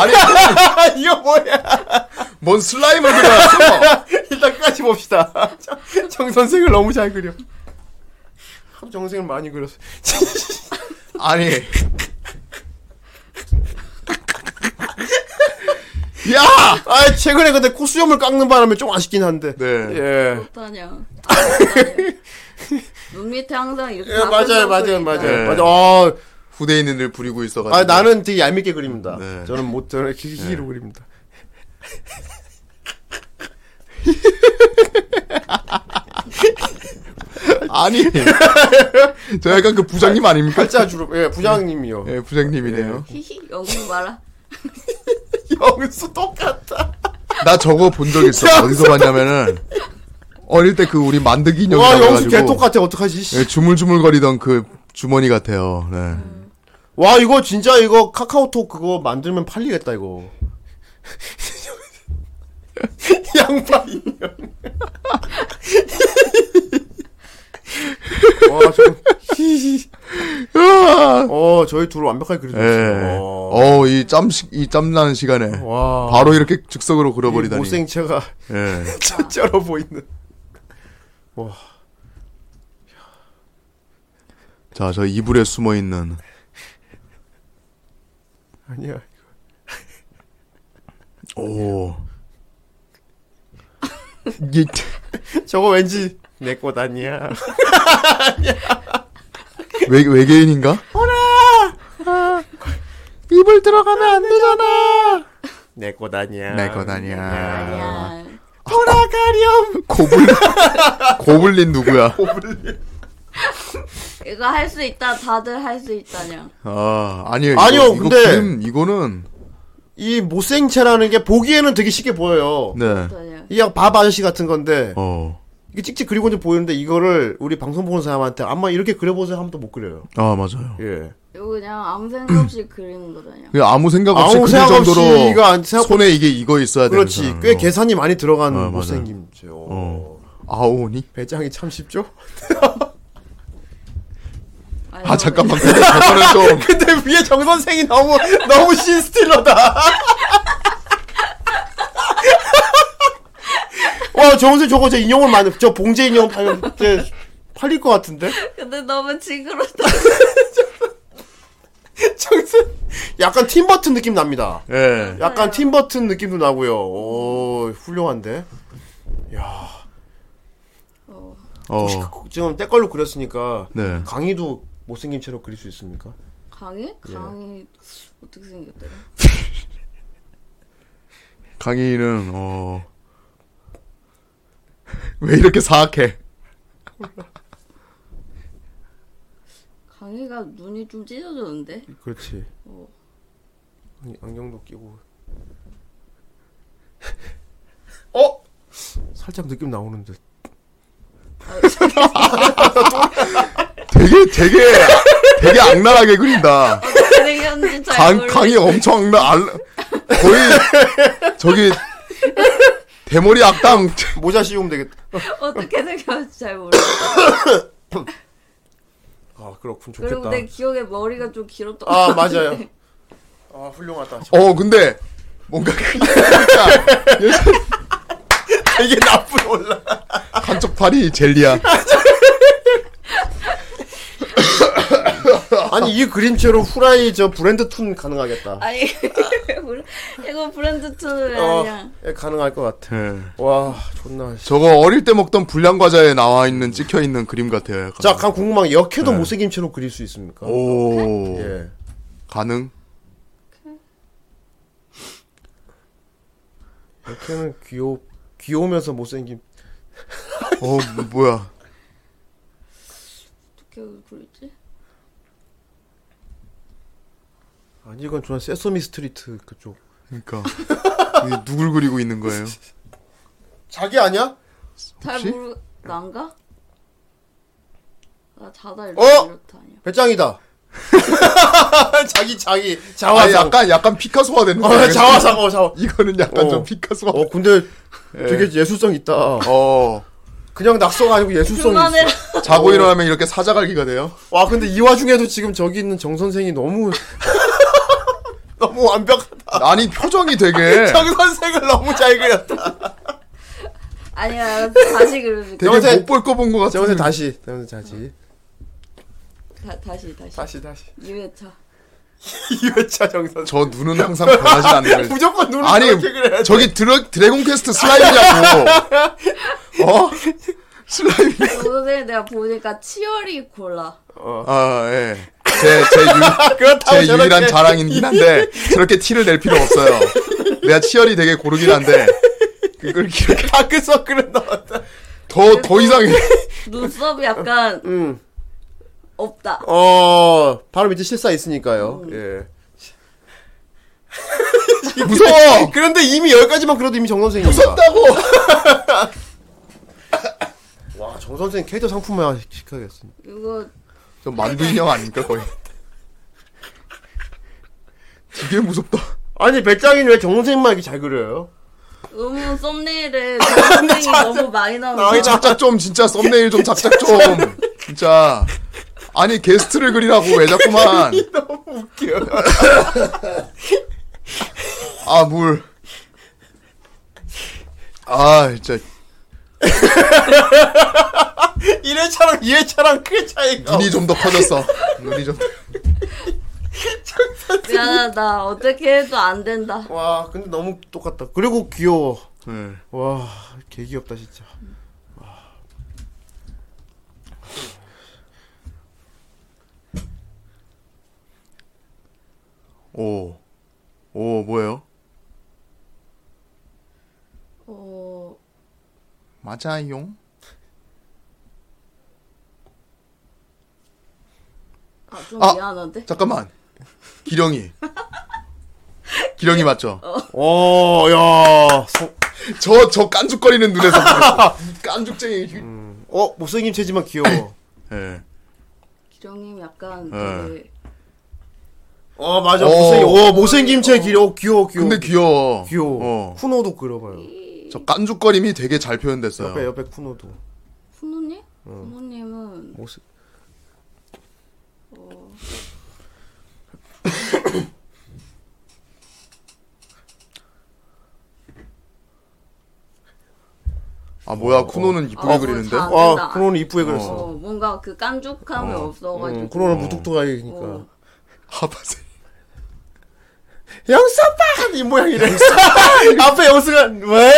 아니 [laughs] 아 이거 뭐야? 뭔 슬라임을 그려놨어 일단까지 봅시다. [laughs] 정- 정 선생을 너무 잘 그려. 참, 정 선생을 많이 그렸어. 아니 야! 아 최근에 근데 코수염을 깎는 바람에 좀 아쉽긴 한데. 네. 예. 어떠냐. 눈 밑에 항상 이렇게. 예 맞아요 나쁜 맞아요 놈들이니까. 맞아요 네. 맞아. 어, 후대인을 부리고 있어가지고 아 나는 되게 얄밉게 그립니다. 네. 저는 못 저는 기기로 그립니다. 아니 저 약간 그 부장님 아닙니까? 팔자 주름 예 부장님이요. 예 부장님이네요 히히 영국 말아. [laughs] 영수 똑같다. 나 저거 본 적 있어 어디서 봤냐면은 어릴 때 그 우리 만드기 인형이 와 영수 개 나와가지고 똑같아 어떡하지? 씨. 예, 주물주물거리던 그 주머니 같아요. 네. 와 이거 진짜 이거 카카오톡 그거 만들면 팔리겠다 이거. [laughs] 양파 인형. [laughs] 와, 저, 히히. 어, 저희 둘을 완벽하게 아! 예. 그려줬어요. 어. 어, 이 짬, 시- 이 짬나는 시간에 와. 바로 이렇게 즉석으로 이 그려버리다니. 못생채가 [laughs] 예. 쩔쩔어 보이는. 와. 자, 저 이불에 숨어 있는 아니야. 오. 이 저거 왠지 내 꽃 아니야. 외, 외계인인가? 이불 들어가면 안 되잖아. 내 꽃 아니야. 내 것 아니야. 야. 돌아가렴. 고블린 고블린 누구야? 이거 할 수 있다. 다들 할 수 있다냐. 아 아니요. 아니요, 이거 근데- 그림, 이거는 이 못생채라는 게 보기에는 되게 쉽게 보여요. 네. 어떠냐. 이 양 밥 아저씨 같은 건데 어. 이게 찍찍 그리고 이제 보이는데 이거를 우리 방송 보는 사람한테 아마 이렇게 그려보세요 하면 또 못 그려요. 아 맞아요. 예. 이거 그냥 아무 생각 [clears throat] 없이 그리는 거다냐. 그 아무 생각 없이 아무 그 생각 없이 정도로 이거 안- 생각- 손에 이게 이거 있어야 되는 그렇지. 사람. 꽤 어. 계산이 많이 들어간 아, 맞아요. 못생김죠. 어. 아오니? 배짱이 참 쉽죠? [laughs] 아 잠깐만 근데 [laughs] 저거는 좀 근데 위에 정 선생이 [laughs] 너무 너무 신스틸러다. [laughs] 와, 정 선생 저거 제 인형을 만들 저 봉제 인형 팔면 이제 팔릴 것 같은데? 근데 너무 징그럽다. [laughs] 정선 약간 팀 버튼 느낌 납니다. 예. 약간 네. 팀 버튼 느낌도 나고요. 오, 훌륭한데. 어. 그, 지금 때깔로 그렸으니까 네. 강의도 못생긴 채로 그릴 수 있습니까? 강의? 강의 어떻게 생겼더라? 강의는 어. 왜 이렇게 사악해? 강의가 눈이 좀 찢어졌는데? 그렇지. 아니, 안경도 [laughs] 끼고. 어? 살짝 느낌 나오는데. 되게 되게 되게 악랄하게 그린다. 어떻게 생겼는지 잘 강 모르겠어. 강의 엄청 악랄 알- 거의 저기 대머리 악당 모자 씌우면 되겠다. 어떻게 생겼는지 잘 [laughs] 모르겠어. 아, 그렇군. 그리고 좋겠다. 내 기억에 머리가 좀 길었던 아, 것 같아. 맞아요. [laughs] 아, 훌륭하다. 어 근데 뭔가 아, 이게 나쁜 올라. [laughs] 한쪽 팔이 젤리야. 아니, 이 그림체로 후라이 저 브랜드 툰 가능하겠다. [laughs] 아니, [laughs] 몰라. 이거 브랜드 투는 어, 아니야. 예, 가능할 것 같아. 와, 존나. 씨. 저거 어릴 때 먹던 불량 과자에 나와 있는 찍혀 있는 그림 같아요. 약간. 자, 약간 궁금한 게 역해도 네. 못생긴 채로 그릴 수 있습니까? 오 예. 가능? 역해는 귀여 귀여우면서 못생김. 어 뭐- 뭐야? 어떻게 그리지? 아니 이건 저는 세서미 스트리트 그쪽 그러니까 이게 누굴 그리고 있는 거예요? 자기 아니야? 잘 혹시? 모르 난가? 나 자다 이렇게 어? 이렇다니. [laughs] 배짱이다. 자기 자기 아 자화상. 약간 약간 피카소화 됐는데. 어, 자화상 어 자화. 이거는 약간 어. 좀 피카소화. 어 근데 되게 예술성 있다 어. 그냥 낙서가 아니고 예술성이 있어. 그만해라. 자고 일어나면 이렇게 사자갈기가 돼요? 와 근데 이 와중에도 지금 저기 있는 정 선생이 너무 [laughs] 너무 완벽하다. 아니 표정이 [laughs] 예. 되게 장 선생을 너무 잘 그렸다. [laughs] 아니야 다시 그려줄게. 되게 여보세요? 못 볼 거 본 거 정 선생 같은. 다시 정 선생 다시 다, 다시 다시. 다시 다시. 유해차. 이회차 정선. 저 눈은 항상 변하지 않는 거. 무조건 눈을 아니 이렇게 그려야 돼. 저기 드래, 드래곤 퀘스트 슬라임이냐고. 어? 슬라임. 선생님 내가 보니까 치열이 골라. 아 예. 제제 그렇다고 제 유일한 자랑이긴 한데 저렇게 티를 낼 필요 없어요. 내가 치열이 되게 고르긴 한데 [laughs] 그걸 이렇게 다크서클은 나왔다. 더더 이상해. 눈썹이 약간 음. 없다. 어 바로 밑에 실사 있으니까요 [laughs] 예 무서워. 그런데 이미 여기까지만 그래도 이미 정 선생입니다 무섭다고 [laughs] 와정 선생 캐릭터 상품화 시켜야겠습니다 이거 저 만두 인형 아닙니까 거의. 되게 무섭다. 아니 배짱이는 왜정 선생만 이렇게 잘 [laughs] 그려요 의문 썸네일에 동생이 너무 많이 아니 나오는데 작작 좀 진짜 썸네일 좀 작작 [laughs] 좀 진짜 아니 게스트를 그리라고 왜 자꾸만 [laughs] 아물아 아, 진짜 이회차랑이회차랑 크게 차이가. 눈이 좀 더 커졌어 눈이 좀 미안하다. 어떻게 해도 안 된다. 와 근데 너무 똑같다 그리고 귀여워 네. 와 개귀엽다 진짜 오. 오, 뭐예요? 어, 맞아요. 아 좀 아. 미안한데. 잠깐만. 기령이. 기령이 맞죠? 어. 어야 저, 저 깐죽거리는 눈에서. 보였어. [laughs] 깐죽쟁이. 어 못생긴 체지만 귀여워 예. 기령님 약간 네. 되게 어 맞아 어. 못생긴 어 못생긴 체 귀여워 귀여워 귀여워 근데 귀여워. 귀여워 어. 쿠노도 그려봐요 저 깐죽거림이 되게 잘 표현됐어요. 옆에 옆에 쿠노도 훈우님? 훈우님은 모습 아, 뭐야. 쿠노는 이쁘게 어, 그리는데? 잘- 안 된다. 아 쿠노는 이쁘게 그렸어 어, 뭔가 그 깐족함이 없어가지고 응, 쿠노는 무뚝뚝하니까 어. 하바세. 영수빠 이 모양이래 앞에 영수가 왜?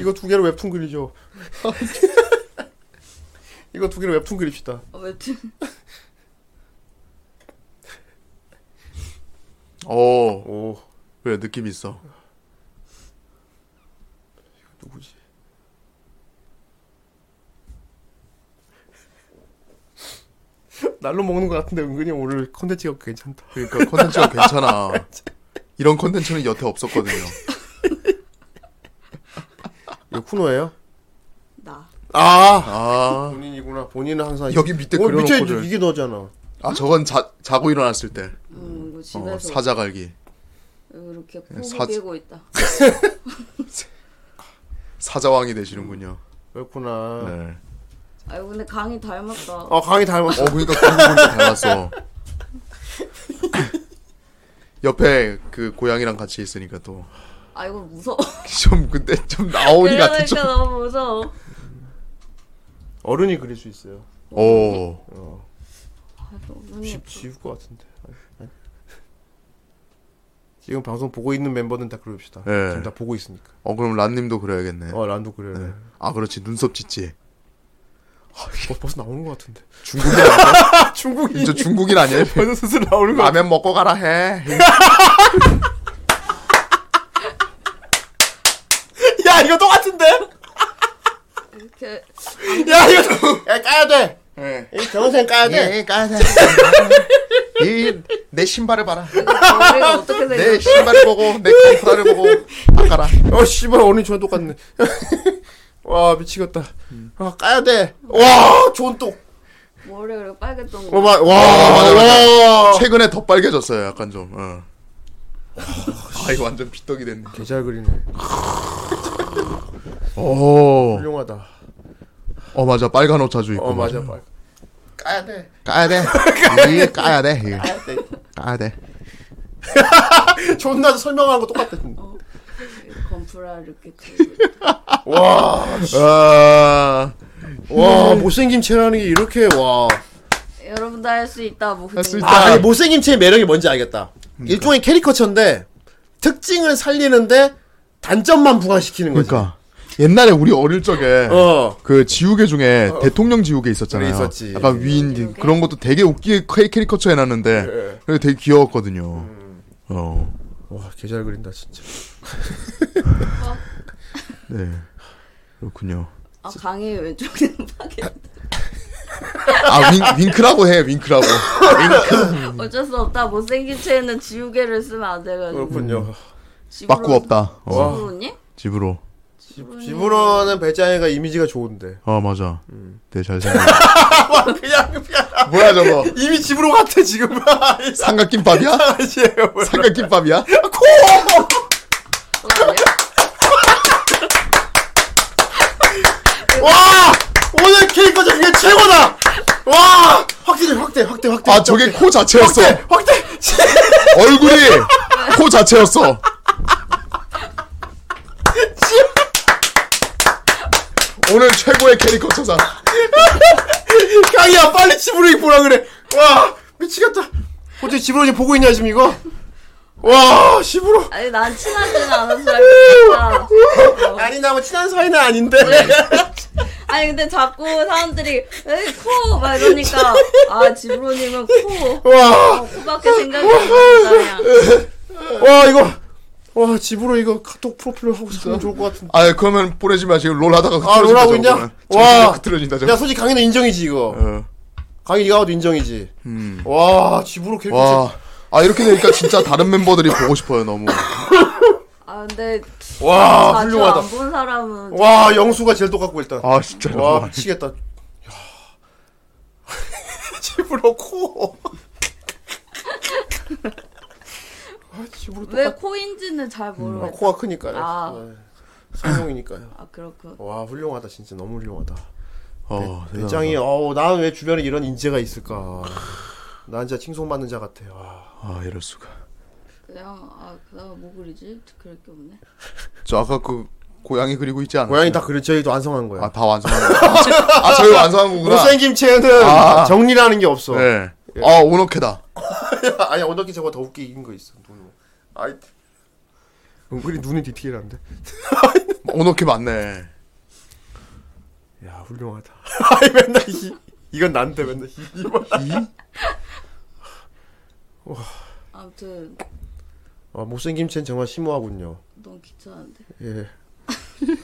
이거 두 개로 웹툰 그리죠 [laughs] 이거 두 개로 웹툰 그립시다 어, 아무튼 [laughs] 어, 오 왜 느낌 있어. 누구지 날로 먹는 것 같은데 은근히 오늘 컨텐츠가 괜찮다 그러니까 컨텐츠가 괜찮아. 이런 컨텐츠는 여태 없었거든요. 이거 쿠노예요? 나 아 아. 본인이구나 본인은 항상 여기 밑에 오늘 밑에 그려놓고를. 이게 너잖아 아, 저건 자, 자고 일어났을 때. 음, 이거 집에서 어, 사자갈기. 이렇게 포고 사- 끼고 있다. 사자왕이 되시는군요. 그렇구나 네. 아 근데 강이 닮았다. 어 강이 닮았어 어, 그러니까 공부를 닮았어. [laughs] 옆에 그 고양이랑 같이 있으니까 아 이거 무서워. 또 좀 근데 좀 나오니 같은 그러니까 좀. 너무 무서워. 어른이 그릴 수 있어요 그러니까. 어. 오, 아, 너무 지, 예뻐. 지울 것 같은데. 아니, 아니. 지금 방송 보고 있는 멤버는 다 그럽시다. 예. 지금 다 보고 있으니까. 어 그럼 란님도 그래야겠네. 어, 란도 그래요. 네. 아 그렇지 눈썹 짓지. 어, 벌써 나오는 것 같은데. 중국인 아니야? 중국인 진짜 중국인 [laughs] 아니야? 벌써 슬슬 나오는 것 같아. 라면 먹고 가라 해. 야 이거 똑같은데? 그 야 이거 야 까야 돼. 예. 이 정선 까야 돼. 예, 까야 돼. 이, 내 신발을 봐라. 머리가 어떻게 생겼 내 신발을 보고, 내 컴퓨터를 보고, 바꿔라. 어 씨발 언니 저랑 똑같네. [laughs] 와 미치겠다. 음. 아 까야 돼. 와 좋은 똑. 머리가 이렇게 빨갛던 거. 어마 와. 맞아, 와. 최근에 더 빨개졌어요, 약간 좀. 어. 아, 이거 완전 피떡이 됐네. 개잘 그리네. 오. 훌륭하다. 어, 맞아. 빨간 옷 자주 입고. 어 맞아 빨. 까야 [laughs] 돼. [laughs] 까야 돼. 이, 까야 돼. 이, 까야 돼. 까야 돼. 존나 설명한 거 똑같아. 어. 건프라 이렇게 들고. 아, 와 못생김 체라는 게 이렇게 와. 여러분도 할 수 있다. 뭐 할수 그냥. 있다. 그러니까 아 아니 못생김 체의 매력이 뭔지 알겠다. 일종의 캐리커처인데 특징을 살리는데 단점만 부각시키는 거지. 그러니까 옛날에 우리 어릴 적에 어. 그 지우개 중에 대통령 지우개 네. 있었잖아요. 그래, 있었지. 약간 위인 지우개? 그런 것도 되게 웃기게 캐- 캐리커처 예. 해놨는데 그게 되게 귀여웠거든요. 어, 와 개잘 그린다 진짜. 네. 그렇군요. 아 강의 왼쪽에 [laughs] 파괴. 아 윙, 윙크라고 해 윙크라고. 어쩔 수 없다. 못생긴 채는 지우개를 쓰면 안 돼가지고. 그렇군요. 빠꾸 없다. 어, 지브로님? 집으로. 집으로는 배짱이가 이미지가 좋은데. 아 맞아. 네 잘생겼. [laughs] 뭐야 저거 이미 집으로 같아 [laughs] 지금. 삼각김밥이야? 삼각김밥이야? 아, 와 오늘 캐릭터 중에 최고다. 와 확대 확대 확대 확대. 아 저게 코 자체였어. 확대. 얼굴이 [laughs] 코 자체였어. 오늘 최고의 캐리커처상. 강이야 빨리 집으로 보라 그래. 와 미치겠다. 어떻게 집으로 이제 보고 있냐 지금 이거? 와 집으로. 아니 난 친하지는 않았어. 아니 나뭐 친한 사이는 아닌데. 아니 근데 자꾸 사람들이 에이 코막 이러니까 아 지브로님은 코 와. 어, 코밖에 생각이 안 나냐. 와 이거 와 집으로 이거 카톡 프로필로 하고 있으면 좋을 것 같은데 아 그러면 보내지 마시고 롤 하다가 아, 롤 하고 있냐? 와. 흐트러진다 야 저거. 솔직히 강의는 인정이지 이거 어, 강의 이거 하도 인정이지 음. 와 집으로 캐릭터 와. 아 이렇게 되니까 진짜 다른 멤버들이 보고 싶어요 너무. 아 근데 와 자주 안 아, 훌륭하다 본 사람은 와 영수가 제일 똑같고 일단 아 진짜. 와 너무. 미치겠다 야. [laughs] 집으로 코 아, 집으로 왜 똑같 코인지는 잘 아, 모르겠어. 코가 크니까요 아. 아. 성형이니까요 아 그렇군. 와 훌륭하다 진짜 너무 훌륭하다 어, 대장. 대장이 어우 난 왜 주변에 이런 인재가 있을까 난 진짜 칭송받는 자 같아 와. 아 이럴 수가. 그냥 아 그나마 뭐 그리지? 그럴 게 없네. 저 아까 그 고양이 그리고 있지 않아? 고양이 다 그려 저희도 완성한 거야 아다 완성한 거. 아 저희 완성한 거구나. 못생김 채는 아. 정리라는 게 없어 네. 아 온어케다. [laughs] 아니 언덕기 저거 더 웃긴 거 있어 눈 아이 은근히 눈이 디테일한데 온어케 맞네. 야 훌륭하다 [laughs] 아이 맨날 이 이건 난데 맨날 이 아무튼 아, 못생김 채는 정말 심오하군요 너무 귀찮은데. 음. [laughs] 예아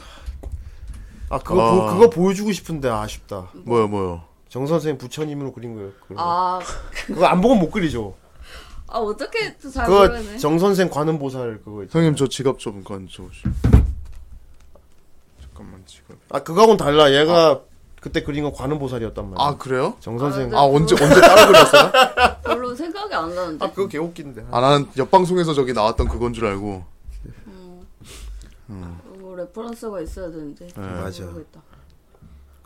그거 보, 아. 그거 보여주고 싶은데 아쉽다 뭐요 뭐요. 정 선생 부처님으로 그린 거예요 그거, 아, 그거 안 보면 못 그리죠 아 어떻게 또잘 모르네. 그거 정 선생 관음보살 그거 있죠 형님 저 지갑 좀 건져 오시. 잠깐만 지갑. 아 그거하고는 달라 얘가 그때 그린 건 관음보살이었단 말이야 아 그래요? 정 선생 아 언제 언제 따라 그렸어요? 별로 생각이 안 나는데. 아, 그거 개웃긴데 아 나는 옆 방송에서 저기 나왔던 그건 줄 알고. 뭐 레퍼런스가 있어야 되는데. 네, 맞아. 모르겠다.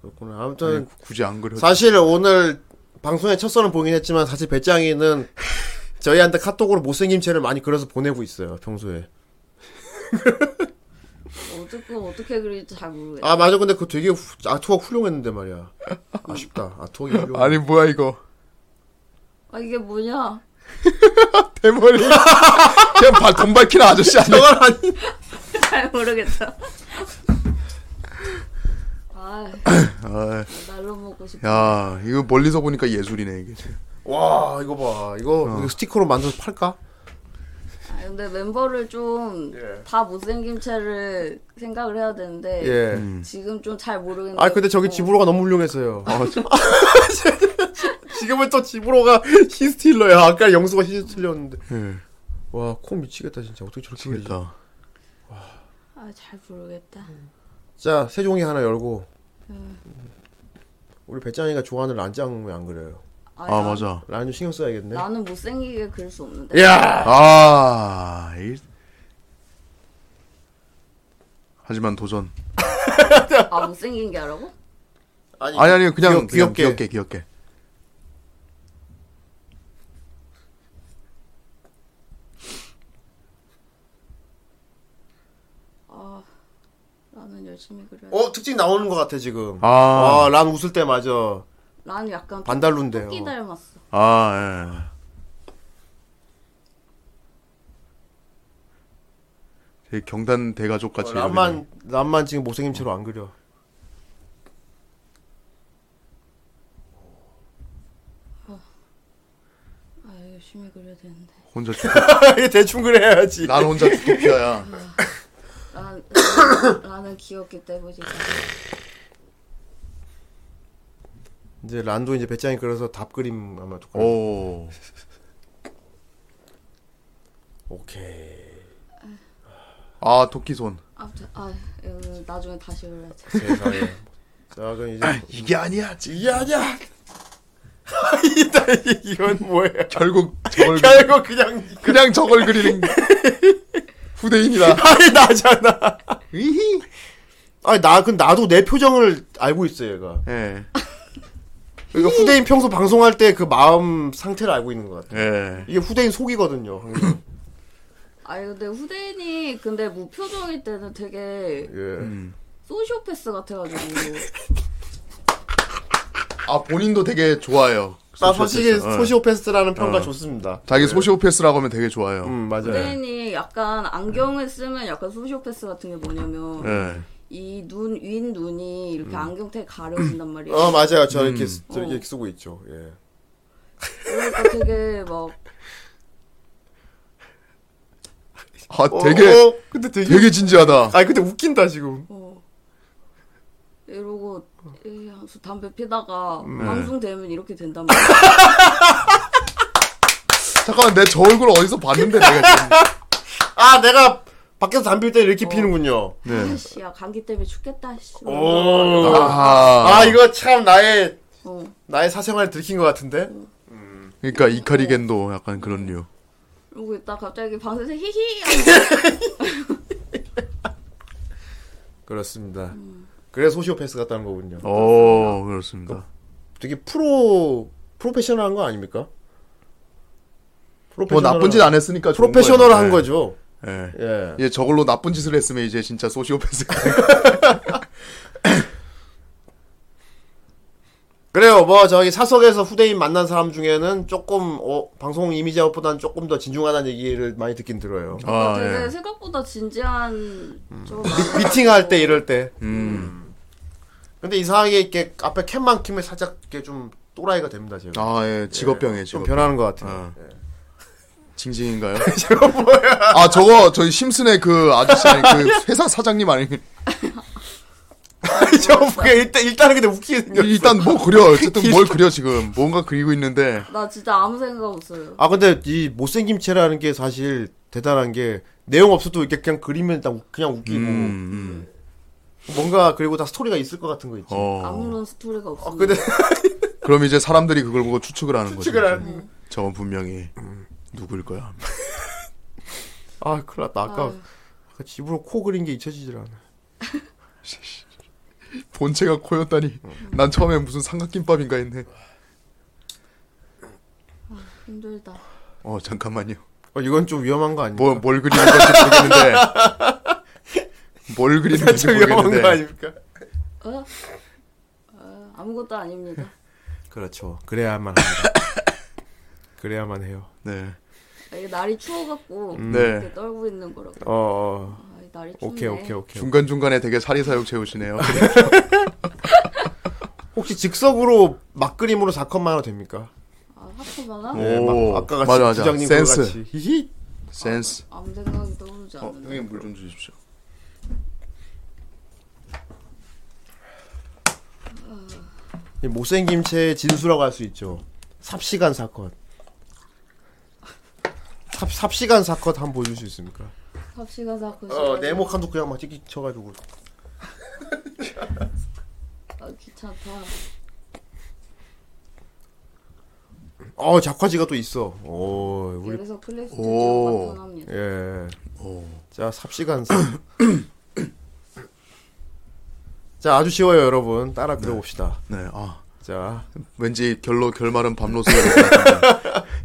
그렇구나 아무튼 굳이 안 그려. 사실 오늘 방송에 첫 선을 보긴 했지만 사실 배짱이는 저희한테 카톡으로 못생김 채를 많이 그려서 보내고 있어요 평소에 어떻게 어떻게 그릴지 잘 모르겠어. 아 맞아 근데 그거 되게 후- 아트웍 훌륭했는데 말이야 아쉽다 아트웍이 훌륭 아니 뭐야 이거 아 이게 뭐냐? [laughs] 대머리. [laughs] 그냥 발, 돈 밝히는 아저씨 [laughs] 아니야? 잘 모르겠어. 아, 아, 날로 먹고 싶어. 야 이거 멀리서 보니까 예술이네 이게. 어. 와 이거 봐 이거 이거 스티커로 만들어서 팔까? 아, 근데 멤버를 좀 다 못생긴 채를 생각을 해야 되는데 예. 지금 좀 잘 모르겠는데. 아 근데 저기 어. 지브로가 너무 훌륭했어요. [laughs] 지금은 또 지브로가 [laughs] 히스틸러야. 아까 영수가 히스틸러였는데. 예. 와, 코 미치겠다 진짜. 어떻게 저렇게 그리지? 그러니까. 아, 잘 모르겠다. 자, 세 종이 하나 열고. 네. 우리 배짱이가 좋아하는 란짱 왜 안 그려요? 아 맞아. 란좀 신경 써야겠네. 나는 못생기게 그릴 수 없는데. 야, 아. 이... 하지만 도전. 아 못생긴 게 하라고? 아니 아니 그냥 귀엽- 귀엽게. 귀엽, 게 귀엽게 귀엽게. 아 나는 열심히 그려야 돼. 어 특징 나오는 것 같아 지금. 아. 아, 란 웃을 때 맞아. 나는 약간 반달룬데요. 토끼 닮았어. 아, 예. 되게 경단 대가족 같이. 어, 란만 란만 지금 못생긴 채로 안 [laughs] 그려. 아 열심히 그려야 되는데. 혼자 죽. 대충 그려야지. 난 혼자 죽기야. 난 나는 귀엽기 때문이지. [laughs] 이제 란도 이제 배짱이 그려서 답 그림 아마 조금. 오. 오케이. 아 토끼 손. 아무튼 아 이거는 나중에 다시 그려야지. [laughs] 세상에. 자 그럼 이제 이게 아니야. 이게 아니야. 이다 [laughs] 이건 뭐예요? 결국 저걸 그리- [laughs] 결국 그냥 그냥 [laughs] 저걸 그리는 후대인이다. 아니 나잖아. 아니 나그 나도 내 표정을 알고 있어 얘가. 예. 이거 후대인 평소 방송할 때 그 마음 상태를 알고 있는 것 같아. 예. 이게 후대인 속이거든요. 항상. 아 근데 후대인이 근데 뭐 무표정일 때는 되게 예. 소시오패스 같아가지고 아 본인도 되게 좋아해요. 나 솔직히 소시오패스. 예. 소시오패스라는 평가 어. 좋습니다. 자기 소시오패스라고 하면 되게 좋아해요. 예. 음 맞아요. 후대인이 약간 안경을 쓰면 약간 소시오패스 같은 게 뭐냐면 예. 이 눈 윈 눈이 이렇게 안경테 가려진단 말이에요. 음. 어 맞아요. 저 이렇게 쓰- 저 어. 이렇게 쓰고 있죠. 예. 그러니까 되게 막 아 되게 어, 어, 근데 되게 되게 진지하다. 아 근데 웃긴다 지금. 어, 이러고 이 향수 담배 피다가 네. 방송 되면 이렇게 된단 말이야. 잠깐만 내 저 얼굴 어디서 봤는데 내가 지금. 아 내가 밖에서 담배 필때 이렇게 피는군요. 네. 아씨야 감기 때문에 죽겠다. 씨. 오. 아, 아 이거 참 나의 어. 나의 사생활 들킨 것 같은데. 그러니까 이카리겐도 약간 그런 류. 이러고 있다 갑자기 방송에서 히히 그렇습니다. 그래서 소시오패스 같다는 거군요. 오 그렇습니다. 어. 되게 프로 프로페셔널한 거 아닙니까? 뭐 나쁜 짓 안 했으니까 좋은 프로페셔널한 거죠. 거죠. 예. 예. 예. 예, 저걸로 나쁜 짓을 했으면 이제 진짜 소시오패스가 그래요. 뭐 저기 사석에서 후대인 만난 사람 중에는 조금 어, 방송 이미지아웃보다는 조금 더 진중하다는 얘기를 많이 듣긴 들어요. 아, 되게 예. 생각보다 진지한 음. [laughs] 저 미팅할 때 이럴 때. 음. 근데 이상하게 이렇게 앞에 캔만 키면 살짝 이렇게 좀 또라이가 됩니다 제가. 아, 예. 직업병이에요, 좀 직업. 변하는 것 같아요. 예. 어. 징징인가요? [laughs] 저거 뭐야? 아, 저거 저희 심슨의 그 아저씨 아니, 그 회사 사장님 아니 [laughs] 저 그게 일단 일단은 근데 웃기게 생겼어. 일단 뭐 그려. 어쨌든 뭘 그려 지금. 뭔가 그리고 있는데. 나 진짜 아무 생각 없어요. 아 근데 이 못생김 체라는 게 사실 대단한 게 내용 없어도 이렇게 그냥 그리면 일단 우- 그냥 웃기고 음. 음. 뭔가 그리고 다 스토리가 있을 것 같은 거 있지. 어. 아무런 스토리가 없어. 아 근데 그럼 이제 사람들이 그걸 보고 추측을 하는 거죠. 추측을 하는 이제. 저건 분명히 누구일 거야. [laughs] 아 큰일 났다 아까 아까 집으로 코 그린 게 잊혀지질 않아. 본체가 코였다니. 난 처음에 무슨 삼각김밥인가 했네. 힘들다. 어, 잠깐만요. 어, 이건 좀 위험한 거 아니야? 뭐, [laughs] 뭘 그리는 건지 모르겠는데. 뭘 그리는 건지 살짝 위험한 거 모르겠는데. 아닙니까? 어? 어, 아무것도 아닙니다. 그렇죠. 그래야만 합니다. [laughs] 그래야만 해요. 네. 아, 이게 날이 추워갖고 네. 이렇게 떨고 있는 거라고. 음. 어, 어. 아, 이 날이 춥네. 오케이 오케이 오케이. 중간중간에 되게 아. 사리사욕 채우시네요. 혹시 즉석으로 막 그림으로 4컷만 하나 됩니까? 아, 하트만화? 오. 네, 막 아까 같이 맞아, 맞아. 부장님 센스. 그거 같이 히히 센스. 아무 생각이 떠오르지 어, 않는데. 형님 물 좀 주십시오. 이 못생김체의 진수라고 할 수 있죠. 삽시간 사건. 삽, 삽시간 사건 한번 보여줄 수 있습니까? 섭씨가 자꾸 어, 싫어해서- 네모 칸도 그냥 막 찍기 쳐가지고. 아, 귀찮다. 어, 작화지가 또 있어. 오, 우리, 그래서 클래스 오. 투자가 떠납니다. 예. 자, 삽시간 사건. [coughs] 자, 아주 쉬워요, 여러분. 따라 그려봅시다. 네, 아 자, 왠지 결로 결말은 밤로스가 될 것 같은데. [laughs]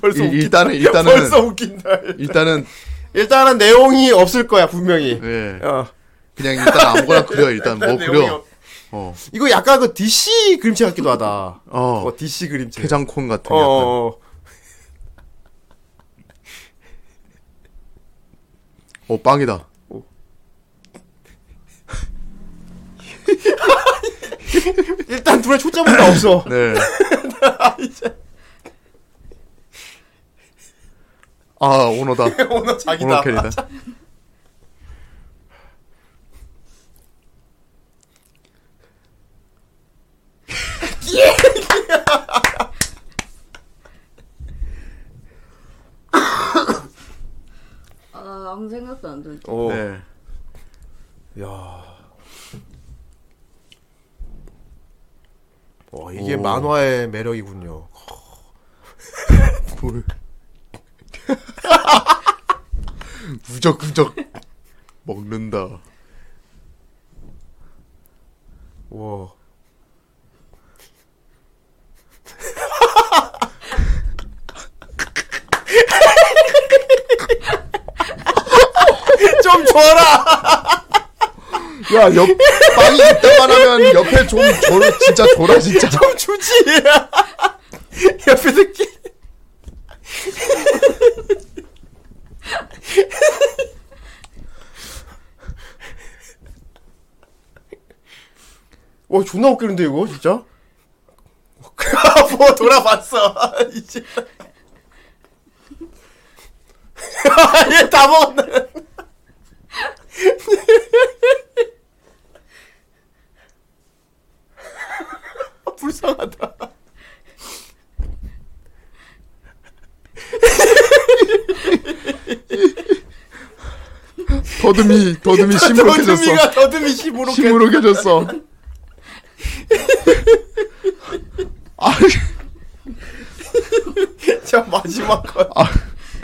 벌써 일- [laughs] 일단은 일단은 벌써 웃긴다. 일단은 일단은 내용이 없을 거야, 분명히. 예 어. 그냥 일단 아무거나 그려 일단 뭐 내용이 그려 없- 어 이거 약간 그 DC 그림체 같기도 하다. 어. 어, DC 그림체. 해장콘 같은 어, 약간 어, 어. 어 빵이다 일단 둘의 초점은 다 없어. [laughs] [laughs] 네. 아, [laughs] 오너다. 오늘 오너 자기다. 캐리다. 아, 아무 생각도 안 들지. 어. 네. 야. 어, 이게 만화의 매력이군요. 뭘. 우적우적 먹는다. 와. [laughs] 좀 줘라. 야, 옆 빵이 있다만 하면 옆에 좀 줘, 진짜 줘라 진짜. 좀 주지. [laughs] 옆에 새끼. 와 존나 웃기는데 이거 진짜? [laughs] 뭐 돌아봤어. [laughs] 이제. 얘다 [laughs] 먹었네. 불쌍하다. 더듬이 [laughs] 더듬이 시무룩해졌어. 더듬이가 더듬이 심으로 개- 시무룩해졌어. 아, 자 마지막 거. 아,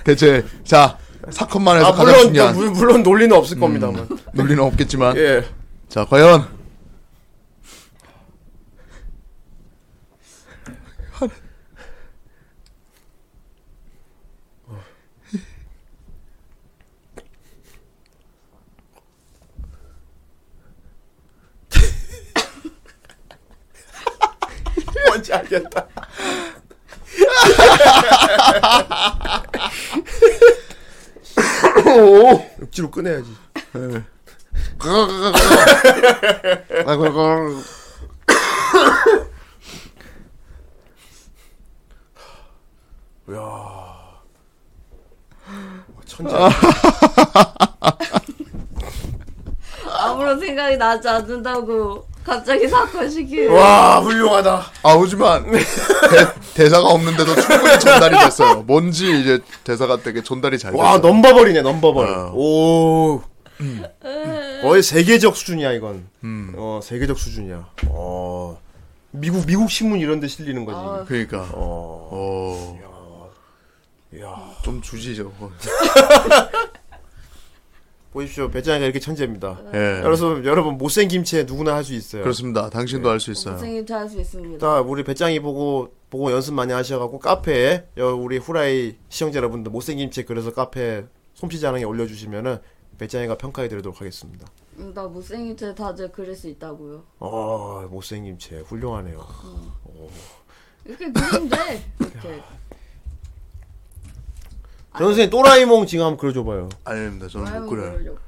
대체 자 사건만 해서 아 가장 물론 중요한 음. 아. 물, 물론 논리는 없을 겁니다만. 논리는 없겠지만 예. 자 과연 [laughs] 뭔지 알겠다. 억지로 꺼내야지. 천재. 아. 아무런 생각이 나지 않는다고 갑자기 [laughs] 사건 시키고. 와 훌륭하다. 아우지만 대, 사가 없는데도 충분히 전달이 됐어요. 뭔지 이제 대사가 되게 전달이 잘 와 됐어요. 넘버벌이네 넘버벌. 어. 오. 거의 세계적 수준이야 이건. 음. 어 세계적 수준이야. 어 미국 미국 신문 이런 데 실리는 거지. 아. 그러니까 어. 어, 야 좀 주지 저거. 보십시오 배짱이가 이렇게 천재입니다. 네. 예. 여러분 여러분 못생김치 누구나 할 수 있어요. 그렇습니다. 당신도 알 수 있어요. 선생님 잘할수 있습니다. 자 우리 배짱이 보고 보고 연습 많이 하셔가고 카페에 여- 우리 후라이 시청자 여러분들 못생김치 그래서 카페 솜씨자랑에 올려주시면은 배짱이가 평가해드리도록 하겠습니다. 음, 나 못생긴 채 다들 그릴 수 있다고요. 아 못생김치 훌륭하네요. 이렇게 그리면 돼. 이렇게. 전 선생님 또라이몽 지금 한번 그려줘봐요. 아닙니다. 저는 못 라이몬 그려요. 그려려고.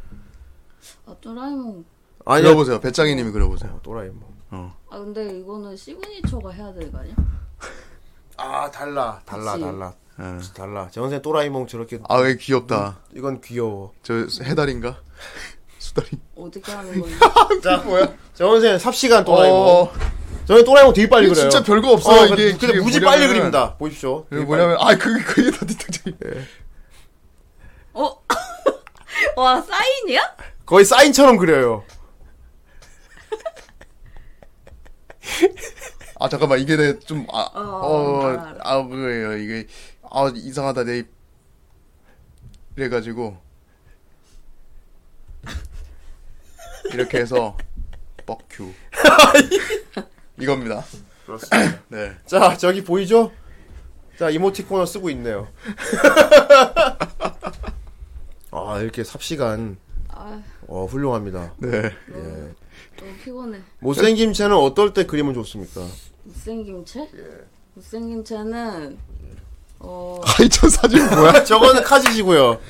아, 또 라이몬. 아니 그려보세요. 배짱이님이 그려보세요. 또라이몽. 어. 아 근데 이거는 시그니처가 해야 될 거 아니야? 아 달라 달라 그치. 달라 예. 네. 달라 정선생 또라이몽 저렇게 아, 왜 귀엽다. 이건 귀여워 저 해달인가? 수달이. 어떻게 하는 건지. 자 뭐야 정선생 삽시간 어, 또라이몽 저는 또라이몽 되게 빨리 이게 그려요 진짜 별거 없어, 어, 이게. 근데 이게 무지 뭐냐면은- 빨리 그립니다 보십시오 이게 되게 뭐냐면 아 그게 그게 다 등장이. 어? [laughs] 와 사인이야? 빨리. 거의 사인처럼 그려요 아 잠깐만 이게 아, 어, 알아, 알아. 좀아어아 그래요 이게 아 이상하다 내 입. 그래가지고 이렇게 해서 [laughs] 뻑큐 이겁니다. 그렇습니다 네. 자 저기 보이죠 자 이모티콘을 쓰고 있네요 [laughs] 아 이렇게 삽시간 아 어 훌륭합니다 예. 네. 너무 피곤해. 못생김 채는 어떨 때 그리면 좋습니까 못생김 채? 못생김 채는 어 아이 저 사진 [laughs] [laughs] 뭐야? 저건 카지지고요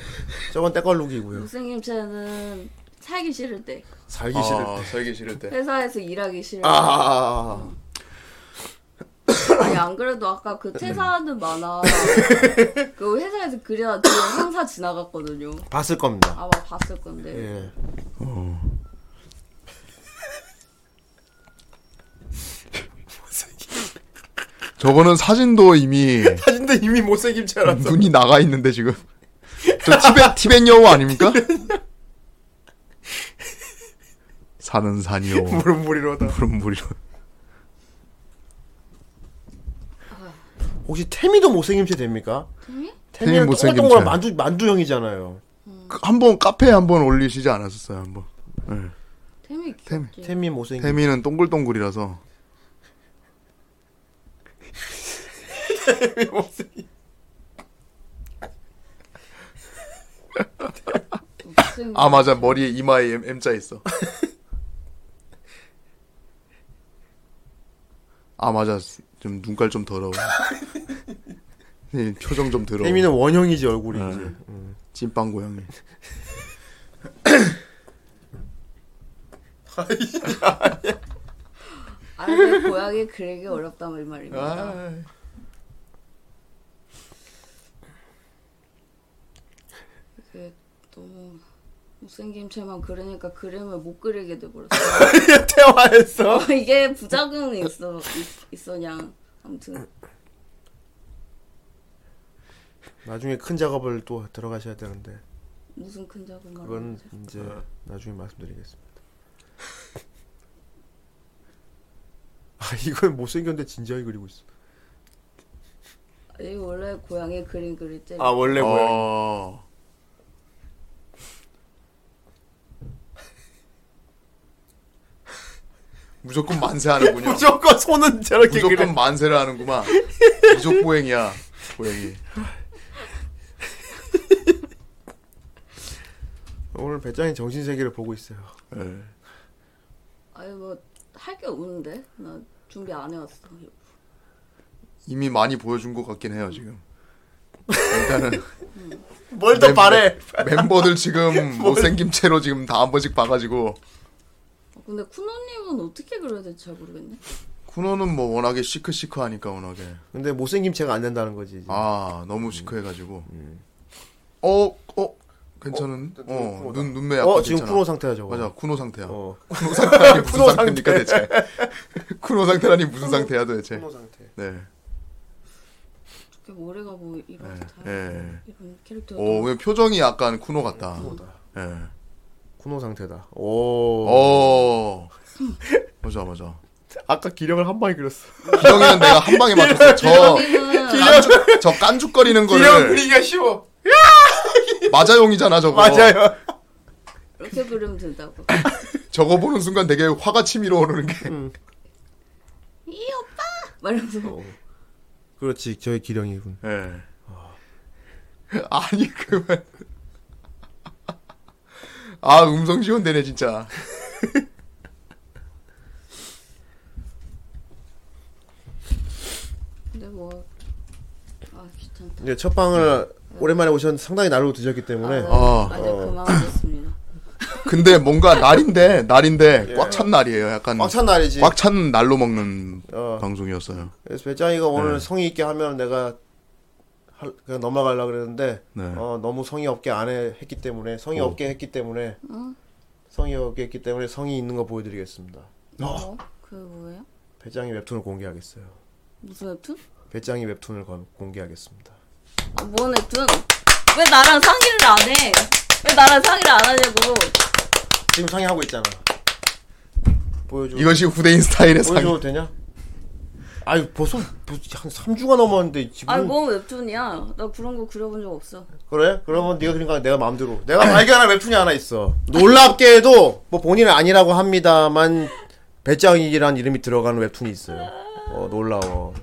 저건 때걸룩이고요 못생김 채는 살기 싫을 때 아. 살기 싫을 때 살기 싫을 어, 때. 회사에서 일하기 싫을 때. 아, 아, 아. [coughs] 아니 안 그래도 아까 그 퇴사하는 만화 그 회사에서 그려야 뒤에 행사 지나갔거든요. 봤을 겁니다. 아마 봤을 건데. 예. 저거는 사진도 이미 사진도 이미 못생김 채라서. 눈이 나가 있는데 지금. 저 티벳 티벳 여우 [laughs] 아닙니까? 사는 산이요. [laughs] 물은 물이로다. 푸른 물이요. 혹시 태미도 못생김 채 됩니까? 태미? 태미는 못생김 똑같은 거랑 채. 만두 만두형이잖아요. 그 한번 카페에 한 번 올리시지 않았었어요 한번. 네. 음. 태미 태미. 귀엽지. 태미 못생김. 태미는 동글동글이라서 못생김. 아 맞아 머리에 이마에 M, M자 있어. 아 맞아 좀 눈깔 좀 더러워. 네, 표정 좀 더러워. 태미는 원형이지 얼굴이 아. 이제. [laughs] 찐빵 고양이. 아 근데 고양이 그리기 어렵다고 이 아. 말입니다. 아, 이게 너무 못생김 채만 그러니까 그리니까 그림을 못 그리게 돼버렸어. [laughs] 태화했어. 이게 부작용이 있어 있, 있어 그냥 아무튼 나중에 큰 작업을 또 들어가셔야 되는데 무슨 큰 작은 말은 그건 이제 나중에 말씀드리겠습니다. [laughs] 아 이건 못생겼는데 진지하게 그리고 있어. 이 원래 고양이 그림 그릴 때 아 원래 고양이. 어. 무조건 만세하는군요. [laughs] 무조건 손은 저렇게 무조건 만세를 하는구만. 무조건 보행이야 보행이. 오늘 배짱이 정신 세계를 보고 있어요. 네. 아니 뭐할 게 없는데 나 준비 안 해왔어. 이미 많이 보여준 것 같긴 해요 지금. 일단은 [laughs] 뭘 더 멤버- 바래? 멤버들 [laughs] 지금 못생김 채로 지금 다 한 번씩 봐가지고 아, 근데 쿠노님은 어떻게 그려야 될지 잘 모르겠네. 쿠노는 뭐 워낙에 시크시크하니까 워낙에 근데 못생김 채가 안 된다는 거지. 이제. 아 너무 시크해가지고 어어 괜찮은 어, 어 쿠노다. 눈 눈매 약간 어 지금 괜찮아. 쿠노 상태야 저거. 맞아 쿠노 상태야 [laughs] 어 [laughs] 쿠노 상태라니 무슨 쿠노 상태입니까 대체 [laughs] 쿠노 상태라니 무슨 상태야 도대체 쿠노 상태. 네어 이렇게 머리가 뭐 네, 이렇게 다 예. 이런 캐릭터. 표정이 약간 쿠노 아. 같다 네. 쿠노 상태다. 오. 예어 맞아 맞아 아까 기력을 한 방에 그렸어. 기령이는 내가 한 방에 맞췄어 저 여기는 깐죽, 저 깐죽거리는 기력 거를 그리기가 쉬워. 어. 마자용이잖아 [laughs] 저거 맞아요. 이렇게 [laughs] 그리면 된다고. 저거 보는 순간 되게 화가 치밀어 오르는 게 이 오빠 말면서 그렇지 저의 기령이군. 예. 아니 그만 아 음성 지원되네 진짜 근데 뭐. 아 귀찮다. 이제 첫 방을 오랜만에 오셨는데 상당히 날로 드셨기 때문에 네. 아, 어. 아, 이제 그만하겠습니다. 근데 뭔가 날인데 날인데 꽉 찬 날이에요. 약간 꽉 찬 날이지. 꽉 찬 날로 먹는 어. 방송이었어요. 그래서 배짱이가 네. 오늘 성의 있게 하면 내가 할- 그냥 넘어가려고 그랬는데 네. 어. 어, 너무 성의 없게 안 해, 했기 때문에 성의 오. 없게 했기 때문에 음. 성의 없게 했기 때문에 성의 있는 거 보여드리겠습니다. 어? 그게 뭐예요? 배짱이 웹툰을 공개하겠어요. 무슨 웹툰? 배짱이 웹툰을 거- 공개하겠습니다. 아, 뭔 웹툰? 왜 나랑 상의를 안 해? 왜 나랑 상의를 안 하냐고. 지금 상의하고 있잖아. 보여줘. 이것이 후대인 스타일의 상. 보여줘도 되냐? 아유 벌써 벌써 한 3주가 넘었는데 지금 아니 뭔 웹툰이야? 나 그런 거 그려본 적 없어. 그래? 그러면 네가 그린 거 내가 마음대로 내가 발견한 웹툰이 하나 있어 놀랍게도 뭐 본인은 아니라고 합니다만 배짱이란 이름이 들어가는 웹툰이 있어요 어 놀라워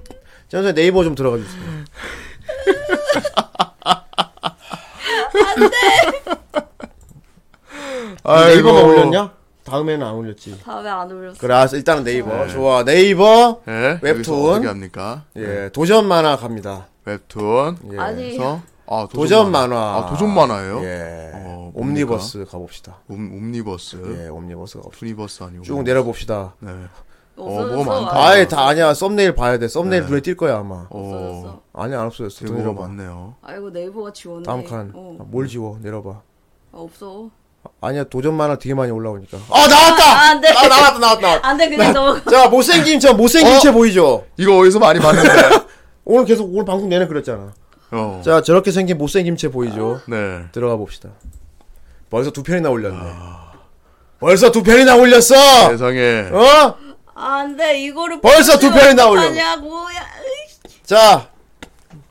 전선 네이버 좀 들어가 주세요 아이고. 뭐- 네이버가 올렸냐? 다음에는 안 올렸지 다음에 안 올렸어. 그래 알았어 일단은 네이버 좋아 네이버 예. 웹툰 웹툰. 어떻게 합니까? 예 도전 만화 갑니다 웹툰. 예. 아니 그래서 아 도전 만화 아 도전 만화예요? 예 어, 뭡니까? 옴니버스 가봅시다 옴, 옴니버스. 예 옴니버스 가봅시다 투니버스 아니고. 쭉 내려봅시다 네. 없어졌어. 뭐가 많다. 아, 아예 다 아니야 썸네일 봐야 돼 썸네일 눈에 띌 거야 아마 어. 없어졌어. 아니 안 없어졌어 대보가 내려봐 많네요. 아이고 네이버가 지웠네. 다음 칸 어. 아, 뭘 지워 내려봐 아, 없어. 아니야 도전 만화 되게 많이 올라오니까 아 나왔다. 아, 안 돼. 아 나왔다 나왔다. 안돼 그냥 넘어가. [laughs] 자 못생김 저 어? 못생김 채 보이죠 이거 어디서 많이 봤는데. 오늘 계속 오늘 방송 내내 그랬잖아 [laughs] 어. 자 저렇게 생긴 못생김 채 보이죠 네. 들어가 봅시다 벌써 두 편이나 올렸네 벌써 두 편이나 올렸어 세상에. 아. 어? 안돼 이거를 벌써 두 편이 나오려고. 아냐고야. 자,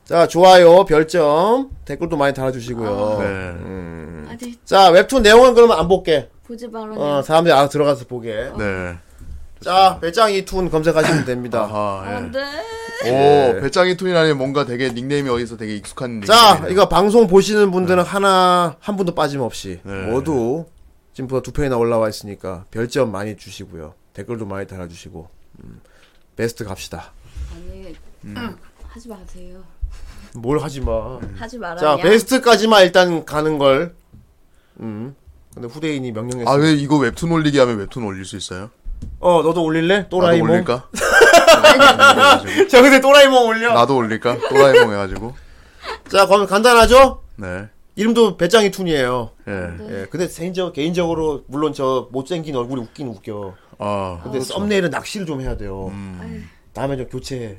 자 좋아요, 별점, 댓글도 많이 달아주시고요. 네. 음. 아니 자 웹툰 내용은 그러면 안 볼게. 보지 말라냐. 어, 사람들이 알아 들어가서 보게. 네. 자 배짱이 툰 검색하시면 됩니다. 아하, 네. 안돼. 예. 오, 배짱이 툰이라니 뭔가 되게 닉네임이 어디서 되게 익숙한 닉네임. 자 이거 방송 보시는 분들은 하나 한 분도 빠짐없이 네. 모두 지금보다 두 편이나 올라와 있으니까 별점 많이 주시고요. 댓글도 많이 달아주시고 음, 베스트 갑시다. 아니 음. 하지 마세요. 뭘 하지 마. 하지 말아냐. 자 베스트까지만 일단 가는 걸. 음. 근데 후대인이 명령했어. 아, 왜 이거 웹툰 올리기 하면 웹툰 올릴 수 있어요? 어 너도 올릴래? 나도 또라이몽. 올릴까? [laughs] 자, 근데 또라이몽 올려. 나도 올릴까? 또라이몽 해가지고. 자, 그럼 간단하죠? 네. 이름도 배짱이 툰이에요. 예. 네. 예, 근데 개인적, 개인적으로, 물론 저 못생긴 얼굴이 웃긴 웃겨. 아. 근데 썸네일은 낚시를 좀 해야 돼요. 다음에 좀 교체해.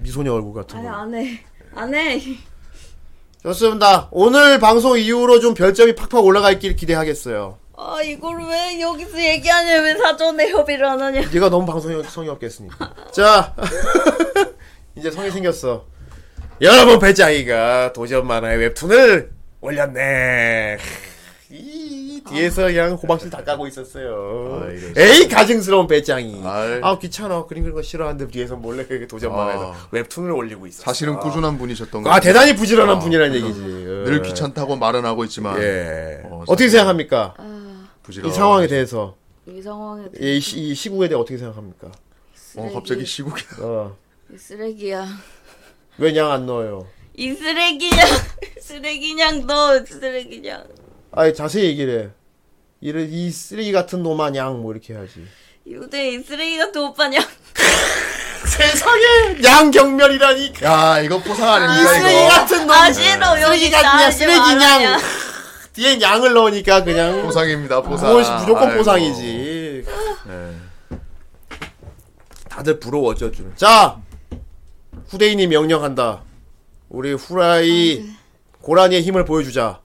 미, 소녀 얼굴 같은 아니 거. 안 해. 안 해. 좋습니다. 오늘 방송 이후로 좀 별점이 팍팍 올라가 있길 기대하겠어요. 아 이걸 왜 여기서 얘기하냐 왜 사전에 협의를 안 하냐 네가 너무 방송이 성의 [laughs] 없겠으니까. 자, [laughs] 이제 성이 생겼어. 여러분 배짱이가 도전 만화의 웹툰을 올렸네. 이 뒤에서 아. 그냥 호박씨 다 까고 있었어요. 아, 이랬어. 에이 가증스러운 배짱이. 아이. 아 귀찮아 그림 그리는 거 싫어하는데 뒤에서 몰래 그렇게 도전 만화에서 아. 웹툰을 올리고 있어. 사실은 꾸준한 분이셨던 거. 아 대단히 부지런한 아, 분이라는 얘기지. 늘 늘 귀찮다고 말은 하고 있지만. 예. 어, 어, 떻게 사실은- 생각합니까? 부지런. 이 상황에 대해서 이 상황에 이, 시, 이 시국에 대해 어떻게 생각합니까? 어, 갑자기 시국이. 어. 이 쓰레기야 왜양 안 넣어요? 이 [laughs] 쓰레기야 쓰레기냥 너 쓰레기냥 아니 자세히 얘기를 해. 이를 이 쓰레기 같은 놈아 양뭐 이렇게 해야지. 요새 이 쓰레기 [laughs] 같은 오빠냥 세상에 양경멸이라니. 야, 이거 포상 아닙니까, 쓰레기 이거? 같은 놈. 아 싫어 여기 쓰레기가 그냥 나하지 말아냐 쓰레기냥. 뒤엔 양을 넣으니까 그냥 포상입니다, 포상. 뭐, 무엇이 무조건 어, 아이고. 보상이지. 다들 부러워 어쩔 줄. 자 후대인이 명령한다. 우리 후라이 아, 네. 고라니의 힘을 보여주자.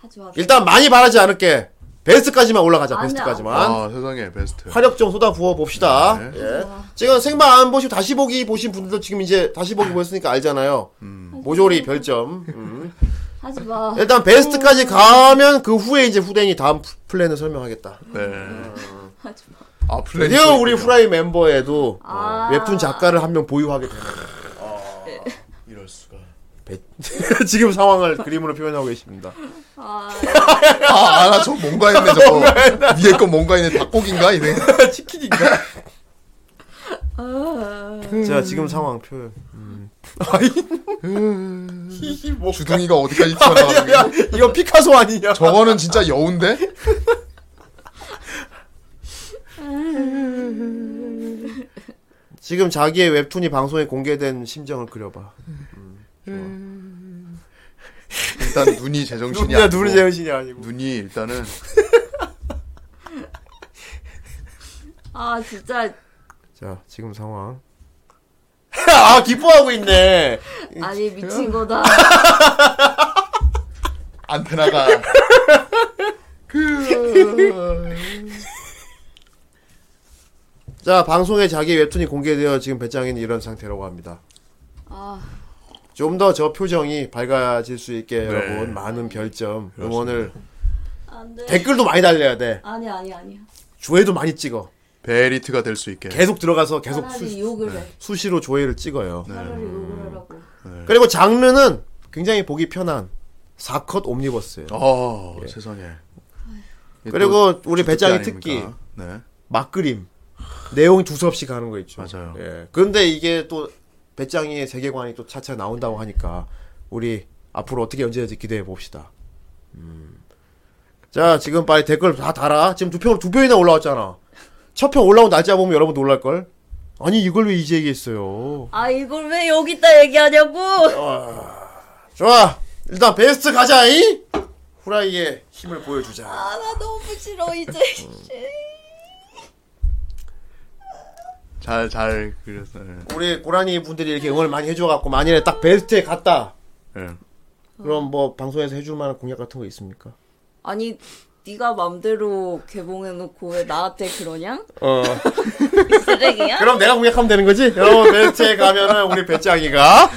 하지 마 일단 많이 바라지 않을게. 베스트까지만 올라가자. 아니야. 베스트까지만. 아, 세상에, 베스트. 화력 좀 쏟아부어 봅시다. 네. 예. 지금 생방 안 보시고 다시 보기 보신 분들도 지금 이제 다시 보기 보셨으니까 알잖아요. 음, 모조리 별점. 음. 하지 마 일단 베스트까지 가면 그 후에 이제 후대인이 다음 프- 플랜을 설명하겠다. 네. 하지 마 아, 플레이. 어. 드디어 우리 후라이 멤버에도 어, 아. 웹툰 작가를 한 명 보유하게 되는 이럴 수가. 배- [laughs] 지금 상황을 그림으로 표현하고 계십니다. 아, 아, 나 저 뭔가 했네, 저거. 위에 거 뭔가 했네. 닭고기인가, [laughs] 이네. [laughs] 치킨인가? 아, 자 지금 상황 [laughs] 표현. 주둥이가 어디까지 튀어나가는 거야? 이거 피카소 아니냐? 저거는 진짜 여운데? 지금 자기의 웹툰이 방송에 공개된 심정을 그려봐. 일단 눈이 제정신이 누구야 아니고 누구 제정신이 아니고. 눈이 일단은 아 진짜 자 지금 상황. [laughs] 아 기뻐하고 있네. 아니 미친 [laughs] 거다. 안테나가 자 방송에 자기 웹툰이 공개되어 지금 배짱이는 이런 상태라고 합니다. 아 좀 더 저 표정이 밝아질 수 있게 여러분 네. 많은 별점 응원을 안돼. 댓글도 많이 달려야 돼. 아니 아니 아니야. 조회도 많이 찍어. 베리트가 될 수 있게 계속 들어가서 계속 네. 차라리 수, 욕을 해. 수시로 조회를 찍어요. 네. 차라리 욕을 하라고. 그리고 장르는 굉장히 보기 편한 4컷 옴니버스예요. 어 세상에 이게 또 그리고 우리 배짱이 특기 특기 아닙니까? 네 막그림 내용이 두서없이 가는 거 있죠. 맞아요. 예. 그런데 이게 또 배짱이의 세계관이 또 차차 나온다고 하니까 우리 앞으로 어떻게 연재될지 기대해 봅시다. 음. 자, 지금 빨리 댓글 다 달아. 지금 두 편, 두 편이나 올라왔잖아. 첫 편 올라온 날짜 보면 여러분 놀랄걸? 아니, 이걸 왜 이제 얘기했어요? 아 이걸 왜 여기다 얘기하냐고. 어. 좋아! 일단 베스트 가자, 이 후라이의 힘을 보여주자. 아 나 너무 싫어 이제. 음. 잘 잘 예. 그렸어요 우리 고라니 분들이 이렇게 응원을 많이 해줘갖고, 만일에 딱 베스트에 갔다. 예. 그럼 뭐, 방송에서 해줄 만한 공약 같은 거 있습니까? 아니 네가 맘대로 개봉해놓고 왜 나한테 그러냐? 어. 이 쓰레기야? 그럼 내가 공략하면 되는 거지? 여러분 벨트에 가면은 우리 배짱이가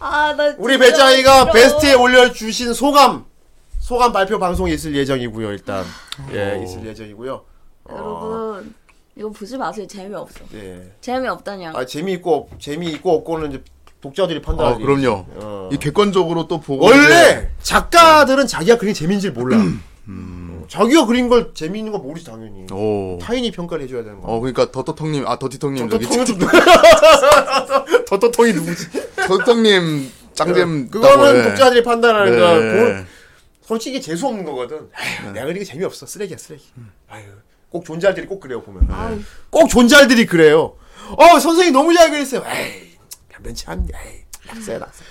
아나 우리 배짱이가 베스트에 올려주신 소감 소감 발표 방송이 있을 예정이고요 일단 어. 예 있을 예정이고요 여러분 이거 보지 마세요 재미없어 예아 재미없다냐 재미있고 없- 재미있고 없고는 이제 독자들이 판단할 아 그럼요 어. 이 객관적으로 또 보고 네. 원래 작가들은 자기가 그린 게 재미인지 몰라 어, 자기가 그린 걸 재미있는 거 모르지 당연히 음. 오어 타인이 평가를 해줘야 되는 거야 그러니까 더터텅님 아 더티텅님 저기 더토통이 좀 [laughs] 더토통이 누구지? 더터텅님 짱잼 그러니까 그거는 따고, 예. 독자들이 판단하는 네. 거야. 그건 솔직히 재수 없는 거거든. 에휴, 내가 그리기 재미없어. 쓰레기야, 쓰레기. 아유, 꼭 존잘들이 꼭 그래요, 네. 보면. 꼭 존잘들이 그래요. 어, 선생님 너무 잘 그렸어요. 에이, 변변치 않네. 에이, 낙서야, 낙서.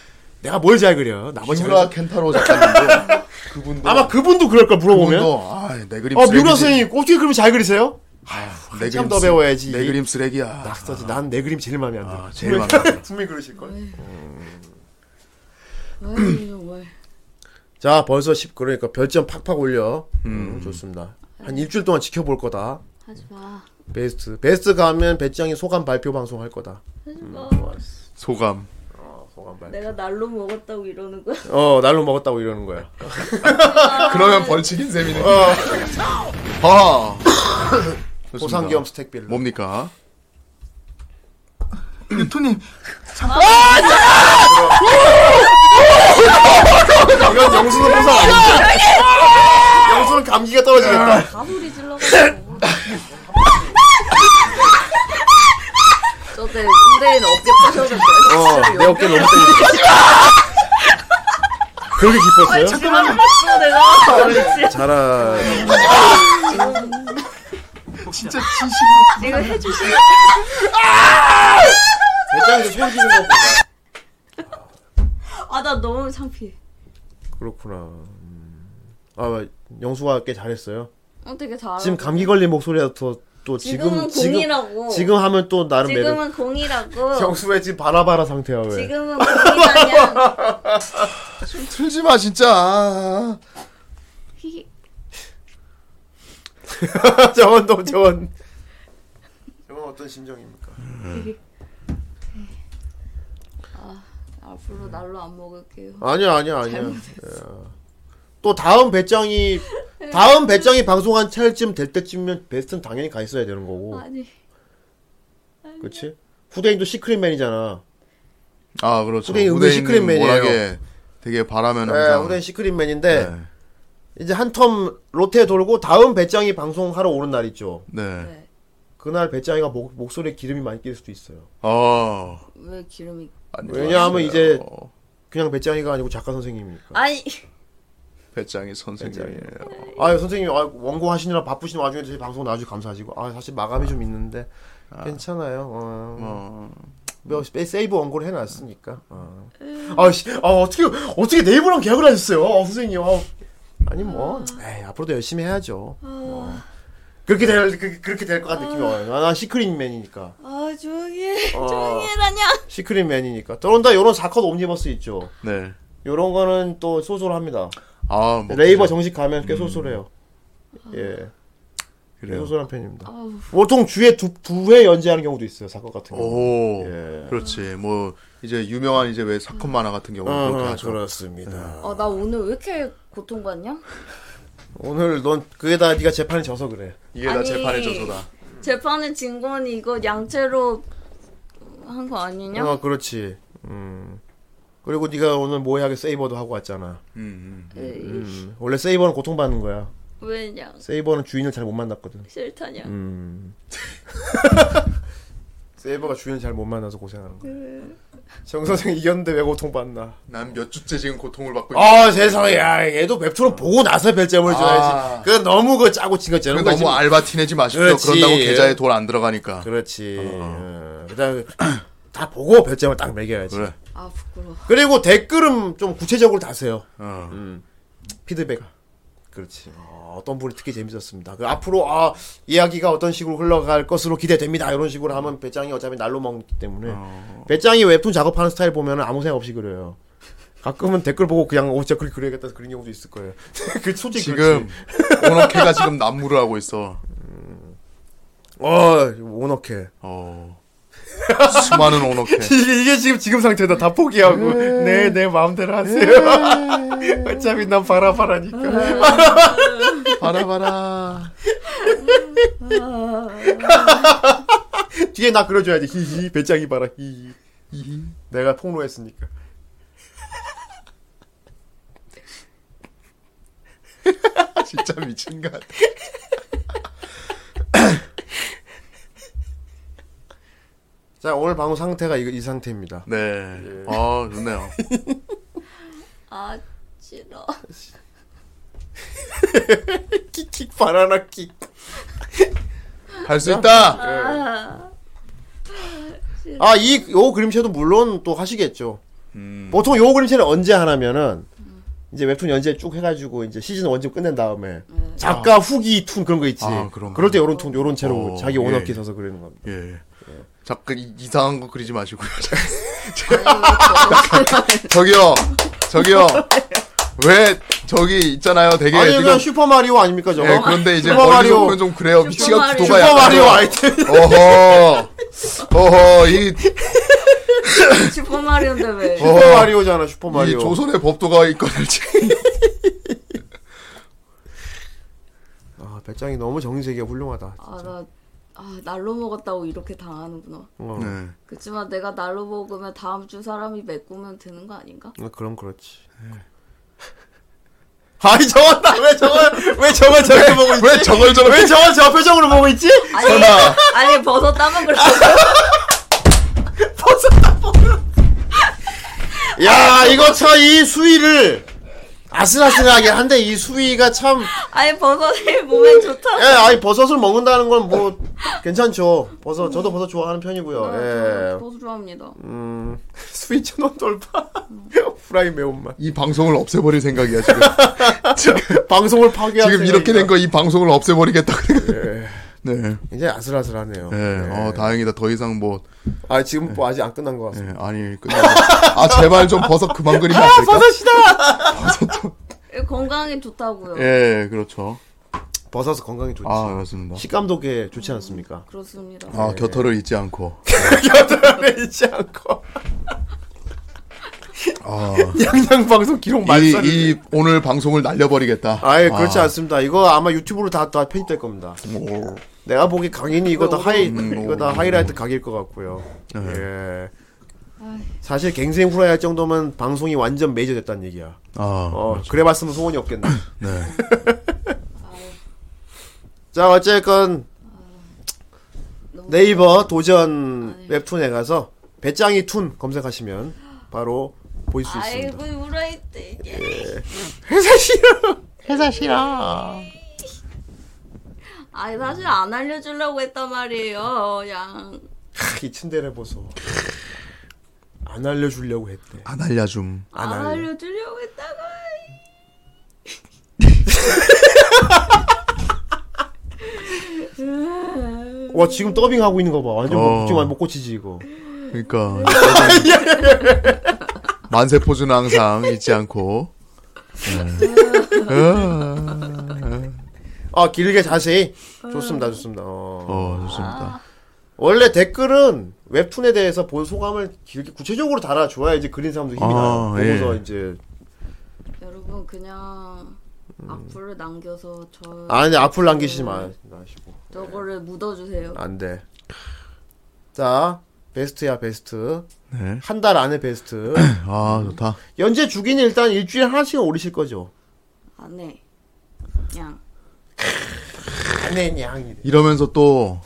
내가 뭘 잘 그려. 나머지 잘 그려. 지브라 켄타로 [laughs] 작가님도 그분도 아마 그분도 그럴 걸 물어보면. 그분도 아내 그림 어, 쓰레기지. 뮤라 선생님, 어떻게 그림 잘 그리세요? 내 한참 그림 더 쓰- 배워야지. 내 그림 쓰레기야 낙서지. 아, 난 내 그림 제일 마음에 안 들어. 아, 제일 마음에 안 들어. [laughs] 분명히 그러실걸. 아유 정말 자, 벌써 10, 그러니까 별점 팍팍 올려. 음, 좋습니다. 한 일주일 동안 지켜볼 거다. 하지마 베스트 베스트 가면 배짱이 소감 발표 방송 할 거다. 하지마 소감 소감 발표. 어, 내가 날로 먹었다고 이러는 거야 어 날로 먹었다고 이러는 거야. 그러면 벌칙인 셈이네 어. 아 좋습니다. 보상 겸 스택 빌. 로 뭡니까 유토님 이건 영수는 보상 아니지. [laughs] 영수는 감기가 떨어지겠다. [laughs] 가소리 질러가지고 저때 의뢰인 어깨 부셔도 돼 어, 내 어깨 너무 때리지. 그렇게 깊었어요? 그만 봤어 내가 잘하. 진짜 진심으로 내가 해주신 아! 배짱이 소리 지는 거 보다. 아나 너무 창피해 그렇구나. 음. 아 영수가 꽤 잘했어요. 어떻게 다 알아 지금 감기 걸린 목소리가 더, 또 지금 지금은 공이라고. 지금, 지금 하면 또 나름 매력. 지금은 공이라고 영수의 지금 바라바라 상태야 왜? [laughs] 지금은 공이라냐 틀지 마 진짜 아, [laughs] 저건 너 저건 저건 어떤 심정입니까? 앞으로 날로 안 먹을게요 아니야 아니야 아니야. 예. 또 다음 배짱이 다음 배짱이 방송한 차일쯤 될 때쯤이면 베스트는 당연히 가 있어야 되는 뭐? 거고, 아니 그렇지? 후대인도 시크릿맨이잖아. 아 그렇죠 후대인 은근 시크릿맨이에요. 워낙에 되게 바라면 예, 항상 네, 후대인 시크릿맨인데 이제 한 텀 로테 돌고 다음 배짱이 방송하러 오는 날 있죠. 네. 네. 네. 그날 배짱이가 목, 목소리에 기름이 많이 낄 수도 있어요. 어 왜 기름이 아니, 왜냐하면 맞아요. 이제 그냥 배짱이가 아니고 작가 선생님이니까. 아니 배짱이 선생님이에요. 아유 선생님 아, 원고 하시느라 바쁘신 와중에 저희 방송 나와주셔서 감사하시고 아 사실 마감이 좀 있는데 괜찮아요 어, 어, 뭐, 세- 세이브 원고를 해놨으니까 어. 아씨 아, 어떻게 어떻게 네이버랑 계약을 하셨어요 어, 선생님 어. 아니 뭐 에이, 앞으로도 열심히 해야죠 뭐. 그렇게 될 그, 그렇게 될 것 같은 느낌이 와요 아, 난 시크릿맨이니까 아 조용히 어. 조용히 해라냐 시크릿맨이니까 저런다 요런 4컷 옴니버스 있죠 네. 요런 거는 또 소솔합니다 아, 뭐 레이버 정식 가면 꽤 소솔해요 예 그래요. 소솔한 편입니다 아우. 네. 보통 주에 두, 두 회 연재하는 경우도 있어요 사건 같은 경우 오, 예. 그렇지. 뭐 이제 유명한 이제 왜 사건 만화 같은 경우 는 그렇게 하죠. 어, 네. 그렇습니다 아 나 오늘 왜 이렇게 고통받냐? 오늘 넌 그에다 네가 재판에 져서 그래 이게 다 아니. 재판의 저서다. 재판에 진 건 이거 양채로 한 거 아니냐? 어 그렇지 음 그리고 네가 오늘 모해하게 세이버도 하고 왔잖아 음, 음. 네, 에이, 음 원래 세이버는 고통받는 거야 왜냐 세이버는 주인을 잘 못 만났거든 싫다냐? 음. [laughs] 세이버가 주인을 잘 못 만나서 고생하는 거야. 네. 정 선생 이겼는데 왜 고통받나? 난 몇 주째 지금 고통을 받고 있는. 아 세상에, 야 얘도 웹툰을 보고 나서 별점을 아. 줘야지. 그 너무 그 짜고 친 거 째는 그러니까 거지. 너무 알바 티내지 마십시오. 그렇지. 그런다고 계좌에 돈 안 들어가니까. 그렇지. 어. 일단 [clears throat] 다 보고 별점을 딱 매겨야지. 그래. 아 부끄러워. 그리고 댓글은 좀 구체적으로 다세요. 어. 피드백. 그렇지. 어, 떤 분이 특히 재밌었습니다. 그 앞으로 아 이야기가 어떤 식으로 흘러갈 것으로 기대됩니다. 이런 식으로 하면 배짱이 어차피 날로 먹기 때문에 어. 배짱이 웹툰 작업하는 스타일 보면 아무 생각 없이 그려요. 가끔은 댓글 보고 그냥 어 진짜 글 그려야겠다 해서 그린 경우도 있을 거예요. [laughs] 그 솔직히 지금 오너케가 지금 난무를 하고 있어. 그렇지. 어 오너케 어. 수많은 오너케. [laughs] 이게, 이게 지금 지금 상태다 다 포기하고 네 내 마음대로 하세요. [laughs] 어차피 난 바라바라니까. 바라바라. 뒤에 나 그려줘야지. 히히 배짱이 봐라. 히히. 내가 폭로했으니까. [laughs] 진짜 미친 것 같아. [laughs] 자 오늘 방송 상태가 이, 이 상태입니다. 네. 예. 아, [laughs] 좋네요. 아 [laughs] 싫어. 킥킥 바나나 킥. 할 수 있다. 아, 아 이 요 그림체도 물론 또 하시겠죠. 음. 보통 요 그림체는 언제 하냐면은 이제 웹툰 연재 쭉 해가지고 이제 시즌 원집 끝낸 다음에 작가 후기 툰 그런 거 있지. 아, 그런 거. 그럴 때 요런 툰 요런 채로 어, 자기 예. 오너키 써서 그리는 겁니다. 예. 잠깐 이- 이상한 거 [laughs] 그리지 마시고요. [laughs] 저기요. 저기요. 왜 저기 있잖아요. 되게 아니 지금 그냥 슈퍼 마리오 아닙니까 저거? 예, 그런데 이제 슈퍼 머리로 마리오 보면 좀 그래요. 위치가 마리오. 슈퍼 구도가 약간 마리오 좀- 아이템. 어허. 어허. 이, 슈퍼 마리오인데 왜? 어. 슈퍼 마리오잖아 슈퍼 이 마리오. 조선의 법도가 있거든지. [laughs] 아 배짱이 너무 정세기가 훌륭하다. 아 나 아, 날로 먹었다고 이렇게 당하는구나. 어, 네. 그렇지만 내가 날로 먹으면 다음 주 사람이 메꾸면 되는 거 아닌가? 어, 그럼 그렇지. 네. [laughs] 아니 저건 나왜 저걸 왜 저걸 저렇게 보고 있지? 왜 저걸 저렇게 왜 저걸 저 표정으로 보고 있지? 아니 아니 버섯 따면 그래. 야 이거 참 이 수위를 아슬아슬하게 한데 이 수위가 참 아니 버섯이 몸에 좋다. 예, 아니 버섯을 먹는다는 건 뭐 괜찮죠. 버섯 저도 버섯 좋아하는 편이고요. 예. 버섯 좋아합니다. 음 수위 천원 돌파. [laughs] 후라이 매운맛. 이 방송을 없애버릴 생각이야 [laughs] 지금. 방송을 파괴한 지금 이렇게 된 생각이다. 거 이 방송을 없애버리겠다. 예. [laughs] 네. 굉장히 아슬아슬하네요. 예. 네. 어 다행이다. 더 이상 뭐 아 지금 뭐 아직 안 끝난 것 같습니다. 네, 아니 [laughs] 끝나고. 아 제발 좀 버섯 그만 그리면 아, 안 될까? 예, 건강에 좋다고요. 예, 그렇죠. 버섯은 건강에 좋지. 아, 그렇습니다. 식감도 꽤 좋지 [laughs] 않습니까? 그렇습니다. 아, 예. 겨털을 잊지 않고. 그 겨드랑이 있지 [laughs] 않고. 아, [laughs] 양양 방송 기록 이, 말살. 이 오늘 방송을 날려버리겠다. 아예 그렇지 않습니다. 이거 아마 유튜브로 다, 다 편집될 겁니다. 오, 내가 보기 강인이 이거 다 하이 음, 이거 다 음. 네. 하이라이트 각일 것 같고요. 예. 사실 갱생 후라이 할 정도면 방송이 완전 메이저 됐다는 얘기야. 아, 어, 그래봤으면 소원이 없겠네. 네. 자 어쨌건 너무 네이버 도전 웹툰에 가서 배짱이 툰 검색하시면 바로 보실 수 있습니다. 아이고 우라이트 예. [laughs] 회사 싫어. 회사 싫어. 아이 사실 안 알려주려고 했단 말이에요 그냥 이 침대를 보소. 안 알려주려고 했대. 안 알려줌. 안, 안 알려. 알려주려고 했다가 와 지금 더빙 하고 있는 거 봐. 완전 어. 못, 지금 완전 못 고치지 이거. 그러니까 만세 포즈는 항상 잊지 않고 네. 아 길게 자세히. 좋습니다, 좋습니다. 어. 어 좋습니다. 원래 댓글은 웹툰에 대해서 본 소감을 길게 구체적으로 달아줘야 이제 그린 사람도 힘이 나요. 아, 보고서 예. 이제 여러분 그냥 악플을 남겨서 저 음. 아니 앞을 남기시지 마- 마시고 저거를 묻어주세요 안 돼. 자 베스트야 베스트. 네. 한 달 안에 베스트. [clears throat] 아 좋다. 연재 주기는 일단 일주일에 하나씩은 오르실 거죠. 안해 그냥 안에 양이. 이러면서 또할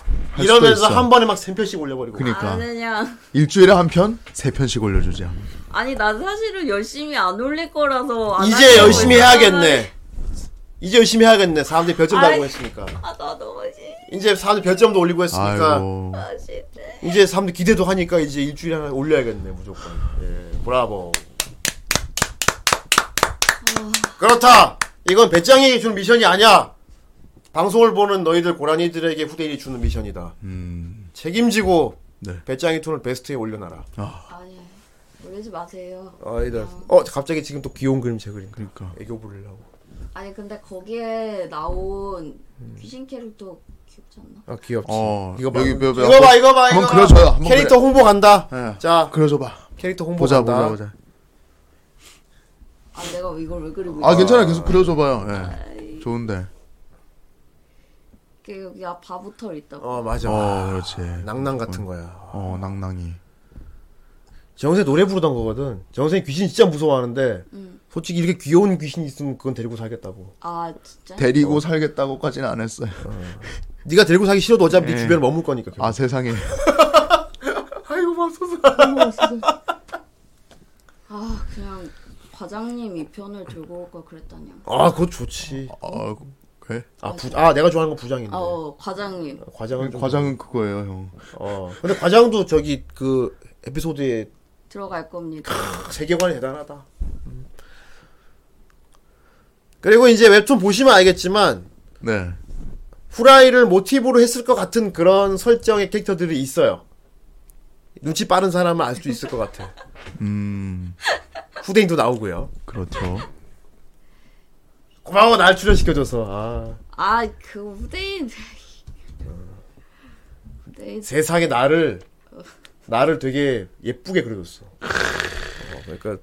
이러면서 한 번에 막 세 편씩 올려버리고. 그러니까 안 아, 그냥 일주일에 한 편, 세 편씩 올려주자. 아니 난 사실은 열심히 안 올릴 거라서 안 이제 하려고 열심히 했다가 해야겠네. 이제 열심히 해야겠네. 사람들이 별점 달고 아이. 했으니까. 아나 너무 싫- 이제 사람들 별점도 올리고 했으니까. 아이고 싫대 이제 사람들 기대도 하니까 이제 일주일에 하나 올려야겠네 무조건. 예, 브라보. 그렇다. 이건 배짱이 준 미션이 아니야. 방송을 보는 너희들 고라니들에게 후대인이 주는 미션이다. 음, 책임지고 네. 배짱이 툰을 베스트에 올려놔라. 아니 올리지 마세요 아이들. 어 갑자기 지금 또 귀여운 그림체 그린 거. 그러니까 애교 부리려고. 아니 근데 거기에 나온 귀신 캐릭터 귀엽지 않나? 아 귀엽지. 어 이거 봐. 여기 몇- 몇- 이거 봐 이거 봐 한번 이거 봐. 그려줘요. 한번 캐릭터 홍보 간다. 예. 자 그려줘봐. 캐릭터 홍보 보자 간다. 보자 보자. 아 내가 이걸 왜 그리고 아 있어? 괜찮아 계속 그려줘봐요. 예. 좋은데. 이게 여기 앞 바보 털 있다고 어 맞아. 어 그렇지. 낭낭 같은 거야. 어 낭낭이. 정선이 노래 부르던 거거든. 정선이 귀신 진짜 무서워하는데 음. 솔직히 이렇게 귀여운 귀신 있으면 그건 데리고 살겠다고. 아 진짜? 데리고 살겠다고까지는 안 했어요. 네가 데리고 살기 싫어도 어차피 예. 네 주변에 머물 거니까. 아 세상에. 아이고 맙소사. 아 그냥 과장님 이 편을 들고 올 걸 그랬다냐 아 그거 좋지. 어 그래? 아, 부, 아 내가 좋아하는 건 부장인데. 아 어 과장님 과장은 좀- 과장은 그거예요 형. 어. 근데 과장도 저기 그 에피소드에 들어갈 겁니다 세계관이 대단하다. 음. 그리고 이제 웹툰 보시면 알겠지만 네. 후라이를 모티브로 했을 것 같은 그런 설정의 캐릭터들이 있어요. 눈치 빠른 사람은 알 수 있을 것 같아. 음 후대인도 나오고요. 그렇죠. 고마워 날 출연시켜줘서 아, 아 그 후대인 후대인 세상에 나를 나를 되게 예쁘게 그려줬어. 어, 그러니까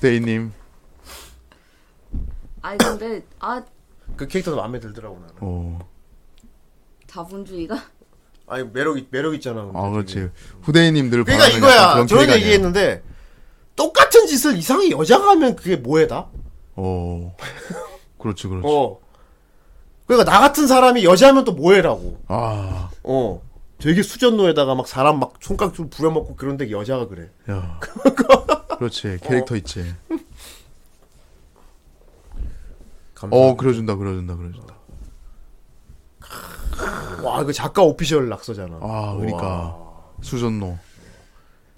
대인님. 아니 근데 아 그 캐릭터도 마음에 들더라고 나는. 어. 자본주의가 [laughs] 아니 매력 매력 있잖아. 근데 아 되게. 그렇지. 후대인님들을 그러니까 바라보는 이거야. 약간 아, 그런 저런 캐릭 아니야? 얘기했는데 똑같은 짓을 이상하게 여자가 하면 그게 뭐해다? 어. 그렇지 그렇지. 어. 그러니까 나 같은 사람이 여자면 또 뭐해라고. 아. 어. 되게 수전노에다가 막 사람 막 손깍 좀 부려먹고 그런데 여자가 그래. 야. 그렇지 캐릭터 있지. 어 그려준다 그려준다 그려준다. 와 이거 작가 오피셜 낙서잖아. 그 아 그러니까 수전노.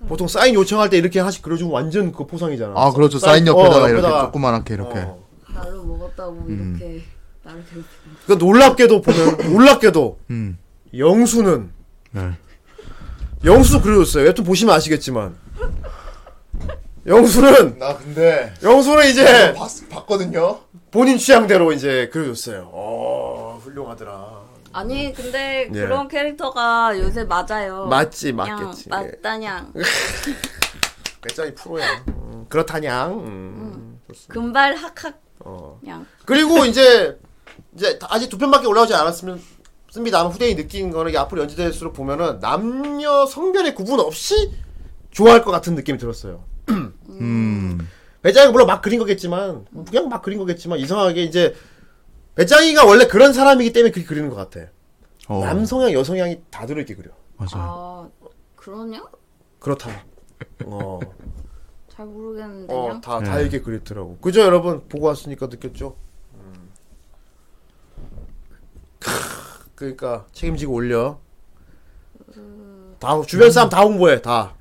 보통 사인 요청할 때 이렇게 하나씩 그려주면 완전 그 포상이잖아. 아 그렇죠 사인 옆에다가 어, 이렇게 옆에다가. 조그만하게 이렇게. 어. 나를 먹었다고 이렇게 나를 괴롭히고 그 놀랍게도 [laughs] 보면 놀랍게도 음. 영수는 네. 영수 그려줬어요. 웹툰 보시면 아시겠지만 영수는 나 근데 영수는 이제 봤 봤거든요. 본인 취향대로 이제 그려줬어요. 어 훌륭하더라. 아니 근데 예. 그런 캐릭터가 요새 맞아요 맞지 그냥 맞겠지. 예. 맞다냥 배짱이 프로야. 음, 그렇다냥. 음, 좋습니다. 금발 학학 어. 그냥 그리고 이제 이제 다- 아직 두 편밖에 올라오지 않았으면 씁니다. 아마 후대인이 느낀 거는 이게 앞으로 연재될수록 보면은 남녀 성별의 구분 없이 좋아할 것 같은 느낌이 들었어요. 음. 배짱이 물론 막 그린 거겠지만 그냥 막 그린 거겠지만 이상하게 이제 배짱이가 원래 그런 사람이기 때문에 그렇게 그리는 것 같아. 어. 남성향, 여성향이 다 들어있게 그려. 맞아. 아 그러냐? 그렇다. 어. 잘 모르겠는데 어, 요 다, 다 네. 이게 그랬더라고. 그죠, 여러분? 보고 왔으니까 느꼈죠? 음. 크, 그러니까, 책임지고 올려. 다, 주변 사람 다 홍보해, 다.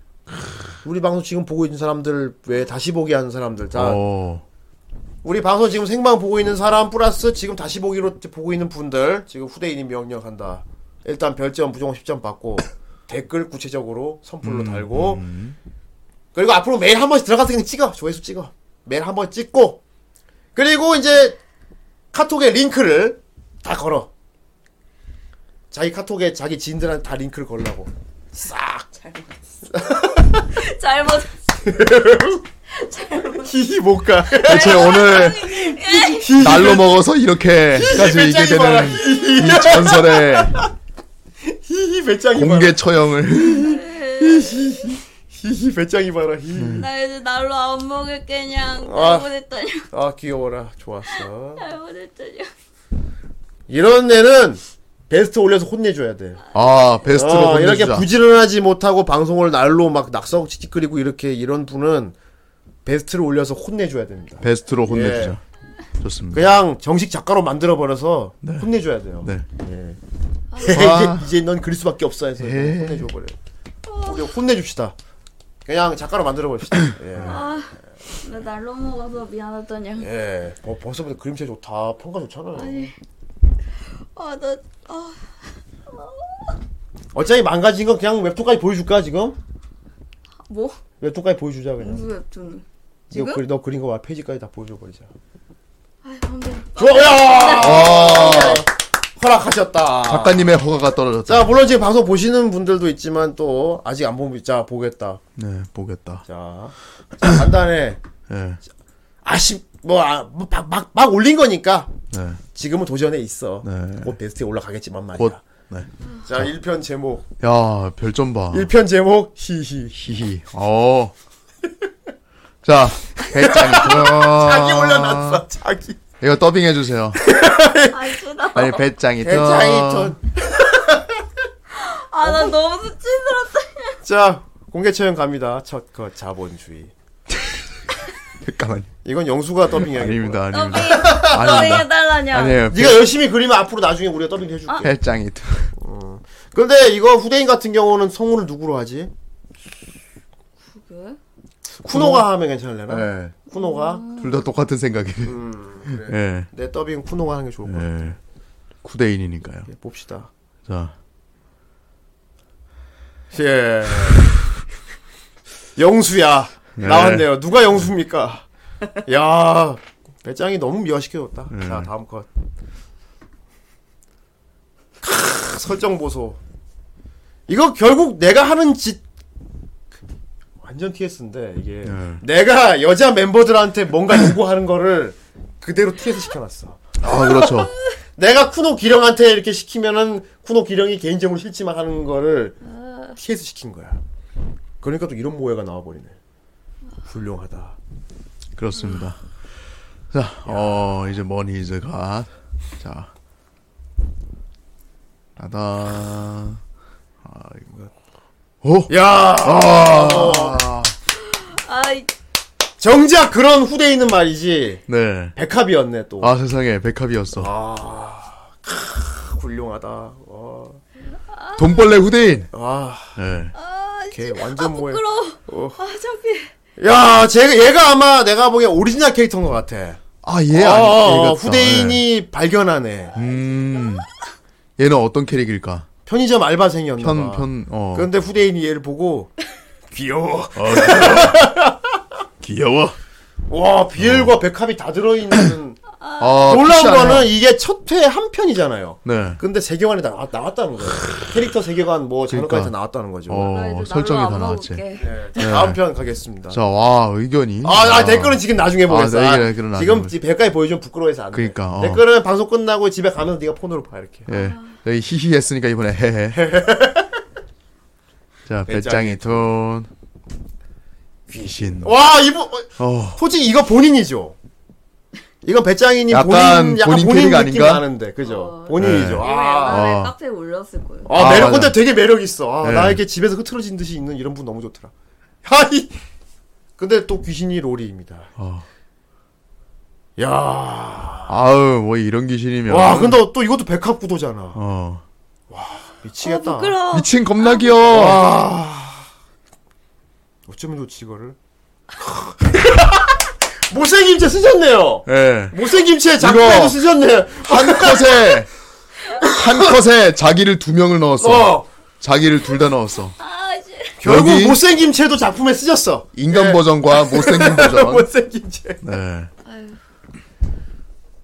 우리 방송 지금 보고 있는 사람들, 왜 다시 보기 하는 사람들, 다. 어. 우리 방송 지금 생방 보고 있는 사람 플러스 지금 다시 보기로 보고 있는 분들 지금 후대인이 명령한다. 일단 별점 부정 10점 받고 [coughs] 댓글 구체적으로 선풀로 음, 달고 그리고 앞으로 매일 한 번씩 들어가서 그냥 찍어 조회수 찍어 매일 한 번 찍고 그리고 이제 카톡에 링크를 다 걸어 자기 카톡에 자기 지인들한테 다 링크를 걸라고 [laughs] 잘못 [laughs] 히히 [laughs] 못가 대체 [laughs] 오늘 날로 먹어서 이렇게까지 [laughs] 이게 배짱이 봐라. [laughs] 되는 이 전설의 히히 배짱이 공개 처형을 히히 배짱이 봐라 히히 나 이제 날로 안 먹을 게냥 아. 잘못했더니 아 귀여워라 좋았어 잘못했더니 이런 애는 베스트 올려서 혼내줘야 돼 아 베스트로 어, 이렇게 혼내주자 부지런하지 못하고 방송을 날로 막 낙석 찌찌거리고 이렇게 이런 분은 베스트를 올려서 혼내줘야 됩니다. 베스트로 혼내주자 좋습니다 예. 그냥 정식 작가로 만들어 버려서 혼내줘야 돼요. 네. 예. 아. [laughs] 이제, 이제 넌 그릴 수밖에 없어 해서 예. 혼내줘 버려. 우리 혼내줍시다. 그냥 작가로 만들어 봅시다. 예. 아, 나 날로 먹어서 미안하더니 예. 어, 벌써부터 그림체 좋다. 평가 좋잖아. 아니 아나 아, 어차피 망가진 건 그냥 웹툰까지 보여줄까 지금? 뭐? 웹툰까지 보여주자 그냥. 무슨 웹툰 너, 그리, 너 그린 거봐 페이지까지 다 보여줘 버리자. 아이 안돼 좋아요. 허락하셨다. 작가님의 허가가 떨어졌다 자 물론 지금 방송 보시는 분들도 있지만 또 아직 안 보면 자 보겠다. 네 보겠다 자, 자, 간단해. 네, 아쉽 뭐막막 막, 막 올린 거니까 네. 지금은 도전에 있어. 네. 곧 베스트에 올라가겠지만 말이야. 곧 어. 네. 자 1편 제목. 야, 별점 봐. 1편 제목 히히. 히히. 어. 자, 배짱이 [laughs] 들어. 자기 올려놨어. 자기. 이거 더빙 해주세요. 아이 나 아니, 배짱이 들어. 대장이 전. 아, 나 너무 수치스럽다. 자 공개 처형 갑니다. 첫 컷 자본주의. 잠깐만요. 이건 영수가 더빙해야겠다. 아닙니다, 아닙니다. 더빙, 네, 아닙니다. 더빙해달라냐. 아니에요. 예, 뭐. 네가 열심히 그리면 앞으로 나중에 우리가 더빙 해줄게. 아. 배짱이 들어. 근데 이거 후대인 같은 경우는 성우를 누구로 하지? 그게? 쿠노가 하면 괜찮을래나? 네. 쿠노가 둘 다 똑같은 생각이네. 음, 예. 내 더빙 쿠노가 하는 게 좋을 것 같아. 예. 쿠데인이니까요. 봅시다. 자. 예. [laughs] 영수야 네. 나왔네요. 누가 영수입니까? 야 배짱이 너무 미화시켜줬다. 네. 자 다음 컷. 크, 설정 보소. 이거 결국 내가 하는 짓 완전 TS인데 이게 네. 내가 여자 멤버들한테 뭔가 요구하는 거를 그대로 TS 시켜놨어. 아, 그렇죠. 내가 쿠노 기령한테 이렇게 시키면은 쿠노 기령이 개인적으로 싫지만 하는 거를 TS 시킨 거야. 그러니까 또 이런 모해가 나와버리네. 훌륭하다. 그렇습니다. 자, 어, 이제 머니 이제 가. 자. 나다. 아, 이거. 오! 야 아! 아이, 정작 그런 후대인은 말이지 네. 백합이었네 또. 아, 아, 세상에, 백합이었어. 훌륭하다. 어. 와, 돈벌레 후대인! 와, 네. 아, 걔 아, 완전 모해. 부끄러워. 어. 아, 창피해. 야, 쟤 얘가 아마 내가 보기엔 오리지널 캐릭터인 것 같아. 어, 아, 얘 아니, 예. 얘 어, 같다. 후대인이 발견하네. 네. 음. 얘는 어떤 캐릭일까? 편의점 알바생이었나 봐. 편, 편, 어. 그런데 후대인이 얘를 [laughs] 보고 귀여워. 귀여워. 와 비엘과 백합이 다 [clears throat] 들어있는 아, 놀라운 피치 않아. 거는 이게 첫 회 한 편이잖아요. 네. 근데 세계관에 다 아, 나왔, 나왔다는 거예요. 캐릭터 세계관 뭐 장르까지 다 그러니까. 나왔다는 거죠. 나 어, 아, 이제 설정이 날로 다 안 나왔지. 먹을게. 네, 자, 다음 편 가겠습니다. 자, 와, 의견이. 아, 아, 댓글은 지금 나중에 보겠어. 네, 아, 댓글은 나중에 지금 보겠어. 백까지 보여주면 부끄러워해서 안 돼. 그러니까, 어. 댓글은 방송 끝나고 집에 가면 네가 폰으로 봐 이렇게. 예. 여기 히히 했으니까 이번에 헤헤. 자, 배짱이 돈. 귀신. 와 이분 어, 어. 솔직히 이거 본인이죠. 이건 배짱이님 약간 본인 약간 본인 본인, 캐릭 느낌 아닌가? 나는데 그죠? 어. 본인이죠. 네. 이거 아, 옛날에 아. 카페에 올렸을 거예요. 아, 아, 매력 맞아. 근데 되게 매력 있어. 아, 네. 나에게 집에서 흐트러진 듯이 있는 이런 분 너무 좋더라. 하이 근데 또 귀신이 로리입니다. 야, 어. 아유 뭐 이런 귀신이면 와, 근데 또 이것도 백합 구도잖아. 어 어, 미치겠다. 아. 부끄러워. 미친 겁나 귀여 어. 어쩌면 좋지 이거를. [laughs] 못생김치 쓰셨네요. 예 못생김치에 이거. 작가도 쓰셨네요. 아, 한 컷에 한 컷에 자기를 두 명을 넣었어 어, 자기를 둘 다 넣었어 아, 씨. 결국 여기 못생김치에도 작품에 쓰셨어. 인간 버전과 못생긴 [laughs] 버전 못생김치. 네 아유,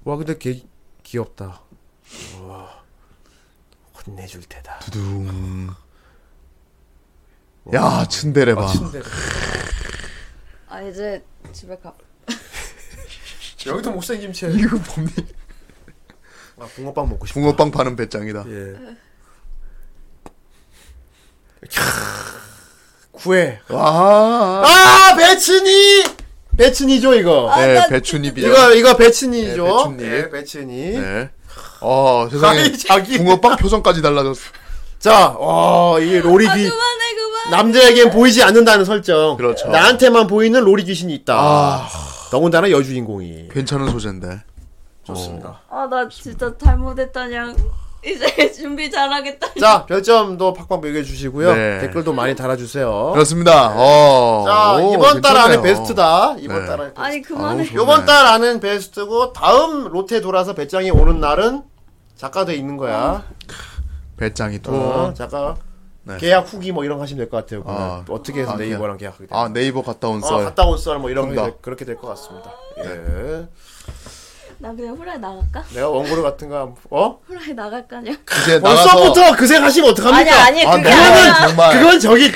와 근데 개 귀엽다. 혼내줄 테다. 야, 츤데레 봐. 아 이제 집에 가. 여기도 못생김치. 이거 뭡니까? 아, 붕어빵 먹고 싶어. [laughs] 붕어빵 파는 배짱이다. 예. 구해. 와. 아 배친이 배친이죠 이거. 네, 나 배추잎이야. 이거 이거 배친이죠. 네, 배춘이. 예, 배친이. 네. 어, 세상에. 아니, 자기- 붕어빵 표정까지 달라졌어. 자, 와, 이 로리 귀 아, 그만해 그만. 남자에겐 보이지 않는다는 설정. 그렇죠. 나한테만 보이는 로리 귀신이 있다. 아. 더군다나 여주인공이. 괜찮은 소재인데. 좋습니다. 아 나 진짜 잘못했다냥 [laughs] 이제 준비 잘하겠다. 자, 별점도 팍팍 매겨주시고요. 네. 댓글도 많이 달아주세요. 그렇습니다. 어. 자, 오, 이번 달 안에 괜찮네요. 베스트다. 이번 네. 달 안에. 아니 그만해. 아우, 요번 좋네. 달 안은 베스트고 다음 로테 돌아서 배짱이 오는 날은 작가도 있는 거야. 배짱이 또. 어, 작가 음. 네. 계약 후기 뭐 이런 거 하시면 될 것 같아요. 아. 그러면 어떻게 해서 아, 네이버랑 계약하게 돼? 아, 네이버 갔다 온 어, 썰. 갔다 온 썰 뭐 이런 게 그런가. 될- 그렇게 될 것 같습니다. 예. 나 그냥 후라이 나갈까? 내가 원고를 같은 거 한번- 어? 후라이 나갈까냐? 이제 나가서. 벌써부터 그 생각하시면 아니 어떡합니까? 아니 아, 그게 내가 아니라. 정말. 그건 저기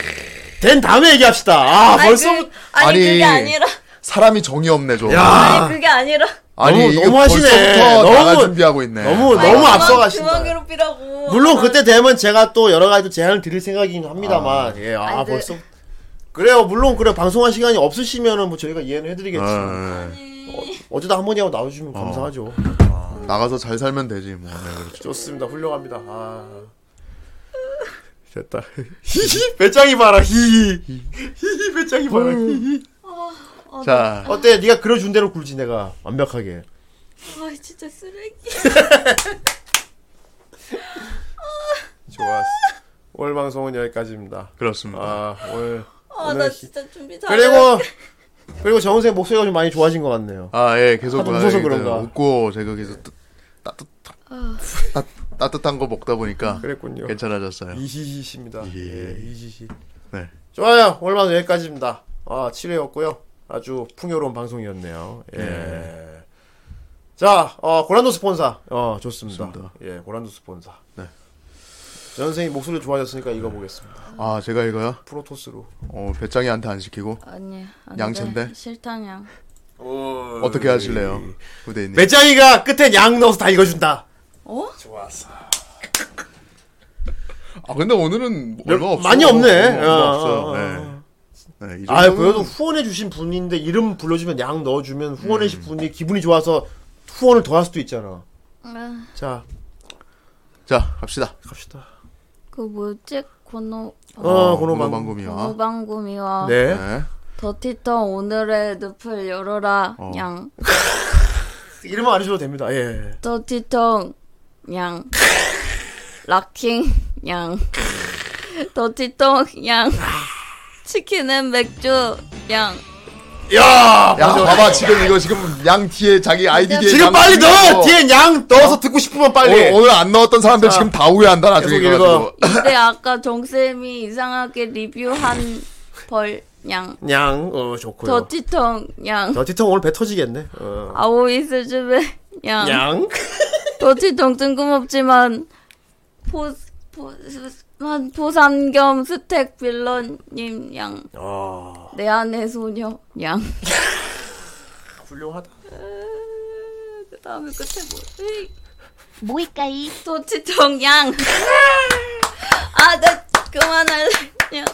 된 다음에 얘기합시다. 아, 아니, 벌써부터 그, 아니, 아니. 그게 아니라. 사람이 정이 없네, 좀. 야. 아니 그게 아니라. 아니, 너무- 이거 너무 하시네. 벌써부터 너무- 나갈 준비하고 있네. 너무 아니, 너무 그만- 앞서가신다. 그만 괴롭히라고. 물론 그때 되면 제가 또 여러 가지 또 제안을 드릴 생각이긴 합니다만 예, 아 아니, 네. 벌써 그래요 물론 그래 방송할 시간이 없으시면은 뭐 저희가 이해는 해드리겠지만 어, 네. 어쩌다 한 번이라도 나와주시면 감사하죠 나가서 잘 살면 되지, 뭐. 네, 그렇죠. 좋습니다 훌륭합니다 아 [laughs] 됐다 히히 배짱이 봐라 히히 히히 배짱이 봐라 히히 자, 음. 어때 네가 그려준 대로 굴지 내가 완벽하게 아 진짜 쓰레기. 좋았어 오늘 방송은 여기까지입니다 그렇습니다. 아 오늘 아 나 진짜 준비 잘. 그리고 그리고 정훈 쌤 목소리가 좀 많이 좋아진 것 같네요 아, 예, 계속 하도 웃어서 그런가. 웃고 제가 계속 따, 따뜻 아. 따, 따뜻한 거 먹다 보니까 그랬군요 괜찮아졌어요. 이시시 씨입니다. 예, 이시시. 네. 좋아요. 오늘 방송 여기까지입니다. 아, 7회였고요. 아주 풍요로운 방송이었네요. 예. 자, 어, 고란도 스폰사. 어, 좋습니다. 좋습니다. 예, 고란도 스폰사. 네. 전 선생님 목소리 좋아졌으니까 이거 보겠습니다. 아, 제가 이거요? 프로토스로. 어, 배짱이한테 안 시키고 아니 안 양찬데? 돼. 싫다냥. 어떻게 네. 하실래요? 부대님. 매장이가 끝에 양 넣어서 다 익어준다. 어? 아, 근데 오늘은 열- 얼마 없어. 많이 없네. 얼마 어, 없어. 어, 네. 어. 네, 이 아, 정도는- 그래도 후원해주신 분인데 이름 불러주면 양 넣어주면 후원해주신 음. 분이 기분이 좋아서 후원을 더 할 수도 있잖아. 아, 자, 자, 갑시다. 갑시다. 그 뭐지? 고노 어, 번호 고노방. 아, 방금이야. 고노방구미와 네. 네. 더티턴 오늘의 늪을 열어라 양. 이름은 안 해줘도 됩니다. 예. 더티턴 양. 락킹 양. 더티턴 양. 치킨은 맥주 양. 야! 야, 봐봐. 지금 이거 지금 양 뒤에 자기 아이디 뒤에 지금 양 빨리 넣어! 넣어서 뒤엔 양 넣어서 듣고 싶으면 빨리! 오늘, 오늘 안 넣었던 사람들 자, 지금 다 후회한다 나중에 계속 읽어. 그래가지고. 근데 아까 정쌤이 이상하게 리뷰한 벌 양. 양, 어, 좋고요. 더티턴 양. 더티텅 오늘 배 터지겠네. 어. 아오이스 즈베 양. 양? 더티텅 뜬금없지만 포스 포스만 포삼겸 스택 빌런님 양. 아, 내 안의 소녀 양. 훌륭하다. 아, 그 다음에 끝에 뭐? 으이, 모이까이 더티텅 양. 아, 나 그만할래. 양.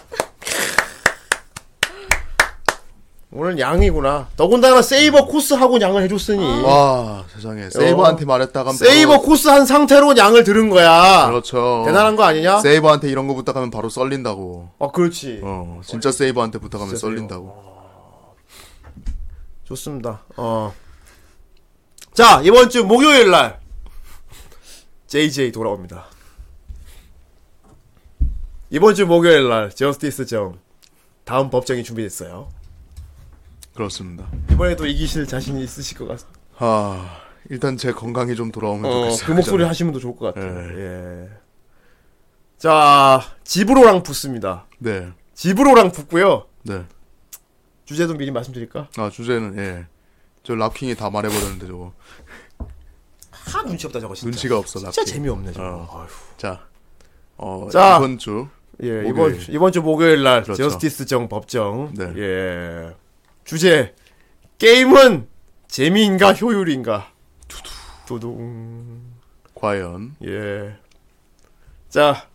오늘 양이구나. 더군다나 세이버 코스하고 양을 해줬으니. 아, 와, 세상에. 어. 세이버한테 말했다가 세이버 코스 한 상태로 양을 들은 거야. 아, 그렇죠. 대단한 거 아니냐? 세이버한테 어. 이런 거 부탁하면 바로 썰린다고. 아, 그렇지. 어, 진짜 세이버한테 부탁하면 썰린다고. 좋습니다. 어. 자, 이번 주 목요일 날 JJ 돌아옵니다. 이번 주 목요일 날 저스티스 정 다음 법정이 준비됐어요. 그렇습니다. 이번에도 이기실 자신이 있으실 것 같습니다. 아 일단 제 건강이 좀 돌아오면 어, 좋겠어요. 그 목소리 하시면 더 좋을 것 같아요. 예. 자, 집으로랑 붙습니다. 네, 집으로랑 붙고요. 네. 주제도 미리 말씀드릴까? 아 주제는 예. 저 랍킹이 다 말해버렸는데 저거 하 눈치 없다 저거 진짜. 눈치가 없어 랍킹. 진짜 재미없네 저거. 어. 자, 어 자. 이번 주 예, 목요일. 이번 주- 이번 주 목요일 날 그렇죠. 저스티스 정 법정. 네. 예. 주제 게임은 재미인가 효율인가. 두두 두둥. 과연 예. 자,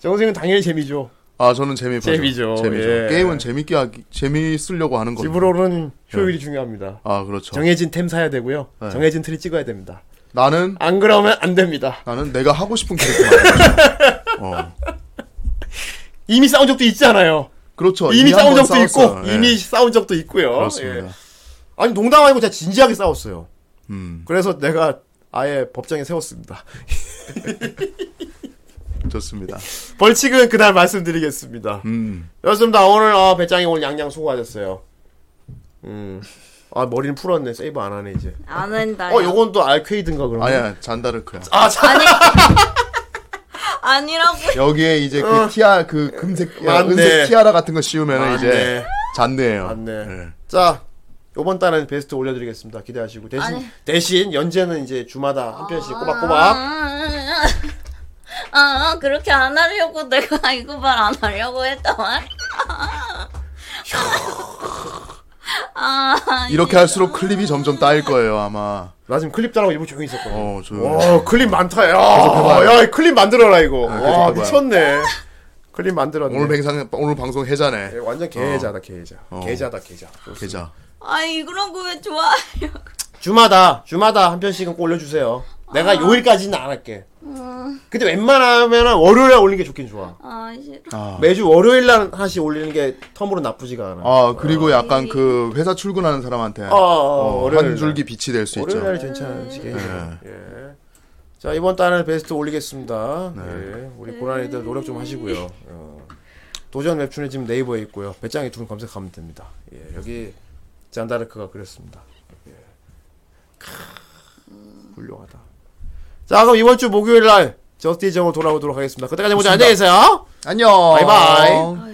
정승은 당연히 재미죠. 아 저는 재미 봐죠. 재미죠. 재미죠. 예. 게임은 재밌게 하기 재미있으려고 하는 거죠. 집으로는 효율이 중요합니다. 아 그렇죠. 정해진 템 사야 되고요. 네. 정해진 틀이 찍어야 됩니다. 나는 안 그러면 안 됩니다. 나는 내가 하고 싶은 캐릭터. [laughs] 어 이미 싸운 적도 있잖아요. 그렇죠. 이미 한 싸운 번 적도 싸웠어요. 있고 예. 이미 싸운 적도 있고요. 그렇습니다. 예. 아니 농담 아니고 제가 진지하게 싸웠어요. 음 그래서 내가 아예 법정에 세웠습니다. 좋습니다. 벌칙은 그날 말씀드리겠습니다. 음 그렇습니다. 오늘 어, 배짱이 오늘 양양 수고하셨어요. 음. 아 머리는 풀었네. 세이브 안 하네 이제. 안 한다. 어 요건 또 알케이드인가 그러면. 아니야 잔다르크야. 아 참. 아니라고. 여기에 이제 그 티아 그 금색 야, 어. 맞네. 은색 티아라 같은 거 씌우면 은 맞네. 이제 잔네예요. 맞네. 예. 자, 요번 달은 베스트 올려드리겠습니다. 기대하시고 대신 아니. 대신 연재는 이제 주마다 한 편씩 꼬박꼬박. 아, 아, 그렇게 안 하려고 내가 [laughs] 이거 말 안 하려고 했다만. 아, 이렇게 할수록 클립이 점점 따일 거예요 아마. 나 지금 클립 따라고 일부 조용히 있었거든. 어 조용. 와, 클립 많다. 야, 야, 이 클립 만들어라 이거. 아, 계속 와, 해봐요. 미쳤네. 클립 만들었네. 오늘 방송 오늘 방송 해자네. 예, 완전 개자다 개자. 어. 개자다 개자. 계좌. 아니 그런 거 왜 좋아해요? 주마다 주마다 한 편씩은 꼭 올려주세요. 내가 요일까지는 안 할게. 근데 웬만하면 월요일에 올리는 게 좋긴 좋아. 아 싫어. 매주 월요일 날 하나씩 올리는 게 텀으로 나쁘지가 않아. 아 그리고 약간 그 회사 출근하는 사람한테 어, 어, 어, 월요일 한 날. 줄기 빛이 될 수 있죠. 네. 월요일 날 괜찮으시게. 예. 자 이번 달은 베스트 올리겠습니다. 네. 예. 우리 고라니들 노력 좀 하시고요. 어. 도전 웹툰이 지금 네이버에 있고요. 배짱이 툰 검색하면 됩니다. 예. 여기 잔다르크가 그렸습니다. 예. 크, 훌륭하다. 자 그럼 이번 주 목요일 날 저스티 정으로 돌아오도록 하겠습니다. 그때까지 모두 안녕히 계세요. 안녕. 바이바이.